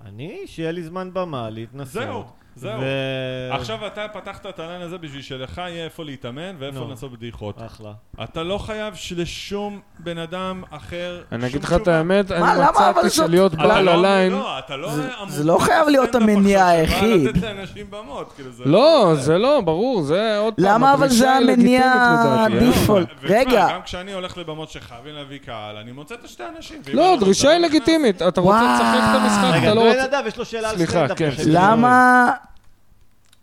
S2: אני, שיהיה לי זמן במה להתנסות.
S3: זהו. זהו.
S2: ו-
S3: עכשיו אתה פתחת את העניין הזה בשביל שלך יהיה איפה להתאמן ואיפה
S2: נו.
S3: לעשות בדיחות.
S2: אחלה.
S3: אתה לא חייב לשום בן אדם אחר
S1: אני
S3: שום
S1: אגיד לך
S3: תשובה.
S1: את האמת, אני
S4: מה, למה אבל
S1: מצאתי
S4: זאת-
S1: שלהיות
S3: אתה
S1: בעל
S3: לא-
S1: הליין...
S3: לא, אתה לא אמור
S4: זה לא חייב
S3: לעשות
S4: להיות
S3: סטנדאפ
S4: המניע
S3: עכשיו שבא
S4: היחיד.
S3: לתת לאנשים במות, כאילו זה...
S1: לא, זה לא, ברור, זה עוד פעם.
S4: למה אבל
S1: הדרישה
S4: זה
S1: היא
S4: המניע
S1: לגיטימית לדעתי,
S3: לא,
S1: אה?
S4: דיפולט.
S3: ו- ותשמע,
S4: רגע.
S3: גם כשאני הולך לבמות שחייבים להביא קהל, אני מוצא את השתי אנשים. ואם
S1: לא,
S3: אני
S1: הדרישה
S3: רוצה,
S1: היא
S3: אני נכנס.
S1: לגיטימית. אתה רוצה
S4: וואו.
S1: לשחק את המשחק,
S2: רגע,
S1: אתה לא
S2: תנו
S1: רוצה...
S2: לנדב, יש לו שאלה על
S1: סליחה,
S2: סטנדאפ.
S1: כן,
S2: לפני
S1: סליחה.
S2: שאתם מדברים.
S4: למה...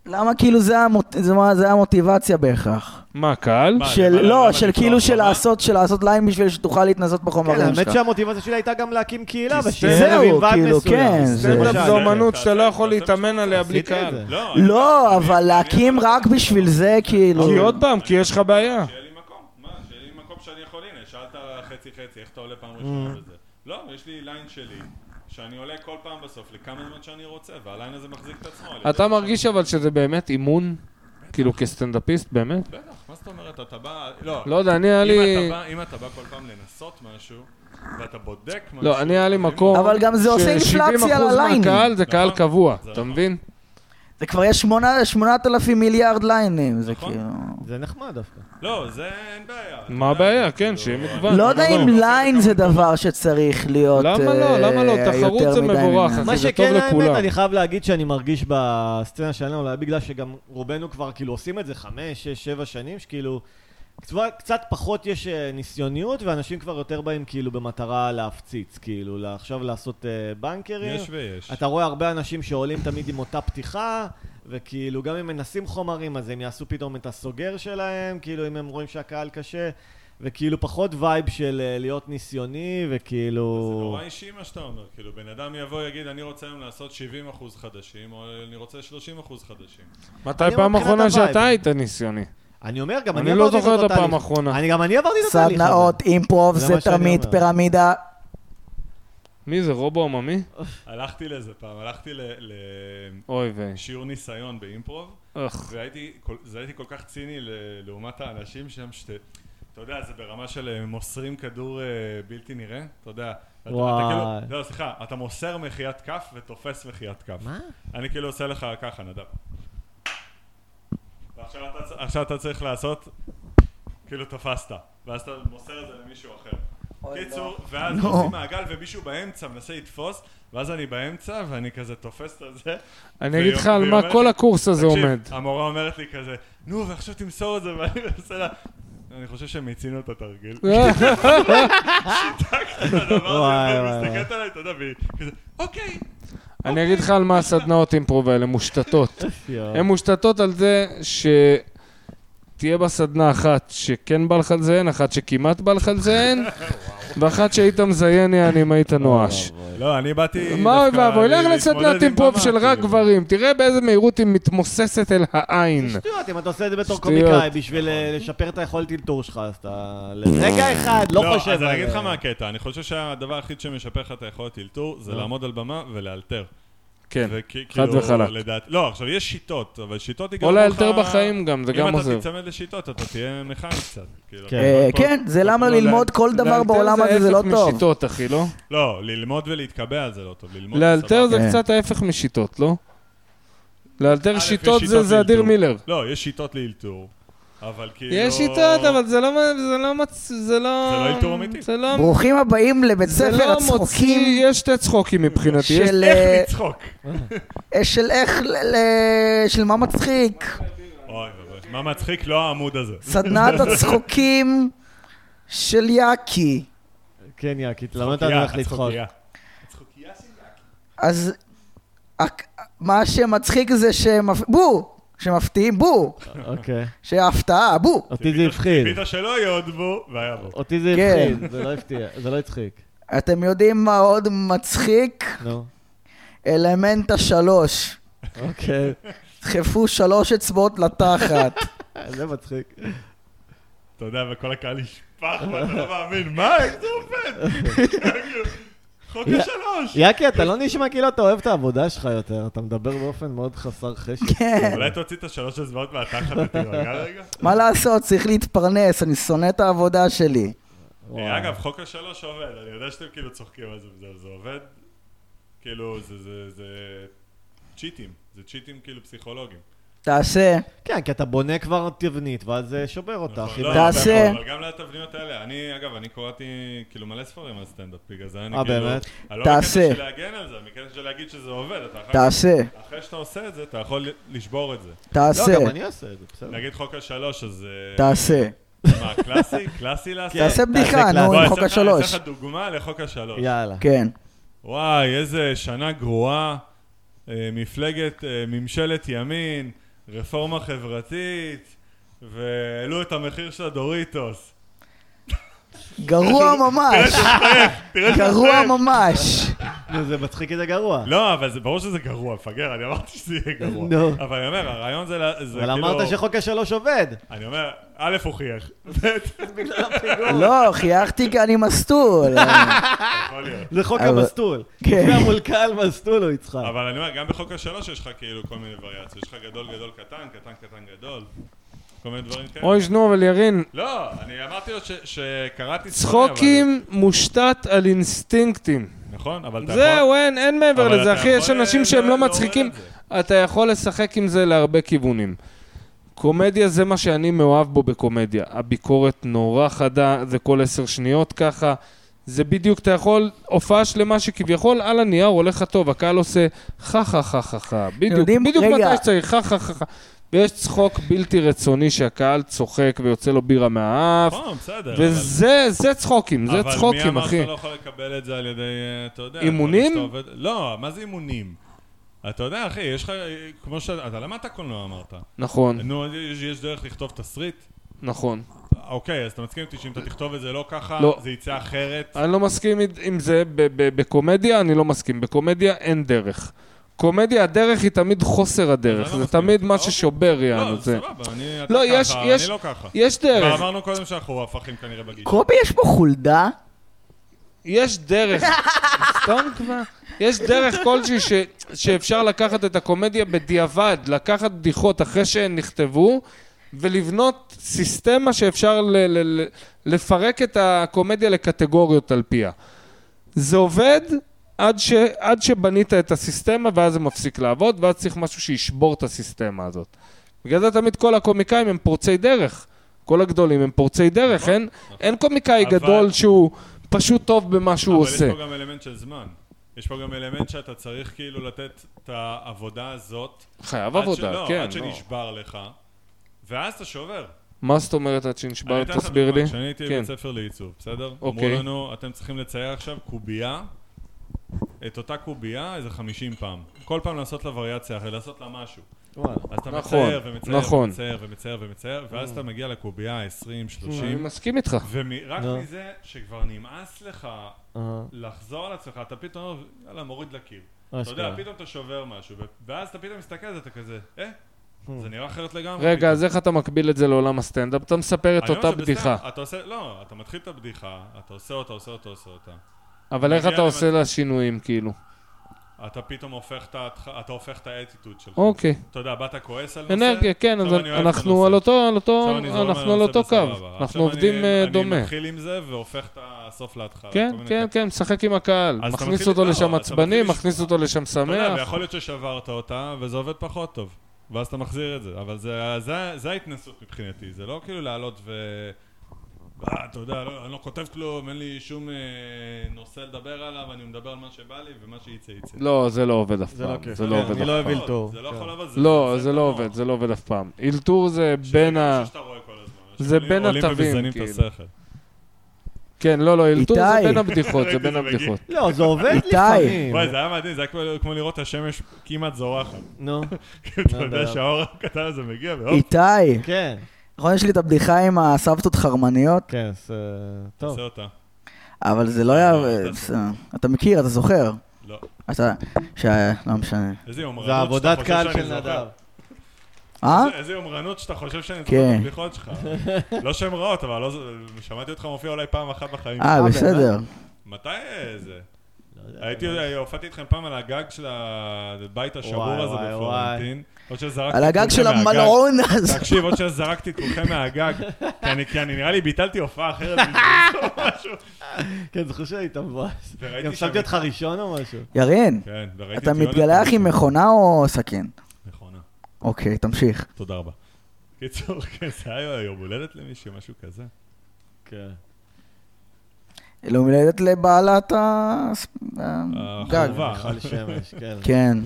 S4: למה כאילו זה, המוט... זה, מה- זה המוטיבציה בהכרח?
S1: מה, קהל?
S3: מה,
S4: של,
S3: למה-
S4: לא,
S3: למה
S4: של
S3: לפתוח
S4: כאילו של
S3: במה?
S4: לעשות, של לעשות ליין בשביל שתוכל להתנסות
S2: כן,
S4: בחומרים
S2: האמת
S4: שלך.
S2: שהמוטיבציה שלי הייתה גם להקים קהילה,
S1: כי
S2: ושיהיה
S4: זהו,
S2: איזה ויבאב
S4: כאילו,
S2: מסוים.
S4: כן, זה-
S1: סטנדאפ
S2: למשל,
S1: זה אומנות
S3: כן,
S1: שאתה לא
S3: תעשה-
S1: יכול
S3: תעשה
S1: להתאמן
S3: מה
S1: עליה
S3: שאתה
S1: בלי
S2: עשיתי את
S1: קהל.
S2: זה.
S3: לא, אני-
S4: לא,
S3: אני-
S4: אבל
S3: אני-
S4: להקים
S3: אני-
S4: רק בשביל זה, כאילו...
S1: כי עוד פעם, כי יש לך בעיה.
S3: שיהיה לי מקום, מה, שיהיה לי מקום שאני יכול, הנה, שאלת חצי חצי, איך אתה עולה פעם ראשונה
S1: אה.
S3: וזה. לא, יש לי ליין שלי, שאני עולה כל פעם בסוף לכמה זמן שאני רוצה, והליין הזה מחזיק את עצמו. על ידי-
S1: אתה מרגיש אבל שזה באמת אימון? כאילו כסטנדאפיסט, באמת?
S3: בטח, מה זאת אומרת, אתה בא... לא,
S1: לא יודע, אני היה
S3: אם
S1: לי...
S3: אתה בא- אם אתה בא כל פעם לנסות משהו, ואתה בודק משהו...
S1: לא, אני היה לי מקום...
S4: אבל גם זה עושה אינפלציה
S1: ש- 70%
S4: לליין.
S1: מהקהל זה קהל
S3: נכון.
S1: קבוע,
S3: זה
S1: אתה
S3: נכון.
S1: מבין?
S4: זה כבר יש שמונה- 8,000 מיליארד ליינים, זה
S3: נכון.
S4: כאילו...
S2: זה נחמד דווקא.
S3: לא, זה אין בעיה. אתה
S1: מה
S3: יודע,
S1: הבעיה?
S3: זה
S1: כן,
S3: כאילו-
S1: שיהיה מגוון.
S4: לא
S1: זה
S4: יודע
S1: נכון.
S4: אם ליין זה דבר שצריך להיות
S1: למה לא?
S4: אה,
S1: למה לא? תחרות
S4: יותר
S1: זה
S4: מדי
S1: מבורך,
S4: ממנו.
S1: אחי.
S2: מה
S1: זה טוב
S2: שכן, האמת,
S1: לכולם.
S2: אני חייב להגיד שאני מרגיש בסצנה שלנו, אולי בגלל שגם רובנו כבר כאילו עושים את זה חמש, שש, שבע שנים, שכאילו קצת- קצת פחות יש אה, ניסיוניות, ואנשים כבר יותר באים כאילו במטרה להפציץ, כאילו, לה- עכשיו לעשות אה, בנקרים.
S3: יש ויש.
S2: אתה רואה הרבה אנשים שעולים תמיד עם אותה פתיחה, וכאילו גם אם מנסים חומרים, אז הם יעשו פתאום את הסוגר שלהם, כאילו אם הם רואים שהקהל קשה, וכאילו פחות וייב של אה, להיות ניסיוני,
S3: זה
S2: וכאילו...
S3: נורא אישי מה שאתה אומר, כאילו בן אדם יבוא יגיד אני רוצה היום לעשות 70 אחוז חדשים או אני רוצה 30 אחוז חדשים.
S1: מתי
S2: אני
S1: פעם
S2: מבחינת
S1: אחרונה
S2: הווייב.
S1: שאתה היית ניסיוני?
S2: אני אומר, גם אני
S1: אני לא
S2: עברתי את
S1: זוכר
S2: אותו
S1: את הפעם
S2: תהליך.
S1: האחרונה.
S2: אני גם אני עברתי את התהליך הזה.
S4: סדנאות, אימפרוב,
S2: זה מה
S4: זה
S2: שאני
S4: תרמית,
S2: אומר.
S4: פירמידה.
S1: מי זה, רובו עממי?
S3: הלכתי לזה פעם, הלכתי ל-
S1: אוי ואי.
S3: לשיעור ניסיון באימפרוב
S1: אך.
S3: והייתי כל, זה הייתי כל כך ציני ל, לעומת האנשים שם שאתה, אתה יודע, זה ברמה של אה, מוסרים כדור אה, בלתי נראה, אתה יודע. אתה-
S2: וואי.
S3: אתה כאילו, לא, סליחה, אתה מוסר מחיית כף ותופס מחיית כף.
S2: מה?
S3: אני כאילו עושה לך ככה, נדב. ועכשיו אתה, צ- עכשיו אתה צריך לעשות, כאילו תפסת, ואז אתה מוסר את זה למישהו אחר.
S4: אוי,
S3: קיצור,
S4: לא.
S3: ואז
S4: נו.
S3: עושים מעגל ומישהו באמצע מנסה לתפוס, ואז אני באמצע ואני כזה תופס את זה.
S1: אני אגיד לך
S3: והיא-
S1: על
S3: והיא
S1: מה
S3: אומרת
S1: כל
S3: לי,
S1: הקורס הזה
S3: תקשיב,
S1: עומד.
S3: המורה אומרת לי כזה, נו, ועכשיו תמסור את זה, ואני מנסה לה... אני חושב שמיצינו את התרגיל.
S1: אה?
S3: שיתקת את הדבר
S2: וואי,
S3: הזה,
S2: וואי,
S3: ומסתכלת עליי, אתה יודע, והיא כזה, אוקיי.
S1: אני אגיד לך על מה הסדנאות אימפרוב האלה מושתתות.
S2: יואו.
S1: הן מושתתות על זה שתהיה בסדנה אחת שכן בא לך לזיין, אחת שכמעט בא לך לזיין, ואחת שהיית מזיין יעני אם היית נואש.
S3: לא, אני באתי...
S1: מה אוי
S3: דווקא
S1: ואבוי, לך
S3: להתמודד
S1: לסדנת
S3: עם
S1: אימפרוב
S3: במה,
S1: של רק
S3: כאילו.
S1: גברים, תראה באיזה מהירות היא מתמוססת אל העין.
S2: שטויות, אם אתה עושה את זה בתור
S1: שטויות.
S2: קומיקאי, בשביל אה, לשפר את היכולת אלתור שלך, אז אתה לרגע אחד לא חושב
S3: לא, אז
S2: על-
S3: אני אגיד לך מה הקטע, אני חושב שהדבר היחיד שמשפר לך את היכולת אלתור זה לעמוד על במה ולאלתר.
S1: אה. כן,
S3: וכי-
S1: חד
S3: כאילו,
S1: וחלק.
S3: לדעת- לא, עכשיו יש שיטות, אבל שיטות יגרמו
S1: או
S3: לך...
S1: לאלתר בחיים גם, זה גם
S3: כאילו אם אתה
S1: עוזר.
S3: תיצמד לשיטות, אתה תהיה מכני קצת. כאילו,
S2: כן.
S3: אתה
S4: אה,
S3: יכול-
S4: כן, זה למה
S1: לא,
S4: ללמוד כל דבר
S1: לאלתר
S4: בעולם הזה זה לא
S1: ההפך
S4: טוב.
S1: משיטות, אחי, לא?
S3: לא, ללמוד ולהתקבע זה לא טוב, ללמוד
S1: לאלתר
S3: סבבה.
S1: זה
S4: כן.
S1: קצת ההפך משיטות, לא?
S3: א',
S1: לאלתר
S3: יש
S1: שיטות זה- זה
S3: לאלתור.
S1: אדיר מילר.
S3: לא, יש שיטות לאלתור, אבל כאילו...
S1: יש שיטות, אבל זה לא... מ- זה לא... מצ- זה לא...
S3: זה לא אלתור אמיתי.
S1: זה לא...
S4: ברוכים הבאים לבית
S1: זה
S4: ספר
S1: לא מוציא...
S4: הצחוקים
S1: יש שתי צחוקים מבחינתי. יש-
S4: של... אה,
S3: איך לצחוק?
S4: של איך... ל- ל- של מה מצחיק.
S3: אוי ואבוי, מה מצחיק? לא העמוד הזה.
S4: סדנת הצחוקים של יאקי.
S2: כן, יאקי, תלמד אותנו איך לצחוק.
S3: הצחוקייה. הצחוקייה שלי.
S4: אז הק- מה שמצחיק זה שמפ... בו! שמפתיעים בו!
S2: אוקיי.
S4: שההפתעה בו!
S2: אותי זה הפחיד.
S3: ציפית שלא יהיה עוד בו, והיה בו.
S2: אותי זה
S4: כן.
S2: הפחיד, זה לא הפתיע, זה לא הצחיק.
S4: אתם יודעים מה עוד מצחיק?
S2: נו,
S4: אלמנטה שלוש.
S2: אוקיי.
S4: דחפו שלוש אצבעות לתחת.
S2: זה מצחיק.
S3: אתה יודע, וכל הקהל ישפך, ואתה לא מאמין, מה, איך זה עובד? חוק השלוש.
S2: יאקי, אתה לא נשמע כאילו אתה אוהב את העבודה שלך יותר, אתה מדבר באופן מאוד חסר חשק.
S4: כן.
S3: אולי תוציא את השלוש אצבעות מהתחת ותירגע רגע?
S4: מה לעשות, צריך להתפרנס, אני שונא את העבודה שלי.
S3: אה, אגב, חוק השלוש עובד, אני יודע שאתם כאילו צוחקים על זה וזה, אבל זה עובד. כאילו, זה- זה- זה צ'יטים, זה צ'יטים כאילו פסיכולוגיים.
S4: תעשה.
S2: כן, כי אתה בונה כבר תבנית, ואז זה שובר אותה.
S3: נכון,
S2: אחי.
S3: לא,
S4: תעשה.
S3: אבל גם לתבניות האלה. אני, אגב, אני קראתי כאילו מלא ספרים על סטנדאפ, בגלל זה אני
S2: אה,
S3: כאילו...
S2: באמת?
S3: אני לא
S4: תעשה.
S3: בקטע של להגן על זה, בקטע של להגיד שזה עובד. אתה אחר
S4: תעשה,
S3: כך- אחרי שאתה עושה את זה, אתה יכול לשבור את זה.
S4: תעשה,
S2: לא, גם אני אעשה את זה, בסדר.
S3: נגיד חוק השלוש, אז... אה,
S4: תעשה.
S3: מה, קלאסי? קלאסי לעשות?
S4: תעשה בדיחה,
S2: תעשה קלאס.
S4: נו,
S3: בוא,
S4: עם
S3: אני
S4: חוק
S3: אתן לך- אני
S4: השלוש.
S3: אתן לך דוגמה לחוק השלוש.
S2: יאללה.
S4: כן.
S3: וואי, איזה שנה גרועה. אה, מפלגת, אה, ממשלת ימין, רפורמה חברתית, והעלו את המחיר של הדוריטוס.
S4: גרוע ממש. גרוע ממש.
S2: נו, כאילו, זה מצחיק את הגרוע.
S3: לא, אבל זה ברור שזה גרוע, מפגר, אני אמרתי שזה יהיה גרוע.
S2: נו.
S3: אבל אני אומר, הרעיון זה לה- זה
S2: אבל
S3: כאילו...
S2: אמרת שחוק השלוש עובד.
S3: אני אומר, א', הוא חייך. ב',
S4: לא, חייכתי כי אני מסטול.
S3: יכול להיות.
S2: זה חוק
S4: אבל-
S2: המסטול.
S4: כן.
S2: לפני המולקל מסטול הוא יצחק.
S3: אבל אני אומר, גם בחוק השלוש יש לך כאילו כל מיני וריאציות. יש לך גדול גדול קטן, קטן קטן גדול. כל מיני דברים כאלה.
S1: אוי, שנו, אבל ירין,
S3: לא, אני אמרתי לו ש- שקראתי ספרים, אבל-
S1: צחוקים מושתת על אינסטינקטים.
S3: נכון, אבל אתה יכול...
S1: זהו, אין, אין מעבר
S3: אבל
S1: לזה,
S3: אתה
S1: אחי, יש
S3: יכול,
S1: אנשים
S3: אה,
S1: שהם
S3: לא-
S1: לא
S3: לא
S1: מצחיקים.
S3: אוהב
S1: אתה יכול לשחק עם זה להרבה כיוונים. קומדיה זה מה שאני מאוהב בו בקומדיה. הביקורת נורא חדה, זה כל עשר שניות ככה. זה בדיוק, אתה יכול, הופעה שלמה שכביכול על הנייר הולך לך טוב, הקהל עושה חה חה חה חה חה. בדיוק,
S4: יודעים,
S1: בדיוק
S4: רגע.
S1: מתי שצריך, חה חה חה חה. ויש צחוק בלתי רצוני שהקהל צוחק ויוצא לו בירה מהאף.
S3: נכון, בסדר.
S1: וזה זה צחוקים,
S3: אבל-
S1: זה צחוקים,
S3: אבל מי אמר
S1: אחי.
S3: שאתה לא יכול לקבל את זה על ידי, אה, אתה יודע...
S1: אימונים?
S3: דברים שאתה עובד- לא, מה זה אימונים? אתה יודע, אחי, יש לך... אה, כמו ש... אתה למדת קולנוע, אמרת.
S1: נכון,
S3: נו, יש- יש דרך לכתוב תסריט?
S1: נכון.
S3: אוקיי, אז אתה מסכים איתי שאם אתה תכתוב את זה לא ככה,
S1: לא.
S3: זה יצא אחרת?
S1: אני לא מסכים עם- עם זה ב- ב- בקומדיה, אני לא מסכים. בקומדיה אין דרך. קומדיה, הדרך היא תמיד חוסר הדרך,
S3: אני לא
S1: זה
S3: מסכים.
S1: תמיד מה
S3: אוקיי.
S1: ששובר,
S3: לא,
S1: יענו,
S3: זה
S1: כן, זה.
S3: סבבה, אני... אתה
S1: לא, יש-
S3: ככה,
S1: יש-
S3: אני לא ככה.
S1: יש
S3: כבר
S1: דרך,
S3: אמרנו קודם שאנחנו הפכים כנראה בגישה.
S4: קובי יש פה חולדה?
S1: יש דרך. סתום כבר. יש דרך כלשהי ש- שאפשר לקחת את הקומדיה בדיעבד, לקחת בדיחות אחרי שהן נכתבו, ולבנות סיסטמה שאפשר ל- ל- ל- לפרק את הקומדיה לקטגוריות על פיה. זה עובד עד, ש, עד שבנית את הסיסטמה ואז זה מפסיק לעבוד, ואז צריך משהו שישבור את הסיסטמה הזאת. בגלל זה תמיד כל הקומיקאים הם פורצי דרך. כל הגדולים הם פורצי דרך, אין, אין קומיקאי
S3: אבל-
S1: גדול שהוא פשוט טוב במה שהוא עושה.
S3: אבל יש פה גם אלמנט של זמן. יש פה גם אלמנט שאתה צריך כאילו לתת את העבודה הזאת.
S1: חייב
S3: עד
S1: עבודה,
S3: שלא,
S1: כן.
S3: עד
S1: לא.
S3: שנשבר לך, ואז אתה שובר.
S1: מה זאת אומרת עד
S3: אני
S1: שנשבר?
S3: אתן לך
S1: תסביר
S3: דוגמה,
S1: לי.
S3: כשאני הייתי
S1: כן.
S3: בבית ספר לעיצוב, בסדר? אמרו
S1: אוקיי.
S3: לנו, אתם צריכים לצייר עכשיו קובייה, את אותה קובייה איזה 50 פעם. כל פעם לעשות לה וריאציה אחרת, לעשות לה משהו.
S2: וואלה.
S3: אז אתה
S1: נכון,
S3: מצייר ומצייר
S1: נכון.
S3: ומצייר ומצייר ומצייר, ואז אתה מגיע לקובייה 20,
S1: אני לא-
S3: 30,
S1: מסכים איתך.
S3: לא ורק
S2: נו.
S3: מזה שכבר נמאס לך
S2: אה,
S3: לחזור על עצמך, אתה פתאום, אומר, יאללה, מוריד לקיר. אתה
S2: אשכרה.
S3: יודע, פתאום אתה שובר משהו, ו- ואז אתה פתאום מסתכל על זה, אתה כזה, אה, זה נראה אחרת לגמרי.
S1: רגע,
S3: פתאום.
S1: אז איך אתה מקביל את זה לעולם הסטנדאפ? אתה מספר את
S3: אני אומר
S1: אותה
S3: שבסדר,
S1: בדיחה.
S3: אתה עושה, לא, אתה מתחיל את הבדיחה, אתה עושה אותה, עושה אותה, עושה אותה.
S1: אבל איך
S3: מגיע
S1: אתה
S3: למצב-
S1: עושה לה שינויים, כאילו?
S3: אתה פתאום הופך את ההתח- אתה הופך את האטיטוד שלך.
S1: אוקיי.
S3: אתה יודע, באת כועס על נושא?
S1: אנרגיה, כן, אז
S3: עכשיו אני אוהב את
S1: אנחנו
S3: הנושא.
S1: על אותו, על אותו,
S3: עכשיו אני זורם
S1: אנחנו על
S3: הנושא
S1: אותו קו,
S3: בסבבה.
S1: אנחנו
S3: עכשיו
S1: עובדים
S3: אני-
S1: אה,
S3: אני
S1: דומה.
S3: מתחיל עם זה והופך את הסוף להתחלה.
S1: כן,
S3: כל מיני
S1: כן,
S3: כאלה.
S1: כן, משחק עם הקהל,
S3: אז אתה
S1: מכניס
S3: מתחיל-
S1: אותו
S3: לא,
S1: לשם
S3: אתה
S1: עצבני,
S3: מתחיל
S1: מכניס
S3: לשמוע.
S1: אותו לשם
S3: אתה יודע,
S1: שמח.
S3: ויכול להיות ששברת אותה וזה עובד פחות טוב. ואז אתה מחזיר את זה, אבל זה- זה- זה ההתנסות מבחינתי, זה לא כאילו לעלות ו... אה, אתה יודע, לא- אני לא כותב כלום, אין לי שום אה, נושא לדבר עליו, אני מדבר על מה שבא לי ומה שייצא יצא.
S1: לא, זה לא עובד אף
S2: זה לא
S1: פעם,
S2: כיף.
S1: זה לא
S2: כן,
S1: עובד
S2: אני
S1: אף
S2: לא
S1: פעם.
S2: אוהב אלתור.
S3: זה לא יכול לעבוד. זה-
S1: לא,
S3: זה
S1: זה לא
S3: לא-
S1: עובד, זה לא עובד אף פעם. אלתור זה בין ה...
S3: שאתה רואה כל הזמן.
S1: זה
S3: אנשים
S1: בין
S3: עולים
S1: התווים,
S3: ומזיינים את
S1: כאילו.
S3: השכל.
S1: כן, לא, לא, אלתור זה
S4: איתי.
S1: בין הבדיחות, זה
S3: ראיתי,
S1: בין
S3: זה מגיע.
S1: הבדיחות.
S2: לא, זה עובד
S4: איתי.
S2: לפעמים.
S3: וואי, זה היה מדהים, זה היה כמו- כמו לראות את השמש כמעט זורחת.
S2: נו,
S3: אתה
S2: נדב.
S3: יודע שהאור הקטן הזה מגיע, והופ,
S4: איתי,
S2: כן,
S4: נכון יש לי את הבדיחה עם הסבתות חרמניות?
S2: כן, זה... טוב.
S3: עושה אותה.
S4: אבל זה לא
S3: לא,
S4: היה...
S3: אתה-
S4: בסדר. אתה מכיר, אתה זוכר.
S3: לא.
S4: אתה... ש... לא משנה.
S3: איזה יומרנות
S2: זה
S3: שאתה
S2: עבודת
S3: חושב
S2: קהל
S3: שאני
S2: של
S3: זוכר.
S2: נדב.
S4: אה?
S3: איזה- איזה יומרנות שאתה חושב שאני זוכר
S4: כן.
S3: את הבדיחות שלך. לא שהן רעות, אבל לא ז- שמעתי אותך מופיע אולי פעם אחת בחיים.
S4: אה,
S2: באמת?
S4: בסדר.
S3: מתי אה, זה?
S2: לא
S3: הייתי, הופעתי איתכם פעם על הגג של הבית השבור
S2: וואי,
S3: הזה
S2: וואי,
S3: בפלורנטין. עוד שזרקתי
S4: על הגג
S3: את כולכם
S4: של
S3: מהגג.
S4: המלעון הזה.
S3: תקשיב, עוד שזרקתי את כולכם מהגג, כי אני- כי אני נראה לי ביטלתי הופעה אחרת בשביל זה או משהו.
S2: כן, זוכר שהיית מבואס.
S3: וראיתי
S2: גם
S3: שם-
S2: שמתי אותך ראשון או משהו.
S4: ירין,
S3: כן, וראיתי
S4: אתה
S3: את יונתן.
S4: מתגלח עם מכונה או סכין? אוקיי, תמשיך.
S3: תודה רבה. קיצור, כן, זה היה יום הולדת למישהו, משהו כזה.
S2: כן.
S4: לא מלדת לבעלת הס- הגג.
S3: החורבה.
S2: מיכל שמש, כן.
S4: כן.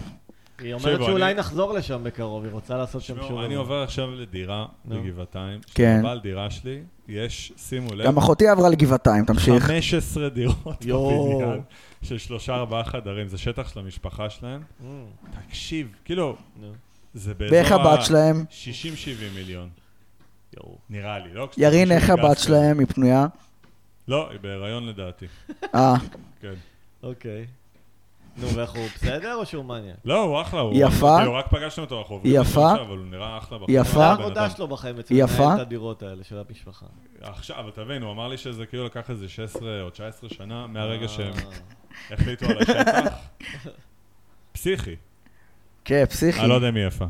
S2: היא אומרת
S3: תקשיבו,
S2: שאולי
S3: אני-
S2: נחזור לשם בקרוב, היא רוצה לעשות שם
S3: תשמעו,
S2: שיעורים.
S3: אני עובר עכשיו לדירה
S2: נו.
S3: בגבעתיים.
S4: כן.
S3: כן. בעל דירה שלי, יש, שימו לב,
S4: גם אחותי עברה לגבעתיים, תמשיך.
S3: 15 דירות
S2: יואו.
S3: בבניין של שלושה ארבעה חדרים. זה שטח של המשפחה שלהם.
S2: Mm,
S3: תקשיב, כאילו,
S2: נו.
S3: זה באזור
S4: ואיך הבת שלהם?
S3: 60-70 מיליון,
S2: יואו.
S3: נראה לי, לא?
S4: ירין, איך
S3: כשאתה
S4: הבת
S3: גס.
S4: שלהם? היא פנויה?
S3: לא, היא בהיריון לדעתי,
S4: אה,
S3: כן.
S2: אוקיי. נו, ואיך הוא בסדר או שהוא מניאק?
S3: לא, הוא אחלה, הוא...
S4: יפה?
S3: כאילו, רק פגשנו אותו, אנחנו עוברים אותו
S4: יפה?
S3: עכשיו, אבל הוא נראה אחלה בחור.
S4: יפה?
S2: זה
S3: אחלה בן
S2: העבודה
S3: אדם.
S2: שלו בחיים, אצל
S4: יפה.
S2: לנהל את הדירות האלה של המשפחה.
S3: עכשיו, אבל תבין, הוא אמר לי שזה כאילו לקח איזה 16 או 19 שנה מהרגע
S2: אה,
S3: שהם החליטו על השטח. פסיכי.
S4: כן, פסיכי.
S3: אני לא יודע אם היא יפה.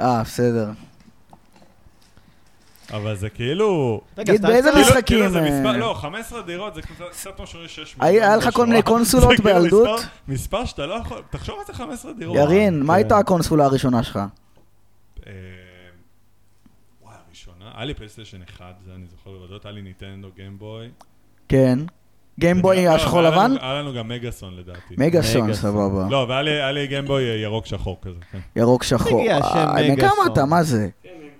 S4: אה, בסדר.
S3: אבל זה כאילו...
S2: רגע,
S4: תגיד,
S2: סתם,
S4: באיזה
S2: סתם.
S3: כאילו-
S4: לא, משחקים,
S3: כאילו זה מספר,
S4: אה,
S3: לא, 15 דירות זה קצת קצת כמו שיש 6
S4: היה- היה לך כל מיני קונסולות בילדות?
S3: כאילו- מספר שאתה לא יכול... תחשוב על זה 15 דירות.
S4: ירין, מה
S2: כן.
S4: הייתה הקונסולה הראשונה שלך?
S3: אה, וואי, הראשונה. היה לי פלייסטיישן 1, זה אני זוכר בוודאות, היה לי ניטנדו גמבוי.
S4: כן. גיימבוי
S3: לא,
S4: השחור
S3: והיה
S4: לבן?
S3: לנו- היה לנו גם מגאסון לדעתי.
S4: מגאסון,
S2: מגאסון.
S4: סבבה.
S3: לא, והיה לי- היה לי גמבוי ירוק שחור כזה, כן.
S4: ירוק שחור.
S2: הגיע השם
S4: אה, בן
S2: מגאסון.
S4: כמה אתה? מה זה?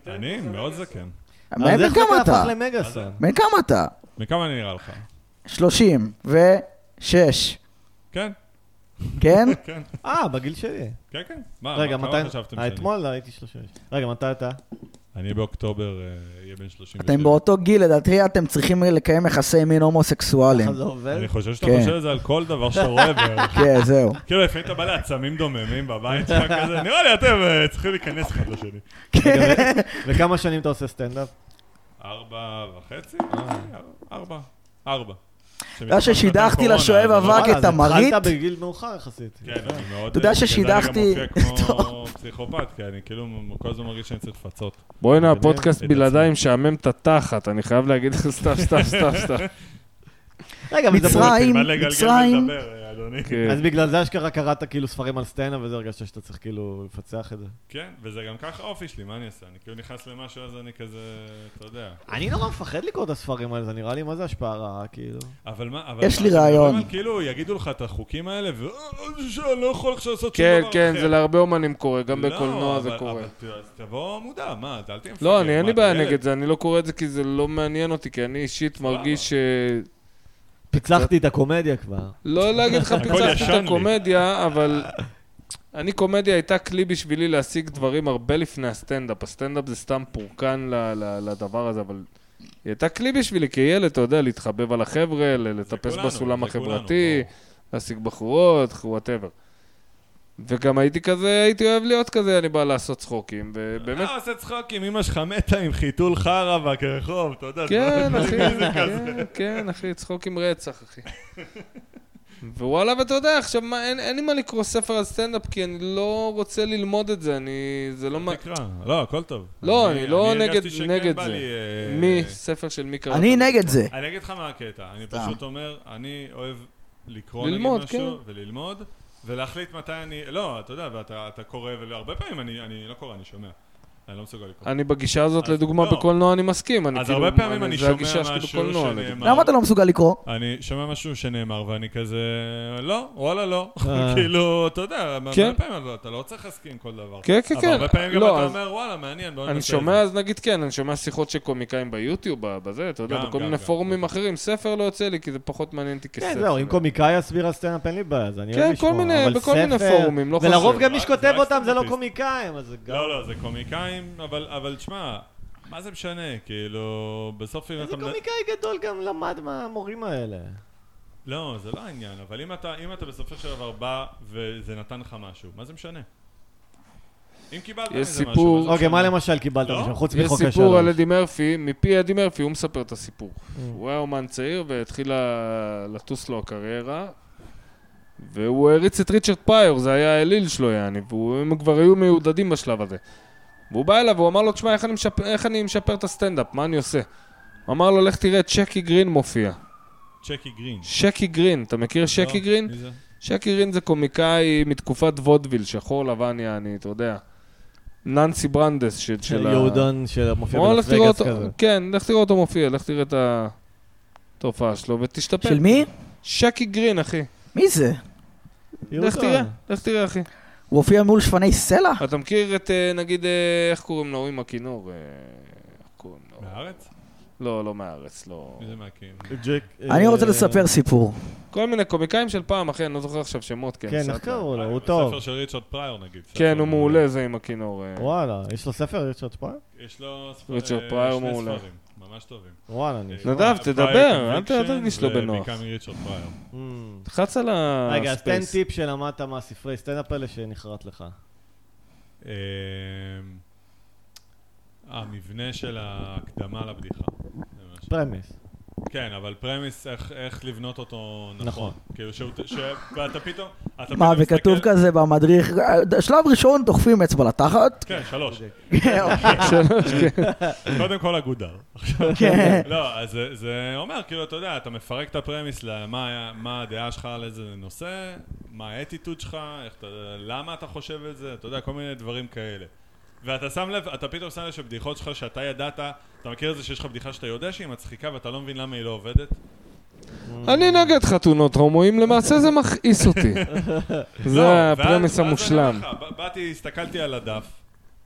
S3: אני מאוד כן. זקן.
S2: אז
S4: בן
S2: איך
S4: כמה
S2: אתה
S4: אתה?
S2: הפך למגאסון?
S4: בן כמה אתה?
S3: מכמה אני נראה לך?
S4: 30 ו-6,
S3: כן,
S4: כן?
S3: כן,
S2: אה, בגיל שלי.
S3: כן, כן. מה,
S2: רגע,
S3: מה
S2: מתי...
S3: כמה חשבתם
S2: אה,
S3: שאני?
S2: אתמול הייתי 36. רגע, מתי אתה?
S3: אני באוקטובר אה, אהיה בן 37.
S4: אתם באותו גיל, לדעתי אתם צריכים לקיים יחסי מין הומוסקסואלים.
S2: ככה זה עובד?
S3: אני חושב שאתה
S4: כן.
S3: חושב את זה על כל דבר שאתה רואה בערך.
S4: כן, זהו.
S3: כאילו, לפעמים אתה בא לעצמים דוממים בבית שלך כזה, נראה לי אתם אה, צריכים להיכנס אחד לשני.
S2: רגע, ו- וכמה שנים אתה עושה סטנדאפ?
S3: ארבע וחצי? אה, ארבע. ארבע.
S4: יודע ששידכתי לשואב
S3: קורונה, אבל-
S4: אבק
S2: וואלה,
S4: את
S2: אז
S4: המראית?
S2: התחלת בגיל מאוחר יחסית.
S3: כן, אני מאוד...
S4: אתה יודע
S3: אה, בגלל זה
S4: ששידכתי-
S3: אני גם מופיע כמו פסיכופת, כי אני כאילו כל הזמן מרגיש שאני צריך לפצות.
S1: בואנה,
S2: באמת?
S1: הפודקאסט
S3: את עצמי.
S1: בלעדיי משעמם את התחת, אני חייב להגיד לך סתם, סתם, סתם, סתם.
S2: רגע, אבל זה-
S4: מצרים.
S3: תלמד לגלגל
S4: מצרים.
S3: ולדבר, אה, אדוני.
S1: כן.
S2: אז בגלל זה אשכרה קראת כאילו ספרים על סטנדאפ וזה הרגשת שאתה צריך כאילו לפצח את זה.
S3: כן, וזה גם ככה האופי שלי, מה אני אעשה? אני כאילו נכנס למשהו, אז אני כזה, אתה יודע.
S2: אני נורא מפחד לקרוא את הספרים האלה, זה נראה לי מה זה השפעה רעה, כאילו.
S3: אבל מה, אבל...
S4: יש לי
S3: אבל
S4: רעיון.
S3: אבל כאילו, יגידו לך את החוקים האלה, ו... "אה, ש- לא יכול עכשיו לעשות שום
S1: כן,
S3: דבר
S1: כן,
S3: אחר.
S1: זה להרבה אומנים קורה, גם
S3: לא,
S1: בקולנוע זה
S3: אבל-
S1: קורה.
S3: אבל כן, ת- אז תבוא מודע, מה, אז אל תהיה מפגר.
S1: לא, אני אין
S3: מה,
S1: לי
S3: אתה
S1: בעיה
S3: ילד?
S1: נגד זה, אני לא קורא את זה כי זה לא מעניין אותי, כי אני אישית מרגיש אה, ש...
S2: פיצחתי את הקומדיה כבר.
S1: לא להגיד לך
S3: הכל
S1: פיצחתי
S3: ישן לי.
S1: את הקומדיה, אבל... אני, קומדיה הייתה כלי בשבילי להשיג דברים הרבה לפני הסטנדאפ. הסטנדאפ זה סתם פורקן ל- ל- לדבר הזה, אבל... היא הייתה כלי בשבילי כילד, אתה יודע, להתחבב על החבר'ה, ל- לטפס
S3: כולנו,
S1: בסולם
S3: זה כולנו,
S1: החברתי, להשיג בחורות, וואטאבר. וגם הייתי כזה, הייתי אוהב להיות כזה, אני בא לעשות צחוקים, ובאמת...
S3: אה, עושה צחוקים, אמא שלך מתה עם חיתול חרא בקרחוב, אתה יודע.
S1: כן,
S3: דברים
S1: אחי,
S3: כזה.
S1: כן, כן, אחי, צחוק עם רצח, אחי. ווואלה, ואתה יודע, עכשיו, מה, אין, אין לי מה לקרוא ספר על סטנדאפ, כי אני לא רוצה ללמוד את זה, אני... זה לא... מה...
S3: תקרא, לא, הכל טוב.
S1: לא, אני לא
S3: הרגשתי
S1: נגד-
S3: שכן
S1: נגד
S3: בא
S1: זה.
S3: לי, אה,
S1: מי? ספר של מי קראת?
S4: אני נגד זה.
S3: אני אגיד לך מה הקטע, אני
S4: סתם.
S3: פשוט אומר, אני אוהב לקרוא נגיד
S1: ללמוד, כן.
S3: משהו, וללמוד, ולהחליט מתי אני, לא, אתה יודע, ואתה אתה קורא, והרבה פעמים אני אני לא קורא, אני שומע. אני לא מסוגל לקרוא.
S1: אני בגישה הזאת,
S3: אז
S1: לדוגמה,
S3: לא.
S1: בקולנוע אני מסכים. אני
S3: אז
S1: כאילו-
S3: הרבה פעמים אני
S1: זה
S3: שומע
S1: הגישה שלי
S3: משהו
S1: בקולנוע,
S3: שנאמר.
S1: נגיד.
S4: למה אתה לא מסוגל לקרוא?
S3: אני שומע משהו שנאמר, ואני כזה, לא, וואלה לא. כאילו, אתה יודע,
S1: אה. כן.
S3: הרבה פעמים אתה- אתה לא צריך להסכים עם כל דבר.
S1: כן, כן,
S3: אבל
S1: כן.
S3: הרבה פעמים גם
S1: לא,
S3: אתה
S1: אז-
S3: אומר, וואלה, מעניין, בוא
S1: אני
S3: ננסה
S1: שומע,
S3: את
S1: אז נגיד כן, אני שומע שיחות של קומיקאים ביוטיוב, בזה, אתה יודע,
S3: גם,
S1: בכל
S3: גם,
S1: מיני
S3: גם.
S1: פורומים אחרים. ספר לא יוצא לי, כי זה פחות מעניין אותי כספר.
S2: כן, זהו, אם קומיקאי יסביר על סטנדאפ אין לי בעיה, אז אני
S1: כן,
S2: אוהב
S1: כל
S2: לשמוע.
S1: מיני-
S2: אבל
S1: בכל מיני
S2: ספר-
S1: פורומים, לא
S2: ולרוב
S1: חושב.
S2: גם מי
S3: זה
S2: שכותב
S3: רק
S2: אותם זה לא
S3: סטנדאפיסט.
S2: קומיקאים, אז זה
S3: זה.
S2: גם...
S3: לא, לא, זה קומיקאים, אבל, אבל שמע, מה זה משנה? כאילו, בסוף אם
S2: איזה
S3: אתה... מנ-
S2: קומיקאי גדול גם למד מהמורים האלה.
S3: לא, זה לא העניין, אבל אם אתה, אם אתה בסופו של דבר בא וזה נתן לך משהו, מה זה משנה? אם קיבלת
S1: יש
S3: מזה
S1: סיפור-
S3: משהו, זה
S2: אוקיי, מה
S3: משנה?
S2: למשל קיבלת
S3: לא?
S2: משם, חוץ
S1: יש
S2: מחוק
S1: סיפור על
S2: השלום? Mm.
S1: אדי מרפי, מפי אדי מרפי הוא מספר את הסיפור. הוא היה אומן צעיר והתחילה לטוס לו הקריירה, והוא העריץ את ריצ'רד פייר, זה היה האליל שלו יעני, והם כבר היו מיודדים בשלב הזה. והוא בא אליו והוא אמר לו, תשמע, איך אני, משפר, איך אני משפר את הסטנדאפ, מה אני עושה? הוא אמר לו, לך תראה, צ'קי גרין מופיע.
S3: צ'קי גרין.
S1: שקי גרין, אתה מכיר שקי
S3: לא?
S1: גרין?
S3: מי זה?
S1: שקי רין זה קומיקאי מתקופת וודוויל, שחור לבן יעני, אתה יודע. ננסי ברנדס של של ה...
S2: יהודון שמופיע
S1: או, לך
S2: בלאס
S1: תראה
S2: וגאס
S1: אותו,
S2: כזה.
S1: כן, לך תראה אותו מופיע, לך תראה את התופעה שלו ותשתפר.
S4: של מי?
S1: שקי גרין, אחי.
S4: מי זה?
S1: לך
S2: יהודון.
S1: תראה, לך תראה, אחי.
S4: הוא הופיע מול שפני סלע?
S1: אתה מכיר את, אה, נגיד, אה, איך קוראים לו, עם הכינור? אה, איך קוראים לו?
S3: מהארץ?
S1: לא, לא מהארץ, לא...
S3: מי זה מהקים?
S2: ג'ק...
S4: אני
S2: אה,
S4: רוצה לספר סיפור.
S1: כל מיני קומיקאים של פעם, אחי, אני לא זוכר עכשיו שמות, כן.
S2: כן,
S1: סאטלה.
S2: איך קראו לו?
S3: אה,
S2: הוא
S3: בספר
S2: טוב.
S3: של ריצ'רד פריור נגיד.
S1: כן,
S3: ספר
S1: הוא מעולה זה עם הכינור. אה.
S2: וואלה, יש לו ספר? יש לו פעם?
S3: יש לו ספר-
S1: ריצ'רד
S3: אה,
S1: פריור
S3: שני
S1: מעולה.
S3: ספרים, ממש טובים. אה,
S2: וואלה, אני...
S1: נדב, תדבר, אל ת- אל תרגיש לא בנוח.
S3: ובעיקר מריצ'רד פריור.
S2: Mm.
S1: תחץ על
S3: אה,
S1: הספייס.
S2: רגע, אז תן טיפ שלמדת מהספרי סטנדאפ האלה שנחרט לך.
S3: אמ, אה, המבנה של ההקדמה לבדיחה. זה מה ש-
S2: פרמיס.
S3: כן, אבל פרמיס, איך- איך לבנות אותו נכון.
S2: נכון.
S3: כאילו, שהוא- ש- ואתה פתאום... אתה
S4: מה,
S3: פתאום
S4: וכתוב
S3: מסתכל-
S4: כזה במדריך, אה, שלב ראשון דוחפים אצבע לתחת.
S3: כן, שלוש.
S4: אוקיי.
S1: טיפ.
S3: קודם כל אגודר.
S4: כן.
S3: לא, אז זה- זה אומר, כאילו, אתה יודע, אתה מפרק את הפרמיס למה היה- מה הדעה שלך על איזה נושא, מה האטיטוד שלך, איך אתה- למה אתה חושב את זה, אתה יודע, כל מיני דברים כאלה. ואתה שם לב, אתה פתאום שם לב שבדיחות שלך שאתה ידעת, אתה מכיר את זה שיש לך בדיחה שאתה יודע שהיא מצחיקה ואתה לא מבין למה היא לא עובדת?
S1: אני נגד חתונות הומואים, למעשה זה מכעיס אותי.
S3: לא,
S1: זה
S3: ואז-
S1: הפרמיס
S3: ואז אני
S1: המושלם.
S3: אומר לך, ב- באתי, הסתכלתי על הדף,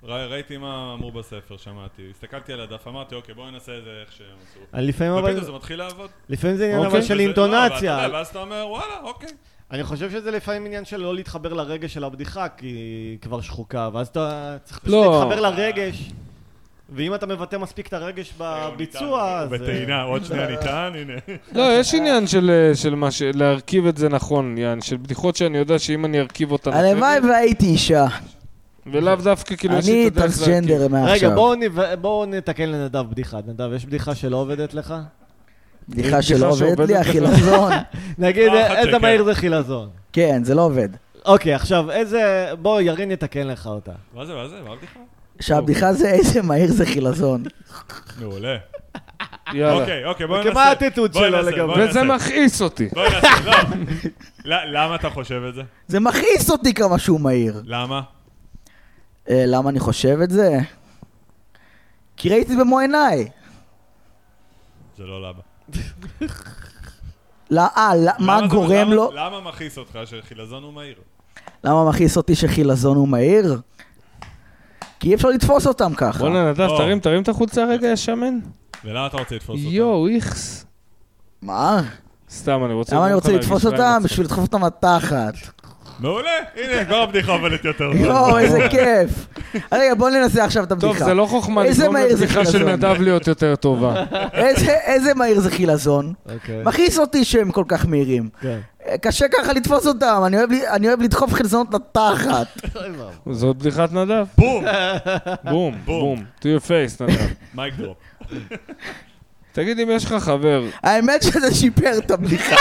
S3: ר- ראיתי מה אמרו בספר, שמעתי, הסתכלתי על הדף, אמרתי, אוקיי, בואו ננסה את זה איך שהם עשו.
S2: אני לפעמים אבל...
S3: ופתאום זה מתחיל לעבוד.
S2: לפעמים זה עניין
S1: אוקיי.
S2: אבל של
S3: וזה- לא, אבל אתה
S2: אינטונציה.
S3: יודע, ואז אתה אומר, וואלה, אוקיי.
S2: אני חושב שזה לפעמים עניין של לא להתחבר לרגע של הבדיחה, כי היא כבר שחוקה, ואז אתה צריך פשוט
S1: לא.
S2: להתחבר לרגש. ואם אתה מבטא מספיק את הרגש בביצוע, אז...
S3: הוא בטעינה, עוד שנייה נטען, הנה.
S1: לא, יש עניין של, אה, של מה ש... להרכיב את זה נכון, יעני, של בדיחות שאני יודע שאם אני ארכיב אותן...
S4: הלוואי והייתי אישה.
S1: ולאו דווקא כאילו יש לי
S4: אני
S1: את הדרך להרכיב.
S4: טרנסג'נדר מעכשיו.
S2: אה, רגע, בואו נב- בואו נתקן לנדב בדיחה. נדב, יש בדיחה שלא עובדת לך?
S4: בדיחה שלא
S1: בדיחה
S4: עובדת לי,
S1: שעובדת
S4: החילזון.
S2: נגיד,
S3: אה, אחת
S2: איזה
S3: שכן.
S2: מהיר זה חילזון.
S4: כן, זה לא עובד.
S2: אוקיי, עכשיו, איזה... בוא, ירין יתקן לך אותה.
S3: מה זה, מה זה, מה הבדיחה?
S4: שהבדיחה זה איזה מהיר זה חילזון.
S3: מעולה.
S1: יאללה.
S3: אוקיי, אוקיי, בואי
S2: אוקיי,
S3: ננסה.
S2: מה האטיטוד
S3: בואי
S2: שלו
S3: ננסה,
S2: לגבי-
S3: בואי
S1: וזה
S3: ננסה.
S1: מכעיס אותי.
S3: בואי ננסה, לא. ל- למה אתה חושב את זה?
S4: זה מכעיס אותי כמה שהוא מהיר.
S3: למה?
S4: אה, למה אני חושב את זה? כי ראיתי במו עיניי.
S3: זה לא למה.
S4: לא, אה, לא- מה
S3: למה זה-
S4: גורם
S3: למה-
S4: לו?
S3: למה מכעיס אותך שחילזון הוא מהיר?
S4: למה מכעיס אותי שחילזון הוא מהיר? כי אי אפשר לתפוס אותם ככה.
S1: בואנה נדב,
S3: אה, או. לא
S1: תרים, תרים את החולצה רגע, יא שמן.
S3: ולמה אתה רוצה לתפוס אותה?
S1: יואו, איכס.
S4: מה?
S1: סתם, אני רוצה...
S4: למה אני
S1: לגרום לך
S4: רוצה לתפוס
S1: להרגיש
S4: אותם?
S1: רע עם עצמך.
S4: בשביל לדחוף אותם לתחת.
S1: כן.
S3: מעולה, הנה, כבר הבדיחה עובדת יותר. טוב.
S4: יואו, איזה כיף. רגע, בואו ננסה עכשיו את הבדיחה.
S1: טוב, זה לא חוכמה
S4: איזה
S1: לגרום
S4: מהיר זה
S1: לבדיחה של
S4: חילזון.
S1: נדב להיות יותר טובה.
S4: איזה- איזה מהיר זה חילזון?
S2: אוקיי.
S4: מכעיס אותי שהם כל כך מהירים.
S2: כן.
S4: אה, קשה ככה לתפוס אותם, אני אוהב ל- אני אוהב לדחוף חילזונות לתחת.
S1: זאת בדיחת נדב.
S3: בום!
S1: בום,
S3: בום.
S1: בום. To your face, נדב.
S3: מייק דרופ.
S1: תגיד אם יש לך חבר,
S4: האמת שזה שיפר את הבדיחה.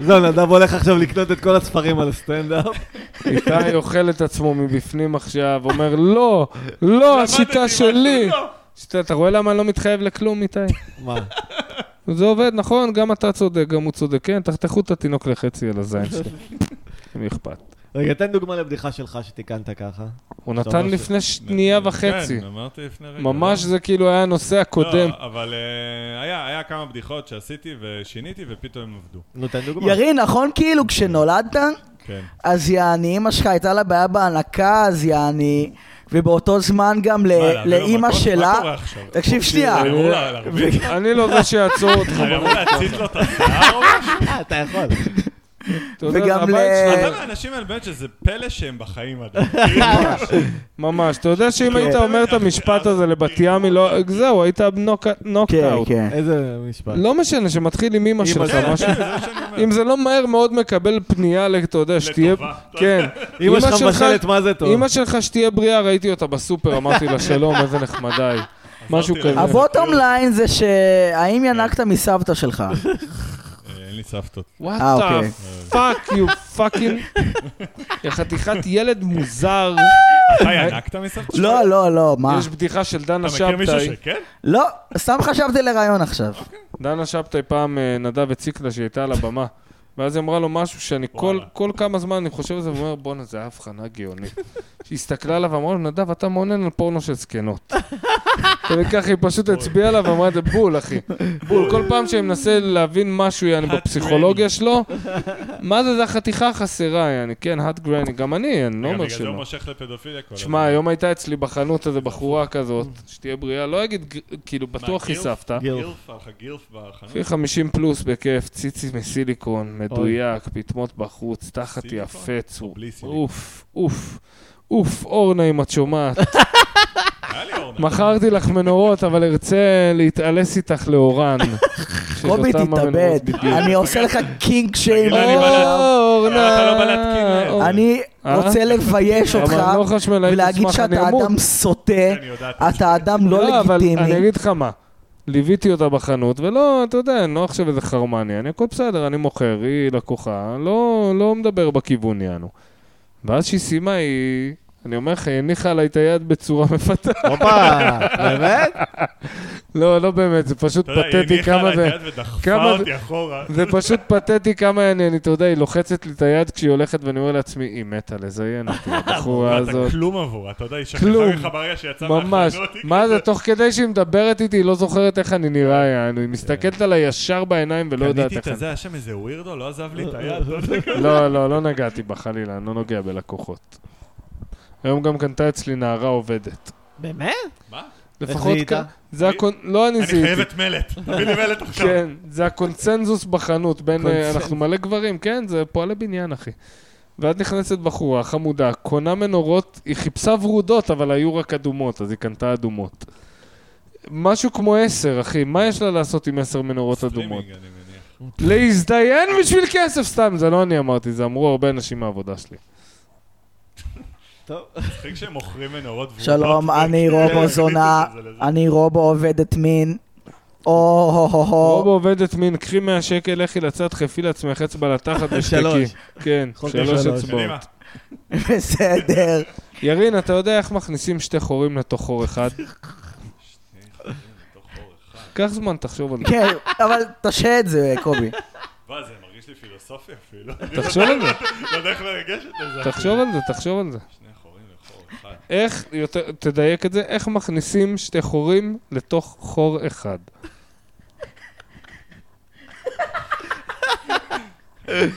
S2: זהו, נדב הולך עכשיו לקנות את כל הספרים על סטנדאפ.
S1: איתי אוכל את עצמו מבפנים עכשיו, אומר לא, לא, השיטה
S3: למדתי
S1: שלי.
S3: משהו, לא.
S1: שיטה, אתה רואה למה אני לא מתחייב לכלום, איתי?
S2: מה?
S1: זה עובד, נכון, גם אתה צודק, גם הוא צודק. כן, תחתכו את התינוק לחצי על הזין שלו. אם אכפת.
S2: רגע, תן דוגמה לבדיחה שלך שתיקנת ככה.
S1: הוא
S2: אתה
S1: נתן
S2: אומר ש-
S1: לפני שנייה וחצי.
S3: כן, אמרתי לפני רגע.
S1: ממש זה כאילו היה הנושא
S3: לא,
S1: הקודם.
S3: לא, אבל אה, היה, היה כמה בדיחות שעשיתי ושיניתי ופתאום הם עבדו.
S2: נו, תן דוגמה.
S4: ירין, נכון כאילו כשנולדת,
S3: כן.
S4: אז יעני, אמא שלך הייתה לה בעיה בהנקה, אז יעני, ובאותו זמן גם ל-
S3: מה, להביא לו
S4: לאימא
S3: מכות? מה קורה
S4: שלה,
S3: עכשיו?
S4: תקשיב שנייה,
S3: אני אמור לה- להרביץ?
S1: אני לא זה שיעצור אותך.
S3: אני אמור להציץ לו את השיער? או משהו?
S2: אה, אתה יכול.
S1: אתה יודע,
S4: וגם
S1: הבית
S4: ל-
S1: שלך-
S3: אתה מהאנשים האלה באמת שזה פלא שהם בחיים כאילו, עדיין.
S4: אה,
S1: ממש, אתה יודע שאם
S4: כן.
S1: היית אומר את המשפט הזה לבת ימי, לא- זהו, היית
S4: כן,
S1: נוקאוט.
S4: כן.
S2: איזה משפט.
S1: לא משנה, שמתחיל עם אמא שלך,
S3: כן,
S4: אה.
S1: משהו.
S3: כן, זה מה שאני אומר.
S1: אם זה לא מהר מאוד מקבל פנייה, ל- אתה יודע, שתהיה...
S3: לטובה.
S1: כן.
S2: אמא שלך מבשלת מה זה טוב.
S1: אמא שלך שתהיה בריאה, ראיתי אותה בסופר, אמרתי לה שלום, איזה נחמדה היא. משהו
S3: עזרתי לה.
S1: כזה.
S4: הבוטום ליין זה
S1: כן.
S4: שהאם ינקת מסבתא שלך?
S3: אה, אין לי סבתות.
S1: וואט
S4: אה,
S1: דה
S4: אוקיי.
S1: פאק, יו פאקינג. חתיכת ילד מוזר.
S3: אתה
S1: אה,
S3: ינקת מסבתות? שלך?
S4: לא, לא, לא, מה?
S1: יש בדיחה של דנה
S3: אתה מכיר מישהו כן?
S1: שבתאי.
S3: שכן?
S4: לא, סתם חשבתי לרעיון עכשיו.
S1: כן, דנה שבתאי פעם אה, נדב הציק לה שהיא הייתה על הבמה. ואז היא אמרה לו משהו שאני כל,
S3: וואלה.
S1: כל כמה זמן אני חושב על זה ואומר, בואנה, זו הייתה הבחנה גאונית. שהיא הסתכלה עליו ואמרה לו, נדב, אתה מעונן על פורנו של זקנות. וככה היא פשוט הצביעה עליו ואמרה, זה בול, אחי. בול. כל פעם שאני מנסה להבין משהו, יעני,
S3: Hot
S1: בפסיכולוגיה שלו, מה זה, זה החתיכה החסרה, יעני, כן, hot granny, גם אני, אני לא
S3: רגע,
S1: אומר
S3: בגלל זה הוא
S1: שלא.
S3: מושך לפדופיליה כל הזמן.
S1: שמע, היום הייתה אצלי בחנות איזו
S3: נכון.
S1: בחורה כזאת, שתהיה בריאה, לא אגיד, ג- כאילו, בטוח
S3: גירף?
S1: חשפת.
S3: גירף, היה לך גירף בחנות.
S1: לפי 50 פלוס בכיף, ציצי מסיליקון, מדויק, פטמות בחוץ, תחת
S3: סיליקון?
S1: יפה, צור.
S3: בלי סיליקון?
S1: אוף, אוף, אוף, אורנה אם את שומעת.
S3: היה לי אורנה.
S1: מכרתי לך מנורות, אבל ארצה להתאלס איתך לאורן. של
S4: קובי,
S1: אותם
S4: תתאבד.
S1: המנורות בדיוק.
S4: אני עושה לך קינג שיימינג.
S3: אני בא לה-
S1: אורנה,
S3: אתה לא בא להתקין להם.
S1: אורנה.
S4: אני
S1: אה?
S4: רוצה לבייש אותך
S1: אבל לא חשמלאי
S4: ולהגיד
S1: תשמח, אני
S4: שאתה
S1: אמור.
S4: אדם סוטה,
S3: אני יודעת.
S4: אתה אדם לא
S1: אבל אני
S4: לגיטימי.
S1: אגיד לך מה. ליוויתי אותה בחנות, ולא, אתה יודע, אני לא עכשיו איזה חרמני, אני הכל בסדר, אני מוכר, היא לקוחה, לא, לא מדבר בכיוון יענו. ואז שהיא סיימה, היא, אני אומר לך, היא הניחה עליי את היד בצורה מפתה.
S2: הופה, באמת?
S1: לא, לא באמת, זה פשוט
S3: אתה יודע, היא
S1: פתטי
S3: הניחה
S1: כמה
S3: עליי
S1: זה...
S3: את היד ודחפה
S1: כמה זה-
S3: אותי אחורה.
S1: זה פשוט פתטי כמה אני, אני, אתה יודע, היא לוחצת לי את היד כשהיא הולכת ואני אומר לעצמי, היא מתה לזיין אותי, הבחורה
S3: ואתה
S1: הזאת.
S3: כלום עבורה, אתה יודע, היא שכחה
S1: כלום.
S3: ממך ברגע שיצא
S1: ממש.
S3: מהחנות, היא
S1: מה
S3: כזה-
S1: זה, תוך כדי שהיא מדברת איתי, היא לא זוכרת איך אני נראה, יענו, היא מסתכלת עליי ישר בעיניים ולא לא יודעת
S3: קניתי
S1: איך
S3: את
S1: אני...
S3: הזה, היה שם איזה ווירדו, לא עזב לי את היד. לא יודע.
S1: לא, לא, לא נגעתי בה חלילה, אני לא נוגע בלקוחות. היום גם קנתה אצלי נערה עובדת.
S2: באמת?
S3: מה?
S1: לפחות
S2: זיהית?
S1: כ- זה הקונ... לא אני
S3: אני
S1: זיהיתי.
S3: חייבת מלט, תביא לי מלט עכשיו.
S1: כן, זה הקונצנזוס בחנות בין... אה,
S2: קונצנזוס.
S1: אנחנו מלא גברים, כן? זה פועלי בניין, אחי. ואת נכנסת בחורה חמודה, קונה מנורות, היא חיפשה ורודות, אבל היו רק אדומות, אז היא קנתה אדומות. משהו כמו עשר, אחי, מה יש לה לעשות עם עשר מנורות אדומות?
S3: סטרימינג, אני מניח.
S1: להזדיין בשביל כסף, סתם, זה לא אני אמרתי, זה אמרו הרבה אנשים מהעבודה שלי.
S2: טוב.
S3: מצחיק שהם מוכרים מנורות כן, ורודות.
S4: שלום, אני רובו זונה, אני רובו עובדת מין.
S1: רוב
S4: או-הו-הו-הו.
S1: עובדת מין, קחי 100 שקל, לכי לצד, חפי לעצמך אצבע לתחת ושתקי.
S2: שלוש.
S1: כן,
S2: יכולתי
S1: שלוש
S2: שלוש.
S1: אצבעות.
S4: בסדר.
S1: ירין, אתה יודע איך מכניסים שתי חורים לתוך חור אחד? קח זמן, תחשוב על זה.
S4: כן, אבל תשהה את זה, קובי.
S3: וואי, זה מרגיש לי פילוסופי אפילו.
S1: תחשוב על זה,
S3: לא יודע איך לגשת לזה.
S1: תחשוב על זה, תחשוב על זה.
S3: שני חורים לחור אחד.
S1: איך, יותר, תדייק את זה, איך מכניסים שתי חורים לתוך חור אחד?
S3: אני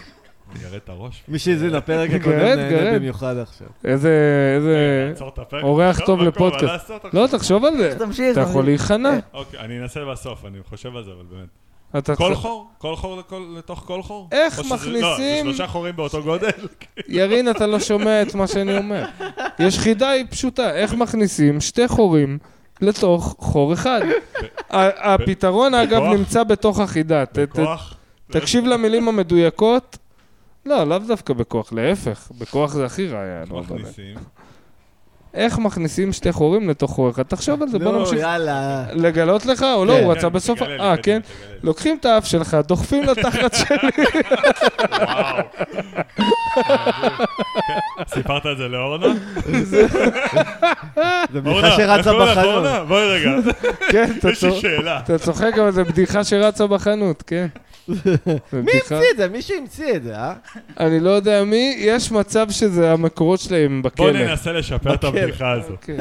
S3: אראה את הראש.
S2: מי שהזין לפרק
S1: גרד,
S2: הקודם נהנה
S1: גרד.
S2: במיוחד עכשיו.
S1: איזה, איזה...
S3: נעצור את הפרק.
S1: אורח
S3: תחשוב
S1: טוב
S3: מה קורה,
S1: לפודקאסט.
S3: מה לעשות עכשיו?
S1: לא, תחשוב על זה.
S4: תמשיך.
S1: אתה יכול להיכנע.
S3: אוקיי, אני אנסה בסוף, אני חושב על זה, אבל באמת.
S1: אתה
S3: כל
S1: צ-
S3: חור? כל חור לכל- לתוך כל חור?
S1: איך
S3: או שזה- לא, זה
S1: מכניסים-
S3: שלושה חורים באותו גודל?
S1: ירין, אתה לא שומע את מה שאני אומר. יש חידה היא פשוטה, איך מכניסים שתי חורים לתוך חור אחד. ה- הפתרון, אגב,
S3: בכוח?
S1: נמצא בתוך החידה. ת- ת-
S3: בכוח?
S1: תקשיב למילים המדויקות. לא, לאו דווקא בכוח, להפך, בכוח זה הכי רע היה. נו, אבל-
S3: מכניסים. כן,
S1: איך מכניסים שתי חורים לתוך חור אחד? תחשוב על זה, בוא
S2: נו,
S1: נמשיך.
S2: יאללה.
S1: לגלות לך או לא?
S2: לא, כן.
S1: הוא רצה
S3: כן,
S1: בסוף...
S3: תגלה לי,
S1: אה,
S3: קדימה,
S1: כן?
S3: תגלה לי.
S1: לוקחים את האף שלך, דוחפים לתחת שלי.
S3: וואו.
S1: לא.
S3: סיפרת את זה לאורנה?
S2: זה
S3: אורנה,
S2: בדיחה שרצה
S3: איך קוראים לך,
S2: בחנות.
S3: אורנה? בואי רגע,
S1: כן, אתה
S3: יש לי
S1: צוחק.
S3: שאלה.
S1: אתה צוחק, אבל זו בדיחה שרצה בחנות, כן.
S2: מי המציא את זה? מישהו המציא את זה, אה?
S1: אני לא יודע מי, יש מצב שזה המקורות שלהם בכלא.
S3: בואו ננסה לשפר את
S2: בכלא.
S3: הבדיחה הזו.
S1: כן.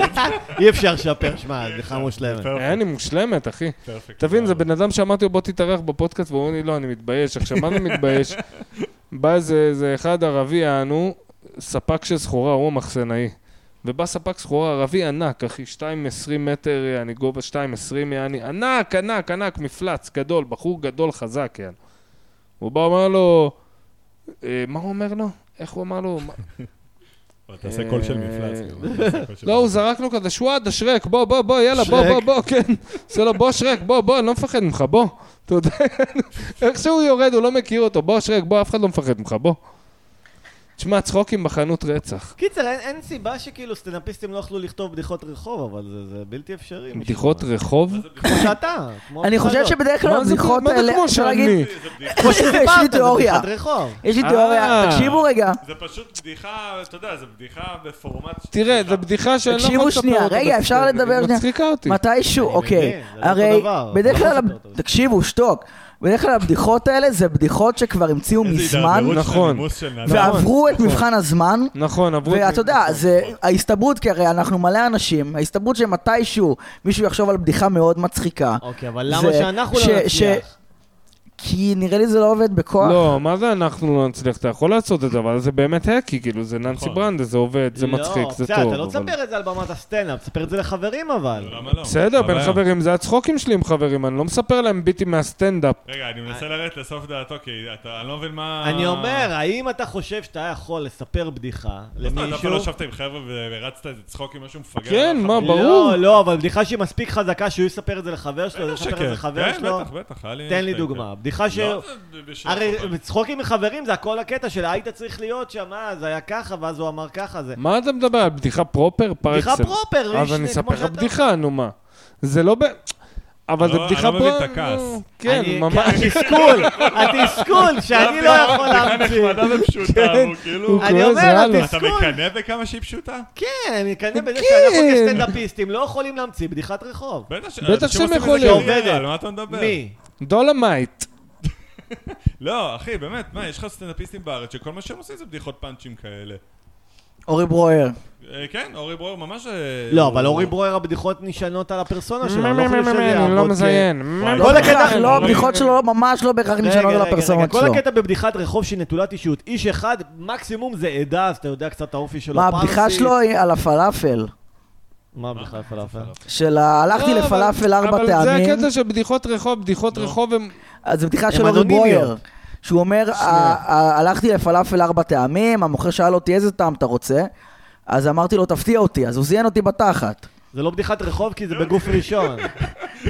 S2: אי אפשר לשפר, שמע, בדיחה מושלמת.
S1: אין, היא מושלמת, אחי.
S3: פרפקט.
S1: תבין, זה בן אדם שאמרתי לו, בוא תתארח בפודקאסט, והוא אומר לי, לא, אני מתבייש. עכשיו, מה זה מתבייש? בא איזה איזה אחד ערבי, אנו, ספק של סחורה, הוא המחסנאי. ובא ספק סחורה ערבי ענק, אחי, 2.20 מטר, יעני, גובה 2.20 יעני, ענק, ענק, ענק, מפלץ, גדול, בחור גדול, חזק, יעני. הוא בא, אומר לו, אה, מה הוא אומר לו? איך הוא אמר לו? מה-
S3: אבל תעשה קול של כאילו.
S1: אה,
S3: מפלץ.
S1: לא, הוא זרק לו כזה, שוואדה, שרק, בוא, בוא, בוא, יאללה, בוא,
S2: שרק.
S1: בוא, בוא, כן. עושה לו, בוא, שרק, בוא, בוא, אני לא מפחד ממך, בוא. אתה יודע, איך שהוא יורד, הוא לא מכיר אותו, בוא, שרק, בוא, אף אחד לא מפחד ממך, בוא. תשמע, צחוקים בחנות רצח.
S2: קיצר, אין- אין סיבה שכאילו סטנאפיסטים לא יכלו לכתוב בדיחות רחוב, אבל זה- זה בלתי אפשרי. משום
S1: בדיחות
S2: מה.
S1: רחוב?
S2: כמו שאתה. כמו
S4: אני
S2: הבדיחה
S4: חושב
S2: הזאת.
S4: שבדרך כלל
S1: מה זה
S4: הבדיחות
S1: מה זה
S4: האלה,
S1: כמו
S4: אפשר
S1: שאני?
S4: להגיד, יש לי
S2: דיברת, זה
S4: תיאוריה,
S2: בדיחת רחוב.
S4: יש לי
S1: אה.
S4: תיאוריה, תקשיבו רגע,
S3: זה פשוט בדיחה, אתה יודע, זה בדיחה בפורמט... של
S1: תראה,
S3: בדיחה.
S1: זו בדיחה שאני לא יכול
S4: תקשיבו
S1: לספר אותה.
S4: שנייה, רגע,
S1: בפודקאסט,
S4: אפשר לדבר
S1: היא
S4: שנייה?
S1: מצחיקה אותי.
S4: מתישהו,
S2: אני
S4: אוקיי,
S2: מבין, זה לא אותו
S4: הרי
S2: דבר,
S4: בדרך
S2: אתה לא
S4: כלל,
S2: מספר אותו.
S4: תקשיבו, שתוק, בדרך כלל הבדיחות האלה זה בדיחות שכבר המציאו מזמן,
S3: הידרדרות של
S1: נכון.
S3: נימוס של נדב.
S4: ועברו את מבחן הזמן,
S1: נכון, עברו... את-
S4: ואתה יודע, זה ההסתברות, כי הרי אנחנו מלא אנשים, ההסתברות שמתישהו מישהו יחשוב על בדיחה מאוד מצחיקה,
S2: אוקיי, אבל למה
S4: זה-
S2: שאנחנו
S4: ש-
S2: לא נצליח?
S4: כי נראה לי זה לא עובד בכוח.
S1: לא, מה זה אנחנו לא נצליח? אתה יכול לעשות את זה, אבל זה באמת האקי, כאילו, זה ננסי
S3: נכון.
S1: ברנדה, זה עובד, זה מצחיק, זה
S2: בסדר,
S1: טוב.
S2: לא. אתה לא
S1: אבל-
S2: תספר את זה על במת הסטנדאפ, תספר את זה לחברים אבל.
S3: למה לא?
S1: בסדר, בין
S3: חוויה.
S1: חברים, זה הצחוקים שלי עם חברים, אני לא מספר להם ביטים מהסטנדאפ.
S3: רגע, אני מנסה לרדת לסוף דעתו, כי אתה, אני לא מבין מה...
S2: אה, אני אומר, האם אתה חושב שאתה יכול לספר בדיחה
S3: למישהו... אתה אף פעם
S2: למישהו?
S3: לא ישבת עם חבר'ה ורצת איזה צחוק עם משהו מפגר?
S1: כן,
S3: עליך?
S1: מה,
S3: בטח
S1: ברור.
S2: לא, לא, אבל בדיחה שהיא מספיק חזקה שהוא יספר את זה לחבר שלו, הוא יספר את זה
S3: שכן.
S2: לחבר
S3: כן,
S2: שלו.
S3: בטח, בטח, היה לי... כן,
S2: תן לי דוגמה. בדיחה ש...
S3: לא, זה בשביל החוויה.
S2: הרי צחוקים מחברים זה הכל הקטע של היית צריך להיות שם, אה, זה היה ככה, ואז הוא אמר ככה, זה...
S1: מה אתה מדבר? על בדיחה פרופר? פר
S2: בדיחה
S1: אקסל.
S2: פרופר,
S1: אז
S2: איש,
S1: אני
S2: כמו
S1: אספר לך
S2: שאתה-
S1: בדיחה, נו מה. זה לא ב... אבל
S3: אני
S1: זה
S3: לא-
S1: בדיחה
S3: אני לא מבין
S1: פרופר.
S3: את הכעס.
S1: כן,
S2: אני-
S1: ממש.
S2: התסכול, התסכול שאני לא יכול להמציא.
S3: בדיחה נחמדה ופשוטה,
S2: כן.
S3: הוא כאילו...
S2: אני
S1: כועס, אוקיי, זה
S2: אומר,
S1: הלאה.
S3: אתה
S2: התסכול.
S3: מקנא בכמה שהיא פשוטה?
S2: כן, כנראה בזה
S1: כן.
S2: שאנחנו כסטנדאפיסטים לא יכולים להמציא בדיחת רחוב.
S3: בטח ש-
S1: בטח
S3: אנשים
S1: שהם
S3: עושים מזה
S1: יכולים.
S3: קריירה,
S2: שעובדת.
S3: על מה אתה מדבר?
S2: מי?
S1: דולמייט.
S3: לא, אחי, באמת, מה, יש לך סטנדאפיסטים בארץ שכל מה שהם עושים זה בדיחות פאנצ'ים כאלה.
S4: אורי ברויר.
S3: אה, כן, אורי ברויר ממש... אה,
S2: לא,
S3: הוא-
S2: אבל אורי ברויר הבדיחות נשענות על הפרסונה שלו, אני לא חושב שזה יעבוד.
S1: אני לא
S2: כ-
S1: מזיין.
S3: וואי,
S4: לא
S2: כל
S4: בהכרח,
S2: הקטע-
S4: לא,
S3: רגע,
S4: הבדיחות
S3: רגע,
S4: שלו ממש לא בהכרח
S2: רגע,
S4: נשענות
S2: רגע,
S4: על
S2: רגע,
S4: הפרסומת
S2: כל
S4: שלו.
S2: הקטע בבדיחת רחוב שהיא נטולת אישיות, איש אחד, מקסימום זה עדה, אז אתה יודע קצת את האופי שלו.
S4: מה, הבדיחה
S2: פרסי.
S4: שלו היא על הפלאפל.
S2: מה הבדיחה פלאפל?
S4: של ה- הלכתי
S1: לא, אבל-
S4: לפלאפל ארבע
S1: אבל זה
S4: טעמים,
S1: הקטע של בדיחות רחוב,
S3: לא.
S1: בדיחות רחוב הם...
S3: כן,
S4: אז זו בדיחה
S2: הן
S4: של אורי
S2: אנונימיות.
S4: ברויר. שהוא אומר, "ה- ה- הלכתי לפלאפל ארבע טעמים, המוכר שאל אותי איזה טעם אתה רוצה, אז אמרתי לו, תפתיע אותי, אז הוא זיין אותי בתחת.
S2: זה לא בדיחת רחוב כי זה בגוף ראשון.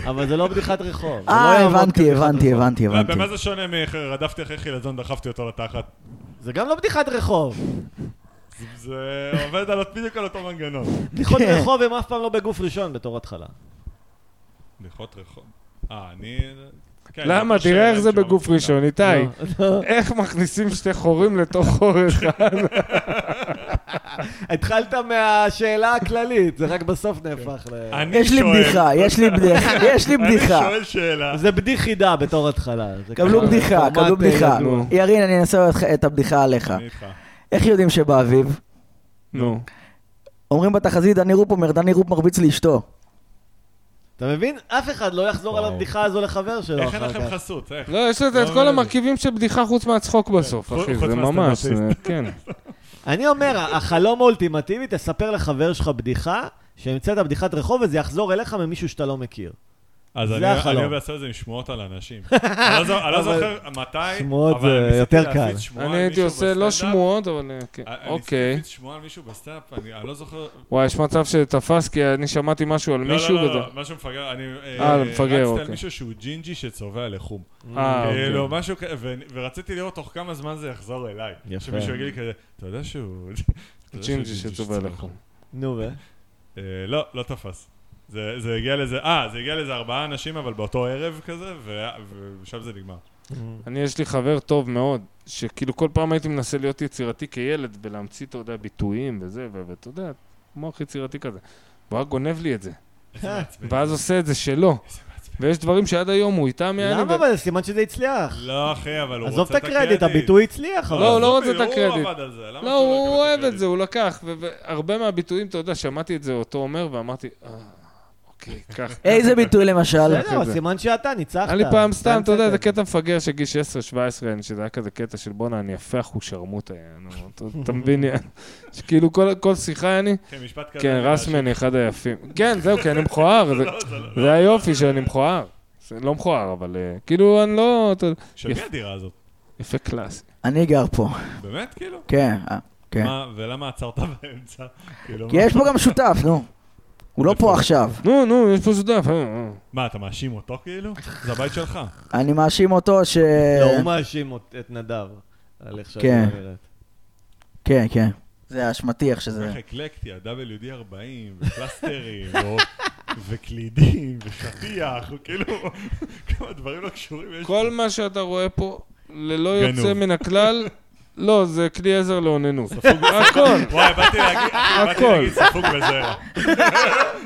S2: אבל זה לא בדיחת רחוב. זה נכון. לא
S4: אה,
S2: יעבוד
S4: הבנתי,
S2: כבדיחת
S4: הבנתי,
S2: רחוב.
S4: הבנתי,
S3: לא,
S4: הבנתי.
S3: במה זה שונה מרדפתי אחרי חילזון, דחפתי אותו לתחת?
S2: זה גם לא בדיחת רחוב.
S3: זה עובד על- בדיוק על אותו מנגנון.
S2: בדיחות
S4: כן.
S2: רחוב הם אף פעם לא בגוף ראשון בתור התחלה.
S3: בדיחות רחוב. אה, אני... כן,
S1: למה?
S3: אני חושב
S1: תראה איך זה
S3: שהם
S1: בגוף
S3: שם.
S1: ראשון, איתי.
S2: לא.
S1: איך מכניסים שתי חורים לתוך חור אחד?
S2: התחלת מהשאלה הכללית, זה רק בסוף נהפך ל...
S3: כן. אני
S4: יש לי
S3: שואל-
S4: בדיחה, יש לי בדיחה, יש לי
S3: אני
S4: בדיחה.
S3: שואל שאלה.
S2: זה בדיחידה בתור התחלה. זה
S4: קבלו
S2: כבר
S4: בדיחה,
S2: פורמט, אה,
S4: קבלו בדיחה.
S2: ידוע.
S1: נו.
S4: ירין, אני אנסה אותך- את הבדיחה עליך.
S3: אני איתך.
S4: איך יודעים שבאביב?
S1: נו.
S4: אומרים בתחזית, דני רופ אומר, דני רופ מרביץ לאשתו.
S2: אתה מבין? אף אחד לא יחזור על
S3: וואו.
S2: הבדיחה הזו לחבר שלו
S3: איך אין
S2: לא, אחר
S3: לכם
S2: כך.
S3: חסות? איך?
S1: לא, יש לזה את
S3: לא
S1: כל
S3: מבין.
S1: המרכיבים של בדיחה חוץ מהצחוק בסוף,
S3: חוץ-
S1: אחי,
S3: חוץ
S1: זה ממש, זה-
S3: מהסטנדאפיסט.
S1: כן.
S2: אני אומר, החלום האולטימטיבי, תספר לחבר שלך בדיחה, שהמצאת בדיחת רחוב וזה יחזור אליך ממישהו שאתה לא מכיר.
S3: אז
S2: זה
S3: אני אני
S2: החלום.
S3: אוהב לעשות את זה עם שמועות על אנשים. אני לא זו- אני לא
S2: אבל-
S3: זוכר מתי,
S2: שמועות
S3: אבל
S2: זה
S3: ניסיתי
S2: יותר
S3: להפיץ
S2: קל.
S3: שמועה על
S1: אני הייתי
S3: מישהו
S1: עושה לא
S3: בסטנדאפ.
S1: שמועות, אבל אה, כן.
S3: אני ניסיתי
S1: אוקיי.
S3: להפיץ שמועה על מישהו בסטאפ, אני אני לא זוכר...
S1: וואי, יש מצב שתפס, כי אני שמעתי משהו על
S3: לא,
S1: מישהו
S3: לא, לא,
S1: וזה.
S3: לא, משהו מפגר, אני אה,
S1: אה,
S3: רצתי
S1: מפגר,
S3: על
S1: אוקיי.
S3: מישהו שהוא ג'ינג'י שצובע לחום.
S1: אה, אוקיי.
S3: כאילו, משהו כזה, ו- ורציתי לראות תוך כמה זמן זה יחזור אליי.
S2: יפה.
S3: שמישהו יגיד לי כזה, אתה יודע שהוא... אתה יודע שהוא נכון.
S1: ג'ינג'י שצובע לחום.
S2: נו, ו?
S3: אה, לא, לא תפס. זה זה הגיע לזה, אה, זה הגיע לזה ארבעה אנשים, אבל באותו ערב כזה, ו- ושם זה נגמר.
S1: אני, יש לי חבר טוב מאוד, שכאילו כל פעם הייתי מנסה להיות יצירתי כילד ולהמציא, אתה יודע, ביטויים וזה, ו- ואתה יודע, מוח יצירתי כזה. והוא היה גונב לי את זה,
S3: איזה מעצבן.
S1: ואז עושה את זה שלו.
S3: איזה מעצבן.
S1: ויש דברים שעד היום הוא איתם יעני.
S2: למה?
S1: ו-
S2: אבל זה סימן שזה הצליח.
S3: לא, אחי, אבל הוא
S2: עזוב את
S3: רוצה
S2: הקרדיט, הביטוי הצליח. אבל.
S1: לא, הוא לא
S3: עזוב,
S1: רוצה את הקרדיט.
S3: הוא עבד על זה,
S1: לא,
S3: למה שהוא לא
S1: הוא
S3: יקבל
S1: אוהב את
S3: הקרדיט?
S1: זה, הוא לקח. ו- והרבה מהביטויים, אתה יודע, שמעתי את זה אותו אומר, ואמרתי, אה, אוקיי, ככה.
S4: איזה ביטוי למשל?
S2: בסדר, אבל סימן שאתה ניצחת.
S1: היה לי פעם סתם, אתה יודע,
S2: ניצחת.
S1: זה קטע מפגר של גיל 16-17, שזה היה כזה קטע של בואנה, אני יפה אחושרמוטה, יענו, אתה- אתה מבין, יענו? שכאילו כל- כל שיחה, יעני,
S3: כן, משפט כזה.
S1: כן, רסמי אני אחד היפים. כן, זהו, כי אני מכוער, זה- לא- זה היופי שאני מכוער. זה לא מכוער, אבל אה, כאילו, אני לא... אתה-
S3: של מי הדירה הזאת?
S1: יפה קלאסי.
S4: אני גר פה.
S3: באמת, כאילו?
S4: כן, אה, כן.
S3: מה, ולמה עצרת באמצע? כאילו,
S4: כי
S3: מה-
S4: יש פה גם שותף, נו. הוא לא פה עכשיו.
S1: נו, נו, יש פה שותף. אה, אה.
S3: מה, אתה מאשים אותו כאילו? זה הבית שלך.
S4: אני מאשים אותו ש...
S2: לא, הוא מאשים אות- את נדב. לא על איך שהדירה
S4: כן.
S2: נראית.
S4: כן, כן. זה אשמתי איך שזה...
S3: איך אקלקטי, ה-WD 40, ופלסטרים, או- וקלידים, ושטיח, וכאילו, כמה דברים לא קשורים. יש
S1: כל מה שאתה רואה פה, ללא
S3: גנוב.
S1: יוצא מן הכלל, לא, זה כלי עזר לאוננות. הכל.
S3: וואי, באתי להגיד, באתי
S1: הכל.
S3: להגיד ספוג בזרע.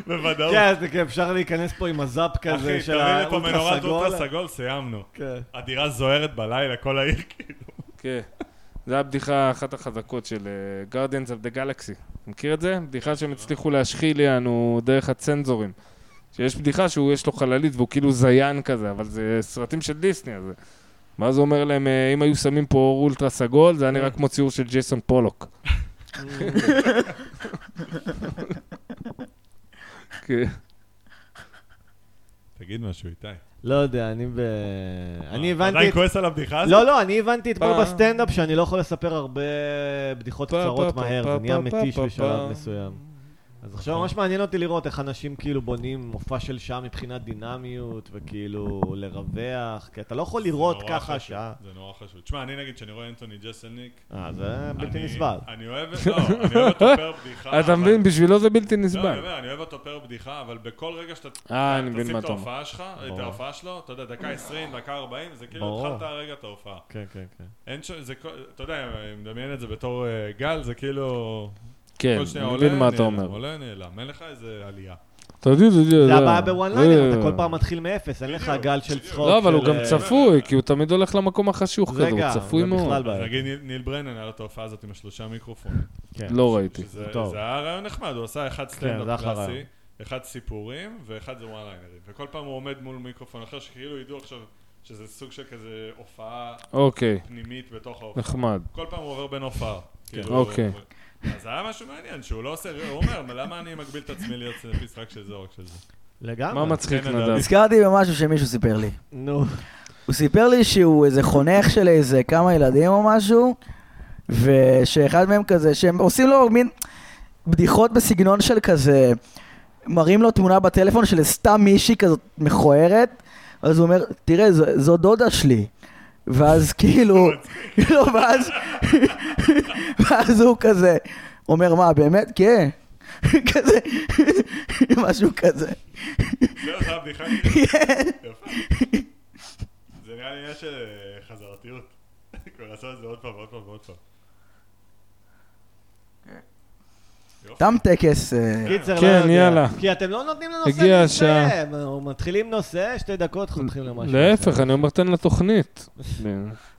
S3: בוודאות.
S2: כן, אז כן, אפשר להיכנס פה עם הזאפ כזה
S3: אחי,
S2: של
S3: תביא לפה מנורת אולטרה
S2: האולטרה סגול.
S3: סגול, סיימנו.
S2: כן.
S3: הדירה זוהרת בלילה, כל העיר כאילו.
S1: כן. זה היה בדיחה אחת החזקות של אה, Guardians of the Galaxy. אתה מכיר את זה? בדיחה שהם הצליחו להשחיל יענו דרך הצנזורים. שיש בדיחה שהוא יש לו חללית והוא כאילו זיין כזה, אבל זה סרטים של דיסני הזה. ואז הוא אומר להם, אה, אם היו שמים פה אור אולטרה סגול, זה היה נראה כמו ציור של ג'ייסון פולוק. כן.
S3: תגיד משהו, איתי.
S2: לא יודע, אני ב... אני הבנתי...
S3: אה, עדיין
S2: את-
S3: כועס על הבדיחה הזאת?
S2: לא, לא, אני הבנתי אתמול
S1: פעם.
S2: בסטנדאפ שאני לא יכול לספר הרבה בדיחות
S1: אה. פה,
S2: קצרות
S1: פה,
S2: מהר,
S1: פה,
S2: זה
S1: פה,
S2: נהיה
S1: פה,
S2: מתיש
S1: פה,
S2: בשלב
S1: פה.
S2: מסוים. אז עכשיו
S3: אוקיי.
S2: ממש מעניין אותי לראות איך אנשים כאילו בונים מופע של שעה מבחינת דינמיות וכאילו לרווח, כי אתה לא יכול לראות
S3: נורא
S2: ככה
S3: חשוב,
S2: שעה.
S3: זה נורא חשוב. תשמע, אני נגיד, כשאני רואה אנטוני ג'סלניק,
S2: אה, זה בלתי
S3: אני-
S2: נסבל.
S3: אני אוהב, לא, אני אוהב אותו פר בדיחה.
S1: אתה
S3: אבל-
S1: מבין? בשבילו זה בלתי
S3: לא, אני
S1: נסבל.
S3: אומר, אני אוהב אותו פר בדיחה, אבל בכל רגע שאתה
S1: אה, אני מבין
S3: תשים
S1: מה
S3: את
S1: אתה אומר.
S3: ההופעה שלך, את
S2: ברור.
S3: ההופעה שלו, אתה יודע, דקה 20, דקה 40, זה כאילו
S2: ברור.
S3: התחלת הרגע את ההופעה.
S2: כן, כן, כן.
S3: אין ש... זה כל... אתה יודע, אני מדמיין את זה בתור אה, גל, זה כאילו...
S1: כן,
S3: כל שנייה
S1: אני
S3: עולה,
S1: מבין מה אתה
S3: נעלם,
S1: אומר.
S3: עולה, נעלם, אין לך איזה עלייה.
S1: אתה יודע, אתה יודע,
S2: זה
S1: אתה-
S2: הבעיה בוואן ליינר, אתה
S1: אה.
S2: כל פעם מתחיל מאפס, אין לך
S3: בדיוק,
S2: גל של
S3: בדיוק.
S2: צחוק.
S1: לא, אבל הוא
S2: של,
S1: גם
S2: אה,
S1: צפוי, כי הוא תמיד הולך למקום החשוך
S2: זה
S1: כזה, הוא
S2: גם,
S1: צפוי
S2: זה בכלל
S1: מאוד.
S2: בעיה.
S3: נגיד ניל- ניל ברנן, היה לו את ההופעה הזאת עם השלושה מיקרופונים.
S2: כן.
S1: לא ראיתי.
S3: שזה
S2: טוב.
S3: זה היה רעיון נחמד, הוא עשה
S1: כן,
S3: אחד
S2: זה
S3: סטנדאפ
S2: אחלה
S3: קלאסי,
S2: רעיון.
S3: אחד סיפורים, ואחד זה וואן ליינרים. וכל פעם הוא עומד מול מיקרופון אחר, שכאילו ידעו עכשיו שזה סוג של כזה הופעה
S1: אוקיי,
S3: פנימית בתוך ההופעה.
S1: נחמד.
S3: כל פעם הוא עובר בין הופעה. כאילו,
S1: אוקיי.
S3: אז היה משהו מעניין, שהוא לא עושה, הוא אומר, למה אני מגביל את עצמי להיות סטנדאפיסט רק של זה או רק של זה?
S1: מה
S2: לגמרי.
S1: מצחיק
S3: כן, נדב.
S1: נדב?
S4: נזכרתי במשהו שמישהו סיפר לי.
S2: נו.
S4: הוא סיפר לי שהוא איזה חונך של איזה כמה ילדים או משהו, ושאחד מהם כזה, שהם עושים לו מין בדיחות בסגנון של כזה, מראים לו תמונה בטלפון של סתם מישהי כזאת מכוערת, אז הוא אומר, תראה, זו, זו דודה שלי. ואז כאילו, לא, ואז, ואז הוא כזה, אומר, מה, באמת? כן. כזה, משהו כזה.
S3: זה אותה בדיחה כאילו. יפה. זה נראה לי עניין של אה, חזרתיות. כבר עשו את זה עוד פעם ועוד פעם ועוד פעם.
S4: תם טקס. אה,
S2: קיצר, לא
S1: כן,
S2: יודע.
S1: יאללה.
S2: כי אתם לא נותנים לנושא
S1: הגיע השעה.
S2: לסיים. אנחנו מתחילים נושא, שתי דקות חותכים למשהו.
S1: להפך, אני אומר תן לתוכנית.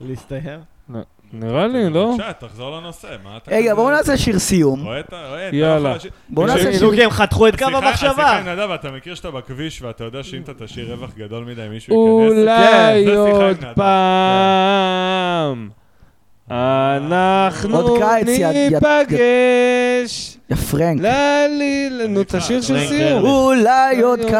S2: להסתיים?
S1: נראה לי, לא?
S3: בבקשה, תחזור לנושא, מה אתה...
S4: רגע,
S3: כזה-
S4: בואו נעשה שיר סיום.
S3: רואה את ה... רואה, אתה
S1: יאללה.
S3: לא יכול לשיר-
S4: בואו
S1: זה
S4: נעשה
S1: כאילו
S4: שיר...
S2: כאילו כי הם חתכו את קו
S3: השיחה- השיחה עם
S2: המחשבה.
S3: נדב, אתה מכיר שאתה בכביש ואתה יודע שאם אתה תשאיר רווח גדול מדי מישהו ייכנס... כן,
S1: אולי
S3: זה שיחה עם
S1: עוד
S3: נדב.
S1: פעם אנחנו
S4: עוד קיץ, יד- יד- כן,
S1: ניפגש.
S4: יא פרנק.
S1: לה לי, לה- נו, את השיר של
S3: רגע,
S1: סיום.
S4: אולי עוד
S1: אולי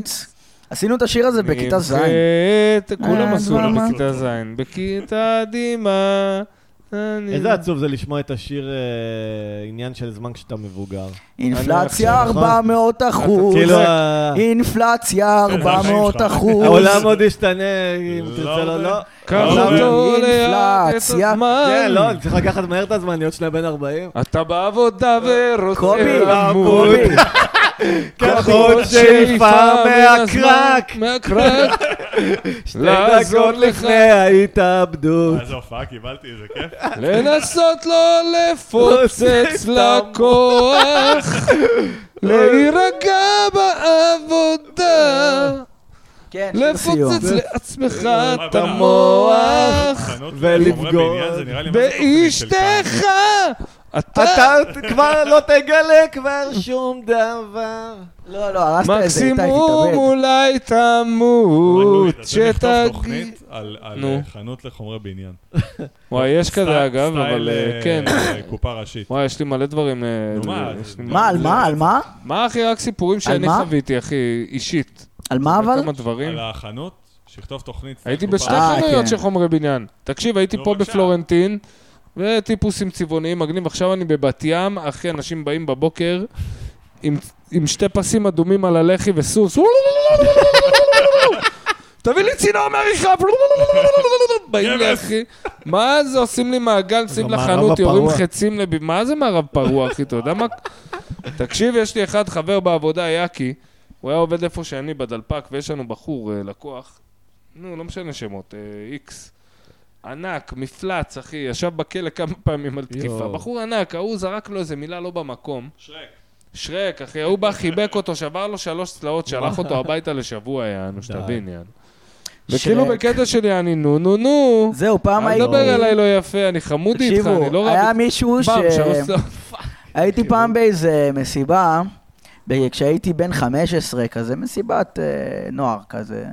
S4: קיץ. עשינו את השיר הזה בכיתה ז'.
S1: נמחאת- כולם
S4: אה,
S1: עשו
S4: כולם
S1: לו
S4: עשו
S1: בכיתה ז', בכיתה דהימה. אני-
S2: איזה עצוב זה לשמוע את השיר אה, עניין של זמן כשאתה מבוגר.
S4: אינפלציה
S2: אני עכשיו,
S1: נכון?
S4: 400 אחוז.
S2: כאילו ה-
S4: אינפלציה
S3: זה החיים
S4: 400
S3: שלך.
S4: אחוז.
S2: העולם עוד ישתנה, אם
S3: לא,
S2: תרצה
S3: זה-
S2: לו לא.
S1: קח
S3: לא,
S1: אותו לאט את
S4: אינפלציה.
S2: כן,
S1: הזמן.
S2: לא, אני צריך לקחת מהר את הזמן, להיות שנייה בן 40.
S1: אתה בעבודה
S2: אה,
S1: ורוצה
S4: קובי,
S1: למות.
S4: קובי.
S2: קח עוד שאיפה מהקרק,
S1: מהקרק.
S2: שתי
S1: לעזור
S2: דקות
S1: לך.
S2: לפני ההתאבדות.
S3: איזה הופעה קיבלתי, איזה כיף.
S1: לנסות לא לפוצץ לקוח. להירגע בעבודה.
S4: כן, שיר
S1: לא
S4: סיום.
S1: לפוצץ לעצמך את
S3: וואי,
S1: המוח.
S3: חנות
S2: ולפגוע
S3: חומרי בניין, אה, זה נראה לי משהו תוכנית של טעם.
S1: באשתך. אתה
S2: אתה כבר לא תגלה כבר שום דבר.
S4: לא, לא, הרסת את זה, איתי,
S1: מקסימום
S4: תתאבד.
S1: אולי
S3: רגע,
S1: תמות.
S3: אתה צריך לכתוב
S1: שתגיד.
S3: תוכנית על על,
S1: נו.
S3: אה, חנות לחומרי בניין.
S1: וואי, יש
S3: סטייל-
S1: כזה אגב, אבל
S3: סטייל,
S1: אה,
S3: אה,
S1: כן.
S3: אה, קופה ראשית.
S1: וואי, יש לי מלא דברים. אה,
S3: נו, מה?
S1: יש לי
S3: זה-
S1: מלא-
S4: מה, על מה? על מה?
S1: מה, אחי? רק סיפורים שאני
S4: מה?
S1: חוויתי, אחי, אישית.
S4: על מה אבל?
S1: כמה דברים.
S3: על החנות, שכתוב תוכנית.
S1: הייתי
S3: קופה
S1: בשתי
S4: אה,
S1: חנויות
S4: כן.
S1: של חומרי בניין. תקשיב, הייתי
S3: נו,
S1: פה
S3: בבקשה.
S1: בפלורנטין, וטיפוסים צבעוניים מגניב. עכשיו אני בבת ים, אחי, אנשים באים בבוקר עם- עם שתי פסים אדומים על הלחי וסוס. תביא לי צינור מעריכה. באים לי,
S3: גבס.
S1: אחי. מה זה, עושים לי מעגל, יוצאים
S2: גם מערב
S1: לחנות, יורים
S2: הפרוע.
S1: חצים לב... מה זה מערב פרוע, אחי? אתה יודע מה? תקשיב, יש לי אחד חבר בעבודה, יאקי, הוא היה עובד איפה שאני, בדלפק, ויש לנו בחור, אה, לקוח, נו, לא משנה שמות, אה, איקס. ענק, מפלץ, אחי, ישב בכלא כמה פעמים על תקיפה.
S2: יואו.
S1: בחור ענק, ההוא זרק לו איזה מילה לא במקום.
S3: שרק.
S1: שרק, אחי, ההוא בא, חיבק אותו, שבר לו שלוש צלעות, שלח אותו הביתה לשבוע, יענו, שתבין, יענו. וכאילו
S4: שרק.
S1: בקטע של יעני, נו, נו, נו.
S4: זהו, פעם
S1: אל
S4: הייתי...
S1: תדבר אליי לא יפה, אני חמודי איתך, אני
S4: תקשיבו,
S1: לא
S4: היה
S1: רב
S4: מישהו ש...
S1: איתך. פעם, שלוש צלעות.
S4: הייתי פעם באיזה מסיבה, ב- כשהייתי בן 15 כזה, מסיבת אה, נוער כזה.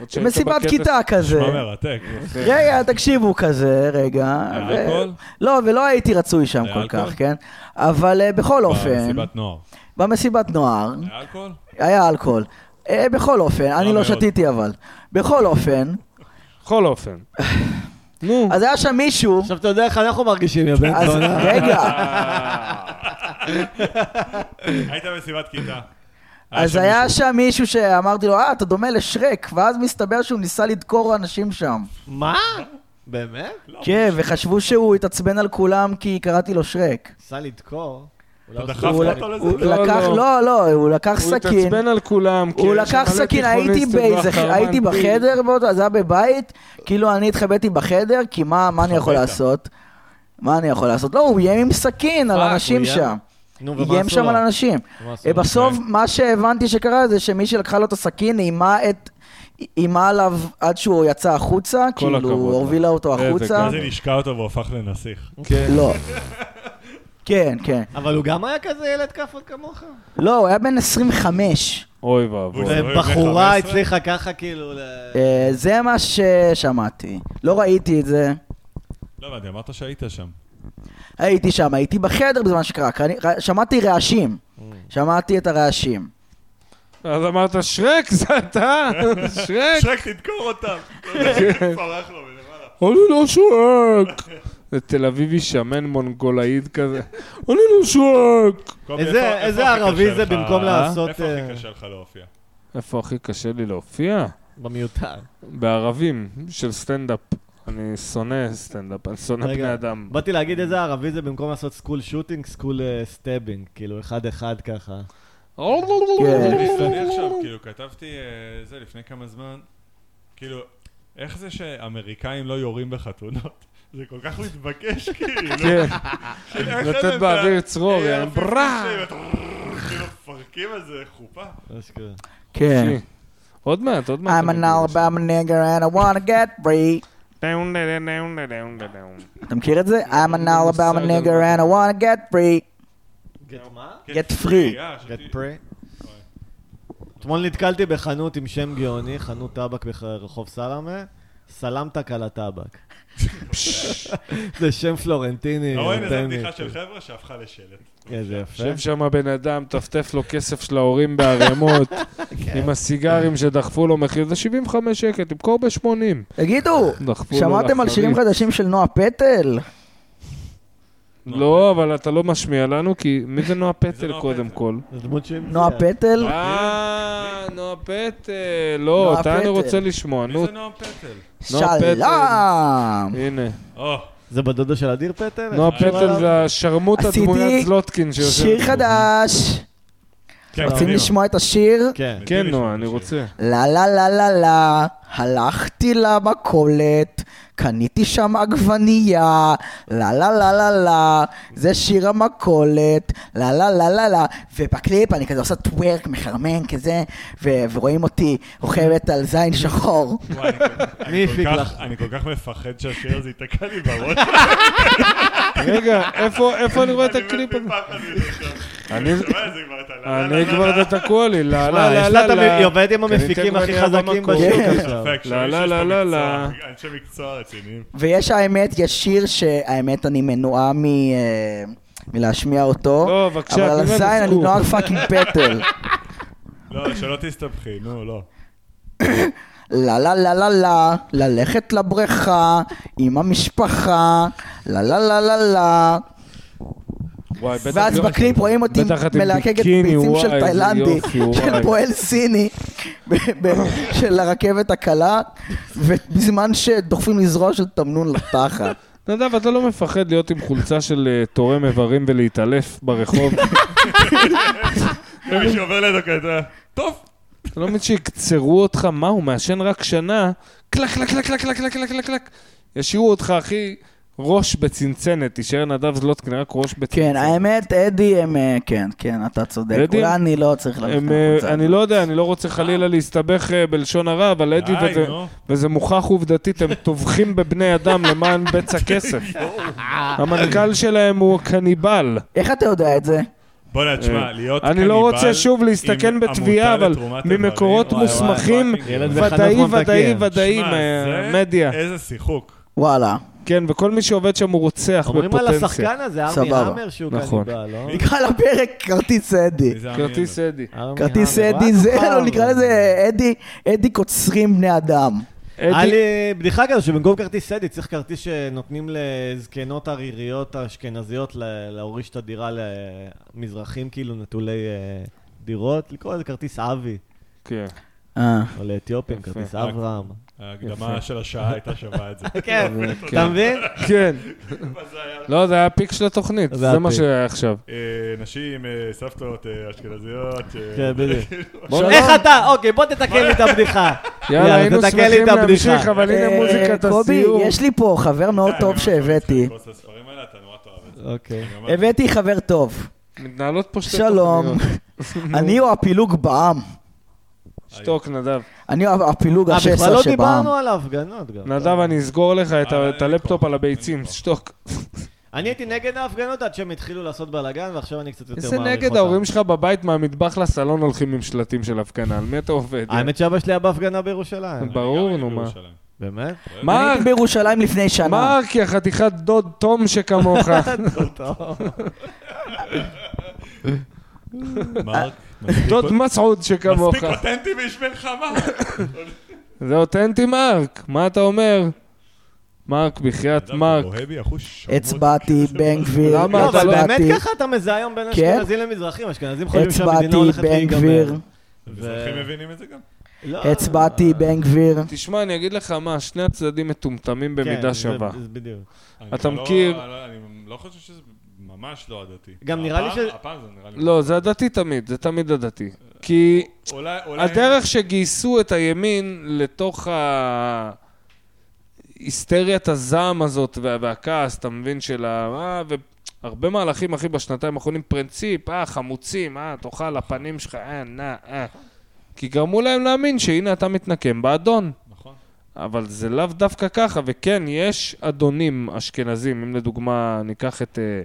S1: עוד שהיית
S4: מסיבת
S1: בקטע
S4: כיתה כזה.
S3: מה מרתק.
S4: רגע, תקשיבו כזה, רגע.
S3: היה
S4: ו-
S3: כן. אלכוהול?
S4: לא, ולא הייתי רצוי שם
S3: היה
S4: כל
S3: אלכוהול?
S4: כך, כן? אבל אה, בכל אופן,
S3: במסיבת נוער.
S4: במסיבת נוער,
S3: היה אלכוהול?
S4: היה אלכוהול. אה, בכל אופן, אני לא
S3: מאוד.
S4: שתיתי אבל. בכל אופן,
S1: בכל אופן. נו.
S4: אז היה שם מישהו,
S2: עכשיו אתה יודע איך אנחנו מרגישים, יא בן
S4: אז
S2: זונה.
S4: רגע,
S3: היית במסיבת כיתה.
S4: אז
S3: שם
S4: היה
S3: מישהו.
S4: שם מישהו שאמרתי לו, אה, אתה דומה לשרק, ואז מסתבר שהוא ניסה לדקור אנשים שם.
S2: מה? באמת?
S3: לא,
S4: כן, וחשבו שהוא התעצבן על כולם כי קראתי לו שרק.
S2: ניסה לדקור. אולי
S3: אתה
S2: הוא
S3: דחפת
S2: סורי.
S3: אותו לזה?
S4: הוא
S1: לא,
S4: לקח,
S1: לא.
S4: לא, לא, הוא לקח
S1: הוא
S4: סכין.
S1: התעצבן על כולם.
S4: הוא
S1: כי
S4: לקח
S1: יש מלא
S4: סכין, הייתי
S1: תיכוניסטים
S4: באיזה,
S1: והחרמן
S4: הייתי
S1: פיל.
S4: בחדר באותו, אז היה בבית, כאילו אני התחבאתי בחדר, כי מה מה אני יכול
S3: התחבאת.
S4: לעשות? מה אני יכול לעשות? לא, הוא איים עם סכין על
S2: פאק, הוא
S4: אנשים
S2: איים?
S4: שם.
S2: נו, ומה
S4: איים
S2: עשו
S4: שם
S2: לו? אוקיי.
S4: על אה, אנשים.
S2: מה עשו לו?
S4: בסוף, מה שהבנתי שקרה זה שמי שלקחה לו את הסכין איימה את... איימה עליו עד שהוא יצא החוצה,
S1: כל
S4: כאילו,
S1: הכבוד.
S4: הובילה אותו
S1: איזה
S4: החוצה.
S3: ואז זה נשקע אותו והוא הפך לנסיך.
S4: לא. כן, כן.
S2: אבל הוא גם היה כזה ילד כאפות כמוך?
S4: לא, הוא היה בן 25.
S1: אוי ואבוי.
S3: זה- הוא
S2: ובחורה
S3: בן 15?
S2: הצליחה ככה כאילו... ל-
S4: אה, זה מה ששמעתי. לא ראיתי את זה.
S3: לא הבנתי, אמרת שהיית שם.
S4: הייתי שם, הייתי בחדר בזמן שקרה, קראני- ר- שמעתי רעשים. שמעתי את הרעשים.
S1: אז אמרת, שרק, זה אתה? שרק?
S3: שרק תדקור אותם. לא יודע, פרח לו מלמעלה.
S1: אני לא שרק. זה תל אביבי שמן מונגולאיד כזה. אני לא שרק.
S3: קובי,
S2: איזה-
S3: איפה-
S2: איזה
S3: איפה הכי
S2: ערבי
S3: קשה
S2: זה
S3: לך-
S2: במקום
S3: אה?
S2: לעשות,
S3: איפה הכי
S2: אה,
S3: קשה לך להופיע?
S1: איפה הכי קשה לי להופיע?
S2: במיותר.
S1: בערבים של סטנדאפ. אני שונא סטנדאפ, אני שונא
S2: רגע,
S1: בני אדם.
S2: באתי להגיד איזה ערבי זה במקום לעשות סקול שוטינג, סקול אה, סטאבינג, כאילו אחד-אחד ככה.
S1: כן.
S3: אני מסתדר עכשיו, כאילו, כתבתי אה, זה לפני כמה זמן, כאילו, איך זה שאמריקאים לא יורים בחתונות? זה כל כך מתבקש, כאילו.
S1: כן,
S3: כאילו, איך
S1: לתת
S3: הם-
S1: באוויר צרור,
S3: אה,
S1: יעני,
S3: אפילו
S1: ברע.
S3: שהם, כאילו, מפרקים איזה חופה.
S2: אשכרה.
S4: כן.
S1: עוד מעט, עוד מעט.
S4: I'm an Alabama nigger and I wanna get free. אתה מכיר את זה? I'm an Alabama nigger and I wanna get free.
S2: גט מה?
S4: Get free.
S3: אה, שתי-
S2: גט פרי. אתמול נתקלתי בחנות עם שם גאוני, חנות טבק ברחוב סלמה, סלמתק על הטבק. זה שם פלורנטיני.
S3: אתה אה, רואה, לא, הנה, זו
S2: אותנטי.
S3: בדיחה של חבר'ה שהפכה לשלט.
S2: איזה יפה.
S1: יושב שם בן אדם, טפטף לו כסף של ההורים בערימות, עם הסיגרים שדחפו לו מחיר, זה 75 שקל, תמכור ב-80.
S4: תגידו,
S1: דחפו לו
S4: שמעתם על
S1: לחריף.
S4: שירים חדשים של נועה פטל?
S1: לא, אבל אתה לא משמיע לנו, כי מי זה נועה
S3: זה
S1: פטל
S3: נועה
S1: קודם
S3: פטל.
S1: כל?
S2: זה דמות כן. שהמציאה.
S4: נועה פטל?
S1: אה, נועה פטל, לא,
S4: נועה
S1: אותה אני
S4: פטל.
S1: רוצה לשמוע,
S3: מי
S1: נו,
S3: זה נועם פטל?
S1: נועה פטל.
S4: שלום!
S1: הנה.
S3: או,
S2: זה בדודה של אדיר פטל?
S1: נועה
S3: אה,
S2: איך קשור
S1: פטל
S2: אליו?
S1: זה השרמוט
S4: עשיתי
S1: הדמוית זלוטקין שיושב.
S4: שיר חדש!
S3: כן,
S4: רוצים
S3: קדימה.
S4: לשמוע את השיר?
S2: כן.
S1: כן, נועה, אני רוצה.
S4: לה לה לה לה לה, הלכתי למכולת, קניתי שם עגבנייה, לה לה לה לה לה, זה שיר המכולת, לה לה לה לה לה, ובקליפ אני כזה עושה טוורק, מחרמן כזה, ו- ורואים אותי רוכבת על זין שחור.
S3: וואי, אני כל- אני
S2: מי
S3: כל
S2: הפיק
S3: כך-
S2: לך?
S3: אני כל כך מפחד שהשיר הזה ייתקע לי בראש.
S1: רגע, איפה איפה אני רואה את הקליפ הזה? אני-
S3: אני שומע את זה כבר, אתה לא- לא,
S1: אני
S3: לא, לא,
S1: כבר
S3: לא.
S1: זה תקוע לי, לא, לה
S2: מה,
S1: לה לה
S2: יש
S1: לה
S2: לה
S1: לה. כן,
S2: תמיד- היא עובדת עם
S1: קניתי
S2: המפיקים הכי
S1: עגבנייה
S2: חזקים
S1: במכולת.
S2: בשוק
S4: כן.
S2: עכשיו.
S3: ספק,
S1: לא, לא,
S3: שמישהו
S1: לא,
S3: פה
S1: לא,
S3: מקצוע,
S1: לא.
S3: אנשי מקצוע רציניים.
S4: ויש האמת, יש שיר שהאמת אני מנועה מ... אה, מלהשמיע אותו,
S1: לא, בבקשה,
S4: אבל על
S1: תני לנו
S4: הזין אני
S1: סקופ.
S4: נוער פאקינג פטל.
S3: לא, שלא תסתבכי, נו, לא.
S4: אה. לה לה לה לה לה, ללכת לבריכה עם המשפחה, לה לה לה לה לה.
S1: וואי, בטח
S4: ואז
S1: לא-
S4: בקליפ רואים אותי
S1: בטח את עם
S4: מלהקקת
S1: ביקיני,
S4: ביצים
S1: וואי,
S4: של
S1: איזה
S4: תאילנדי,
S1: יופי, וואי.
S4: של פועל סיני, ב- ב- של הרכבת הקלה, ובזמן שדוחפים לי זרוע של תמנון לתחת.
S1: נדב, אתה לא מפחד להיות עם חולצה של אה, תורם איברים ולהתעלף ברחוב?
S3: מישהו עובר לידו כזה, טוב.
S1: אתה לא מבין שיקצרו אותך, מה, הוא מעשן רק שנה? קלק, קלק, קלק, קלק, קלק, קלק, קלק, קלק, קלק. ישאירו אותך, אחי, ראש בצנצנת, תישאר נדב זלוטקין, רק ראש בצנצנת.
S4: כן, האמת, אדי הם... אה, כן, כן, אתה צודק.
S1: אדי?
S4: אולי אני לא צריך ללכת
S1: הם, אה,
S4: לקבוצה.
S1: אני לא יודע, אני לא רוצה חלילה להסתבך אה, בלשון הרע, אבל אדי
S3: די,
S1: וזה-
S3: נו.
S1: וזה מוכח עובדתית, הם טובחים בבני אדם למען בצע כסף.
S2: אה.
S1: המנכ"ל שלהם הוא קניבל.
S4: איך אתה יודע את זה?
S3: בוא'נה, תשמע,
S1: אה,
S3: להיות
S1: אני לא
S3: קניבל
S1: רוצה שוב
S3: עם
S1: להסתכן בתביעה,
S3: עמותה
S1: אבל
S3: לתרומת
S1: ממקורות
S3: איברים.
S2: וואי,
S1: מוסמכים,
S3: וואי,
S2: ילד
S3: וואי,
S1: ודאי,
S2: וחנוך
S1: ודאי,
S2: ממתקן.
S1: ודאי,
S3: שמע, זה-
S1: מדיה.
S3: איזה שיחוק.
S4: וואלה.
S1: כן, וכל מי שעובד שם הוא רוצח
S2: אומרים על
S1: בפוטנציה.
S2: השחקן הזה, ארמי
S4: סבבה.
S2: המר שהוא
S1: נכון.
S2: קניבל, לא?
S4: נקרא לפרק כרטיס אדי.
S3: מי זה המיר?
S1: כרטיס אדי.
S2: ארמי
S4: כרטיס
S2: המר,
S4: אדי
S2: רק
S4: זה,
S2: פעם.
S4: לא, נקרא לזה אדי, אדי קוצרים בני אדם.
S2: היה
S1: אדי,
S2: לי בדיחה כזו שבמקום כרטיס אדי צריך כרטיס שנותנים לזקנות עריריות האשכנזיות ל- להוריש את הדירה למזרחים כאילו נטולי אה, דירות, לקרוא לזה כרטיס אבי,
S1: כן.
S4: אה.
S2: או לאתיופים,
S1: יפה.
S2: כרטיס אברהם.
S3: ההקדמה
S1: יפה.
S3: של השעה הייתה שווה את זה.
S2: כן,
S1: כן.
S2: אתה מבין?
S1: כן. לא, זה היה הפיק של התוכנית,
S2: זה
S1: זה
S2: היה
S1: מה
S2: הפיק.
S1: שהיה עכשיו.
S3: אה, נשים, אה, סבתות, אה, אשכנזיות. אה,
S2: כן, בדיוק.
S1: בוא
S2: איך
S1: נראה.
S2: אתה? אוקיי, בוא תתקן לי את הבדיחה.
S1: יאללה, היינו
S2: תתקן לי את
S1: שמחים
S2: הבדיחה.
S1: להמשיך, אבל הנה
S4: אה,
S1: מוזיקת
S4: קובי,
S1: הסיום.
S4: יש לי פה חבר מאוד טוב שהבאתי.
S3: לתפוס את לא הספרים האלה, אתה נורא תאהב את זה.
S2: אוקיי.
S3: אני אומר,
S4: הבאתי חבר טוב.
S1: מתנהלות פה שתי
S4: שלום.
S1: תוכניות.
S4: אני או הפילוג בעם.
S1: שתוק, נדב.
S4: אני או הפילוג
S2: אה, בכלל
S4: השסע
S2: לא
S4: שבעם.
S2: דיברנו על ההפגנות גם.
S1: נדב, אני אסגור לך את ה-
S3: אה,
S1: את הלפטופ
S3: אין
S1: על הביצים,
S3: אין כוח.
S1: שתוק.
S2: אני הייתי נגד ההפגנות עד שהם התחילו לעשות בלאגן, ועכשיו אני קצת יותר מעריך
S1: איזה
S2: אותם.
S1: נגד ההורים שלך בבית מהמטבח לסלון הולכים עם שלטים של הפגנה, על מי אתה עובד?
S2: האמת שאבא שלי היה בהפגנה בירושלים.
S3: אני
S1: ברור,
S3: גם הייתי
S1: נו, מה.
S3: בירושלים.
S2: באמת?
S4: אני
S1: מה,
S4: הייתי בירושלים לפני שנה.
S1: מה, כי החתיכת דוד תום שכמוך.
S4: לא,
S3: מרק, מספיק-
S1: דוד מסעוד שכמוך.
S3: מספיק אותנטי בשבילך, מה?
S1: זה אותנטי מרק, מה אתה אומר? מרק, בחייאת מרק.
S3: אוהבי, אחוש.
S4: הצבעתי בן גביר.
S1: למה?
S2: לא, אבל
S4: הצבעתי-
S2: באמת ככה אתה מזהה היום בין
S4: כן?
S2: אשכנזים למזרחים, אשכנזים חושבים שהמדינה
S4: הצבעתי
S2: הולכת
S4: בן
S2: להיגמר.
S4: גביר.
S3: אזרחים מבינים את זה גם?
S2: לא.
S4: הצבעתי בן גביר.
S1: תשמע, אני אגיד לך מה, שני הצדדים מטומטמים
S2: כן,
S1: במידה
S2: זה-
S1: שווה.
S2: זה בדיוק.
S3: אני
S1: אתה
S3: כבר לא-
S1: מכיר-
S3: לא, אני לא חושב שזה ממש לא עדתי.
S2: גם נראה לי
S3: הפעם-
S2: ש-
S3: הפעם זה נראה לי...
S1: לא, זה הדתי תמיד, זה תמיד הדתי. כי
S3: אולי... אולי-
S1: הדרך שגייסו את הימין לתוך ה... היסטריית הזעם הזאת וה- והכעס, אתה מבין, של ה... אה, והרבה מהלכים, אחי, בשנתיים האחרונים, פרינציפ, אה, חמוצים, אה, תאכל לפנים שלך, אה, נא, אה. כי גרמו להם להאמין שהנה אתה מתנקם באדון.
S3: נכון.
S1: אבל זה לאו דווקא ככה, וכן, יש אדונים אשכנזים, אם לדוגמה ניקח את... אה,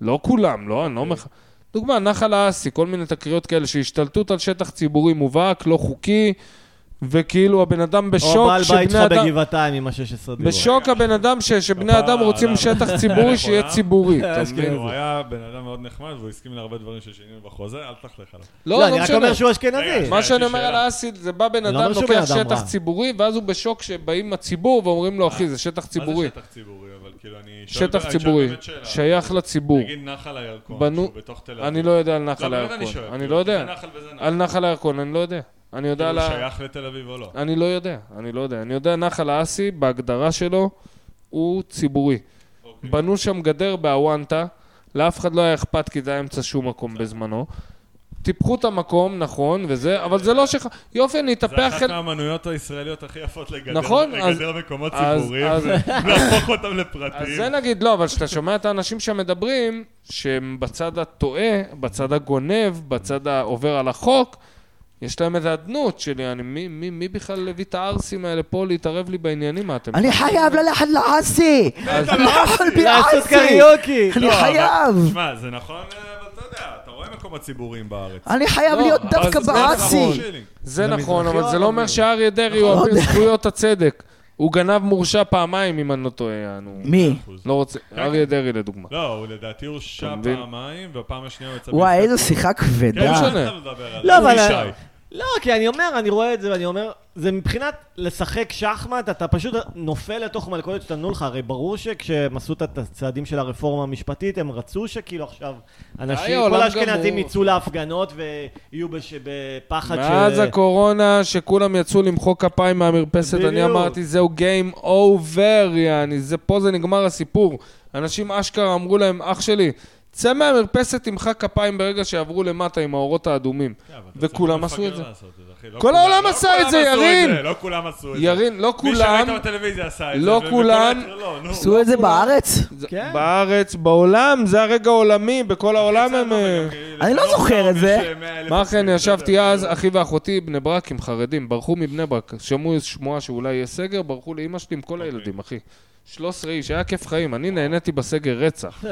S1: לא כולם, לא, אני לא אומר לך... דוגמה, נחל האסי, כל מיני תקריות כאלה שהשתלטות על שטח ציבורי מובהק, לא חוקי, וכאילו הבן אדם בשוק,
S2: או בעל בית
S1: שבני
S2: שלך
S1: אדם...
S2: בגבעתיים עם ה-16 דירות.
S1: בשוק הבן אדם ש... שבני
S3: כפרה
S1: אדם לא, רוצים
S3: עליו.
S1: שטח ציבורי שיהיה
S3: לכולם.
S1: ציבורי, אתה
S2: אז
S1: מבין?
S2: כן.
S3: הוא היה בן אדם מאוד נחמד והוא הסכים להרבה דברים ששינינו בחוזה, אל תחלך עליו.
S2: לא,
S1: לא,
S2: אני
S1: לא
S2: רק
S1: משנה.
S2: אומר שהוא
S3: רגע,
S2: אשכנזי.
S1: מה שאני
S3: שאלה.
S1: אומר על האסי, זה בא בן
S2: אני לא
S1: אדם,
S2: אומר שהוא בן
S1: לוקח
S2: אדם
S1: שטח
S2: רע.
S1: ציבורי, ואז הוא בשוק שבאים הציבור ואומרים לו, אחי, זה שטח ציבורי.
S3: מה זה שטח ציבורי? אבל כאילו, אני שואל-
S1: שטח
S3: אני שואל
S1: ציבורי,
S3: באמת שאלה.
S1: שייך לציבור.
S3: נגיד נחל הירקון,
S1: בנו-
S3: שהוא בתוך תל אביב.
S1: אני לא יודע על נחל
S3: לא, באמת אני
S1: הירקון.
S3: שואל.
S1: אני
S3: כאילו,
S1: לא
S3: זה
S1: יודע.
S3: נחל וזה נחל.
S1: על נחל הירקון, אני לא יודע. אני יודע על
S3: כאילו,
S1: ה...
S3: שייך לתל אביב או לא?
S1: אני לא יודע. אני לא יודע. אני יודע, נחל האסי, בהגדרה שלו, הוא ציבורי.
S3: אוקיי.
S1: בנו שם גדר באוונטה, לאף אחד לא היה אכפת כי זה היה אמצע שום מקום בזמנו. טיפחו את המקום, נכון, וזה, אבל זה לא שח... יופי, אני
S3: זה
S1: אטפח...
S3: אחת
S1: חלק-
S3: מהאמנויות הישראליות הכי יפות לגדר,
S1: נכון, אז-
S3: לגדר מקומות
S1: אז-
S3: ציבוריים,
S1: אז-
S3: להפוך אותם
S1: אז
S3: לפרטיים.
S1: זה נגיד לא, אבל כשאתה שומע את האנשים שמדברים, שהם בצד הטועה, בצד הגונב, בצד העובר על החוק, יש להם את האדנות שלי, אני, מי, מי, מי בכלל הביא את הערסים האלה פה להתערב לי בעניינים? מה אתם...
S4: אני חייב ללכת לעסי!
S1: אז-
S4: נכון,
S2: לעשות
S4: בעסי!
S2: קריוקי.
S4: אני
S3: לא, אבל-
S4: חייב!
S3: שמע, זה נכון, אבל אתה יודע, אתה רואה מקומות ציבוריים בארץ.
S4: אני חייב
S1: לא,
S4: להיות
S1: אבל
S4: דווקא
S1: זה
S4: בעסי!
S1: נכון. זה נכון, אבל זה לא אומר
S2: המזרחי.
S1: שאריה דרעי הוא
S4: נכון.
S1: אביר זכויות הצדק. הוא גנב מורשע פעמיים, אם אני לא טועה, יענו.
S4: מי?
S1: לא רוצה, אריה דרעי לדוגמה.
S3: לא, הוא לדעתי הורשע
S1: אתה מבין?
S3: פעמיים, והפעם השנייה הוא יצא...
S4: וואי,
S3: בהסתכלות.
S4: איזו שיחה
S3: כן,
S1: לא
S4: כבדה.
S1: משנה.
S3: אנחנו נדבר על
S2: לא,
S3: זה.
S2: אבל-
S3: אורי שי.
S2: לא, כי אני אומר, אני רואה את זה ואני אומר, זה מבחינת לשחק שחמט, אתה פשוט נופל לתוך מלכודת שתנו לך, הרי ברור שכשהם עשו את הצעדים של הרפורמה המשפטית, הם רצו שכאילו עכשיו
S1: די,
S2: אנשים,
S1: העולם
S2: כל האשכנזים
S1: גמור.
S2: יצאו להפגנות ויהיו בש- בפחד ש...
S1: מאז הקורונה, שכולם יצאו למחוא כפיים מהמרפסת, אני
S2: בדיוק.
S1: אמרתי, זהו גיים אובר, יעני, זה פה זה נגמר הסיפור. אנשים אשכרה אמרו להם, אח שלי, צא מהמרפסת, תמחא כפיים ברגע שעברו למטה עם האורות האדומים.
S3: כן,
S1: וכולם עשו את זה. כל העולם עשה את זה, ירין.
S3: לא כולם עשו את זה.
S1: ירין, לא
S3: מי שראית
S1: כולם,
S3: בטלוויזיה עשה את זה.
S1: לא
S3: ובכל
S1: כולם
S3: היתר לא, נו.
S4: עשו את זה בארץ?
S1: זה-
S2: כן.
S1: בארץ, בעולם, זה הרגע העולמי, בכל העולם הם... אה,
S3: כאילו.
S4: אני לא זוכר את זה.
S1: מה כן, ישבתי אז, אחי ואחותי, בני ברק עם חרדים, ברחו מבני ברק, שמעו שמועה שאולי יהיה סגר, ברחו לאימא שלי עם כל
S3: אוקיי.
S1: הילדים, אחי. 13 איש, היה כיף חיים, אני נהניתי בסגר רצח.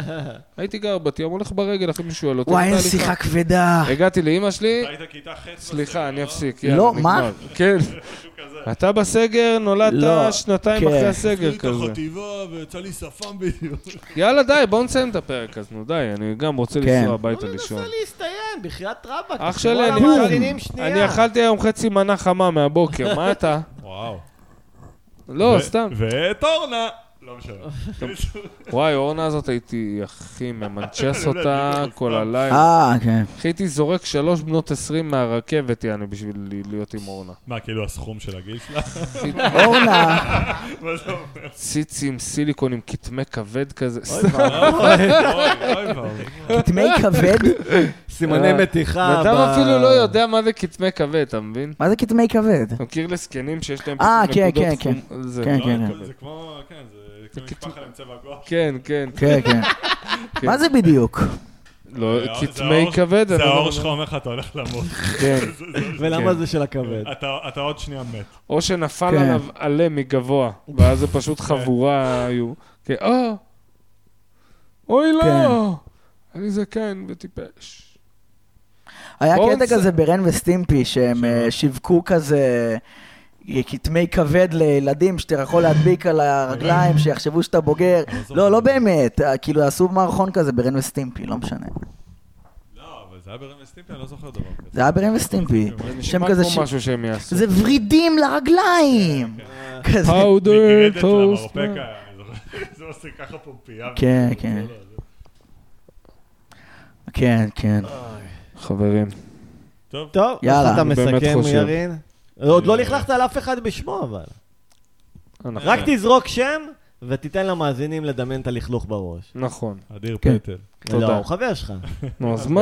S1: הייתי גר בת ים, הולך ברגל, אחי מישהו שואל אותי.
S4: וואי, איזה
S1: "תהליכה?" כן.
S4: שיחה כבדה.
S1: הגעתי לאימא שלי,
S3: היית כיתה ח' בסדר,
S1: סליחה, אני
S3: לא?
S1: אפסיק.
S4: לא,
S1: יאללה,
S4: מה?
S1: נגמר. כן.
S3: משהו כזה.
S1: אתה בסגר,
S4: לא,
S1: נולדת שנתיים
S4: כן.
S1: אחרי הסגר
S3: עשיתי את
S1: כזה.
S3: החטיבה ויצא לי שפם בדיוק.
S1: יאללה, די, בואו נסיים את הפרק אז, נו, די, אני גם רוצה
S4: כן.
S1: לנסוע הביתה
S2: בוא
S1: לישון.
S2: ננסה להסתיים, בחייאת רבאק.
S1: אח
S2: תחשבו
S1: שלי,
S2: על
S1: אני
S2: המאזינים
S1: אכל-
S2: שנייה.
S1: אני אכלתי היום חצי מנה חמה מהבוקר, מה אתה?
S3: וואו.
S1: לא,
S3: ו-
S1: סתם.
S3: ואת אורנה. לא משנה.
S1: וואי, אורנה הזאת הייתי, אחי,
S3: לא
S1: ממנצ'ס אותה כל הלילה.
S4: אה, כן.
S1: אחי, הייתי זורק שלוש בנות עשרים מהרכבת, יעני, בשביל להיות עם אורנה.
S3: מה, כאילו הסכום של הגיל שלה?
S4: אורנה,
S3: מה זה אומר?
S1: ציצי עם סיליקון עם כתמי כבד כזה.
S3: אוי, אוי, אוי.
S4: כתמי כבד?
S2: סימני
S1: אה,
S2: מתיחה.
S1: ואדם
S2: ב-
S1: אפילו לא יודע מה זה כתמי כבד, אתה מבין?
S4: מה זה כתמי כבד?
S1: אתה מכיר לזקנים שיש להם
S4: אה,
S1: פשוט
S4: כן,
S1: נקודות
S4: כן,
S1: חום- זה-
S4: כן,
S3: לא,
S4: כן,
S1: לא,
S3: זה כמו, כן, זה
S1: זה
S3: כמו משפחה עם צבע כוח.
S1: כן, כן.
S4: כן, כן.
S1: כן.
S4: מה זה בדיוק?
S1: לא,
S3: זה האור- זה
S1: כתמי
S3: האור-
S1: כבד.
S3: זה
S1: אני לא
S3: האור
S1: יודע.
S3: שלך אומר לך, אתה הולך למות.
S1: כן.
S2: ולמה
S1: כן.
S2: זה של הכבד?
S3: אתה- אתה עוד שנייה מת.
S1: או שנפל
S4: כן.
S1: עליו עלה מגבוה, ואז זה פשוט חבורה היו. כן, אה, אוי לא, אני זקן וטיפש.
S4: היה
S1: בואו
S4: קטע
S1: נס-
S4: כזה ברן וסטימפי, שהם אה, שיווקו כזה כתמי כבד לילדים שאתה יכול להדביק על הרגליים, שיחשבו שאתה בוגר. לא, לא באמת, אה, כאילו עשו מערכון כזה ברן וסטימפי, לא משנה.
S3: לא, אבל זה היה ברמז טיפי, אני לא זוכר דבר כזה.
S4: זה היה ברן וסטימפי.
S1: זה
S4: שם
S1: נשמע
S4: כזה ש-
S1: כמו משהו שהם יעשו.
S4: זה ורידים לרגליים!
S1: אה.
S4: כזה.
S1: פאודר
S3: מגרדת
S1: טוסט.
S3: למרפקה, אני זוכר. זה עושה ככה פומפייה.
S4: כן,
S3: וזה,
S4: כן.
S3: לא, זה-
S4: כן, כן.
S1: חברים,
S3: טוב,
S2: טוב,
S4: יאללה.
S2: יאללה. אתה
S1: אני באמת
S2: מסכם,
S1: חושב.
S2: ירין? עוד לא לכלכת על אף אחד בשמו, אבל.
S1: אנחנו-
S2: רק תזרוק שם, ותיתן למאזינים לדמיין את הלכלוך בראש.
S1: נכון.
S3: אדיר
S4: כן.
S3: פטל.
S1: תודה.
S2: לא, הוא חבר שלך.
S1: נו, אז מה?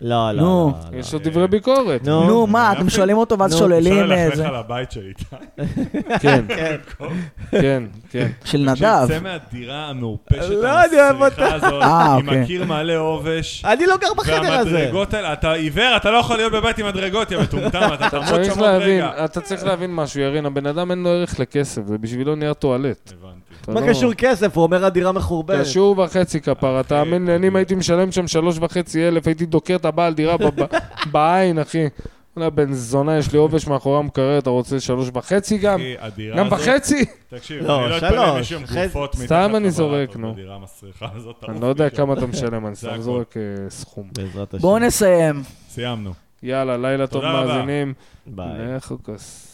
S2: לא, לא,
S4: נו.
S2: לא. לא.
S1: יש עוד דברי ביקורת.
S2: נו.
S4: נו, מה, אתם שואלים אותו ואז
S2: נו,
S4: שוללים
S3: אפשר
S4: איזה...
S3: ללכלך על הבית של איתי.
S1: כן, כן, כן.
S4: של
S3: שיצא
S4: נדב.
S3: מהדירה המעופשת,
S2: לא יודע,
S3: המסריחה הזאת,
S4: אה,
S3: עם
S4: אוקיי.
S3: הקיר מלא עובש.
S2: אני לא גר בחדר הזה.
S3: והמדרגות האלה, אתה עיוור, אתה לא יכול להיות בבית עם מדרגות, יא מטומטם, אתה תעמוד
S1: צריך
S3: שם עוד
S1: להבין,
S3: רגע.
S1: אתה צריך להבין משהו, ירין, הבן אדם אין לו ערך לכסף, זה בשבילו נייר טואלט.
S3: הבנתי.
S1: אתה
S2: מה
S1: לא-
S2: קשור כסף? הוא אומר הדירה
S3: כן.
S2: מחורבנת.
S1: קשור וחצי כפרה, תאמין לי, אני אם הייתי משלם שם שלוש וחצי אלף, הייתי דוקר את הבעל דירה בב- בעין, אחי. וואלה, בן זונה, יש לי עובש מאחורי המקרר, אתה רוצה שלוש וחצי גם?
S3: כי הדירה
S1: גם
S3: הזאת-
S1: וחצי?
S3: תקשיב,
S2: לא,
S3: אני לא
S2: שלוש,
S3: אתפלא אם מישהו עם
S2: אחרי זה-
S3: גופות מתחת
S1: סתם אני
S3: לבלטות
S1: זורק, נו.
S3: בדירה המסריחה הזאת.
S1: אני
S3: תעוף
S1: לא יודע
S3: משם.
S1: כמה אתה משלם, אני
S3: הכל.
S1: סתם זורק אה, סכום.
S2: בעזרת השם.
S4: בואו נסיים.
S3: סיימנו.
S1: יאללה, לילה טוב
S3: תודה רבה.
S1: מאזינים.
S2: ביי.
S1: לכו כוס.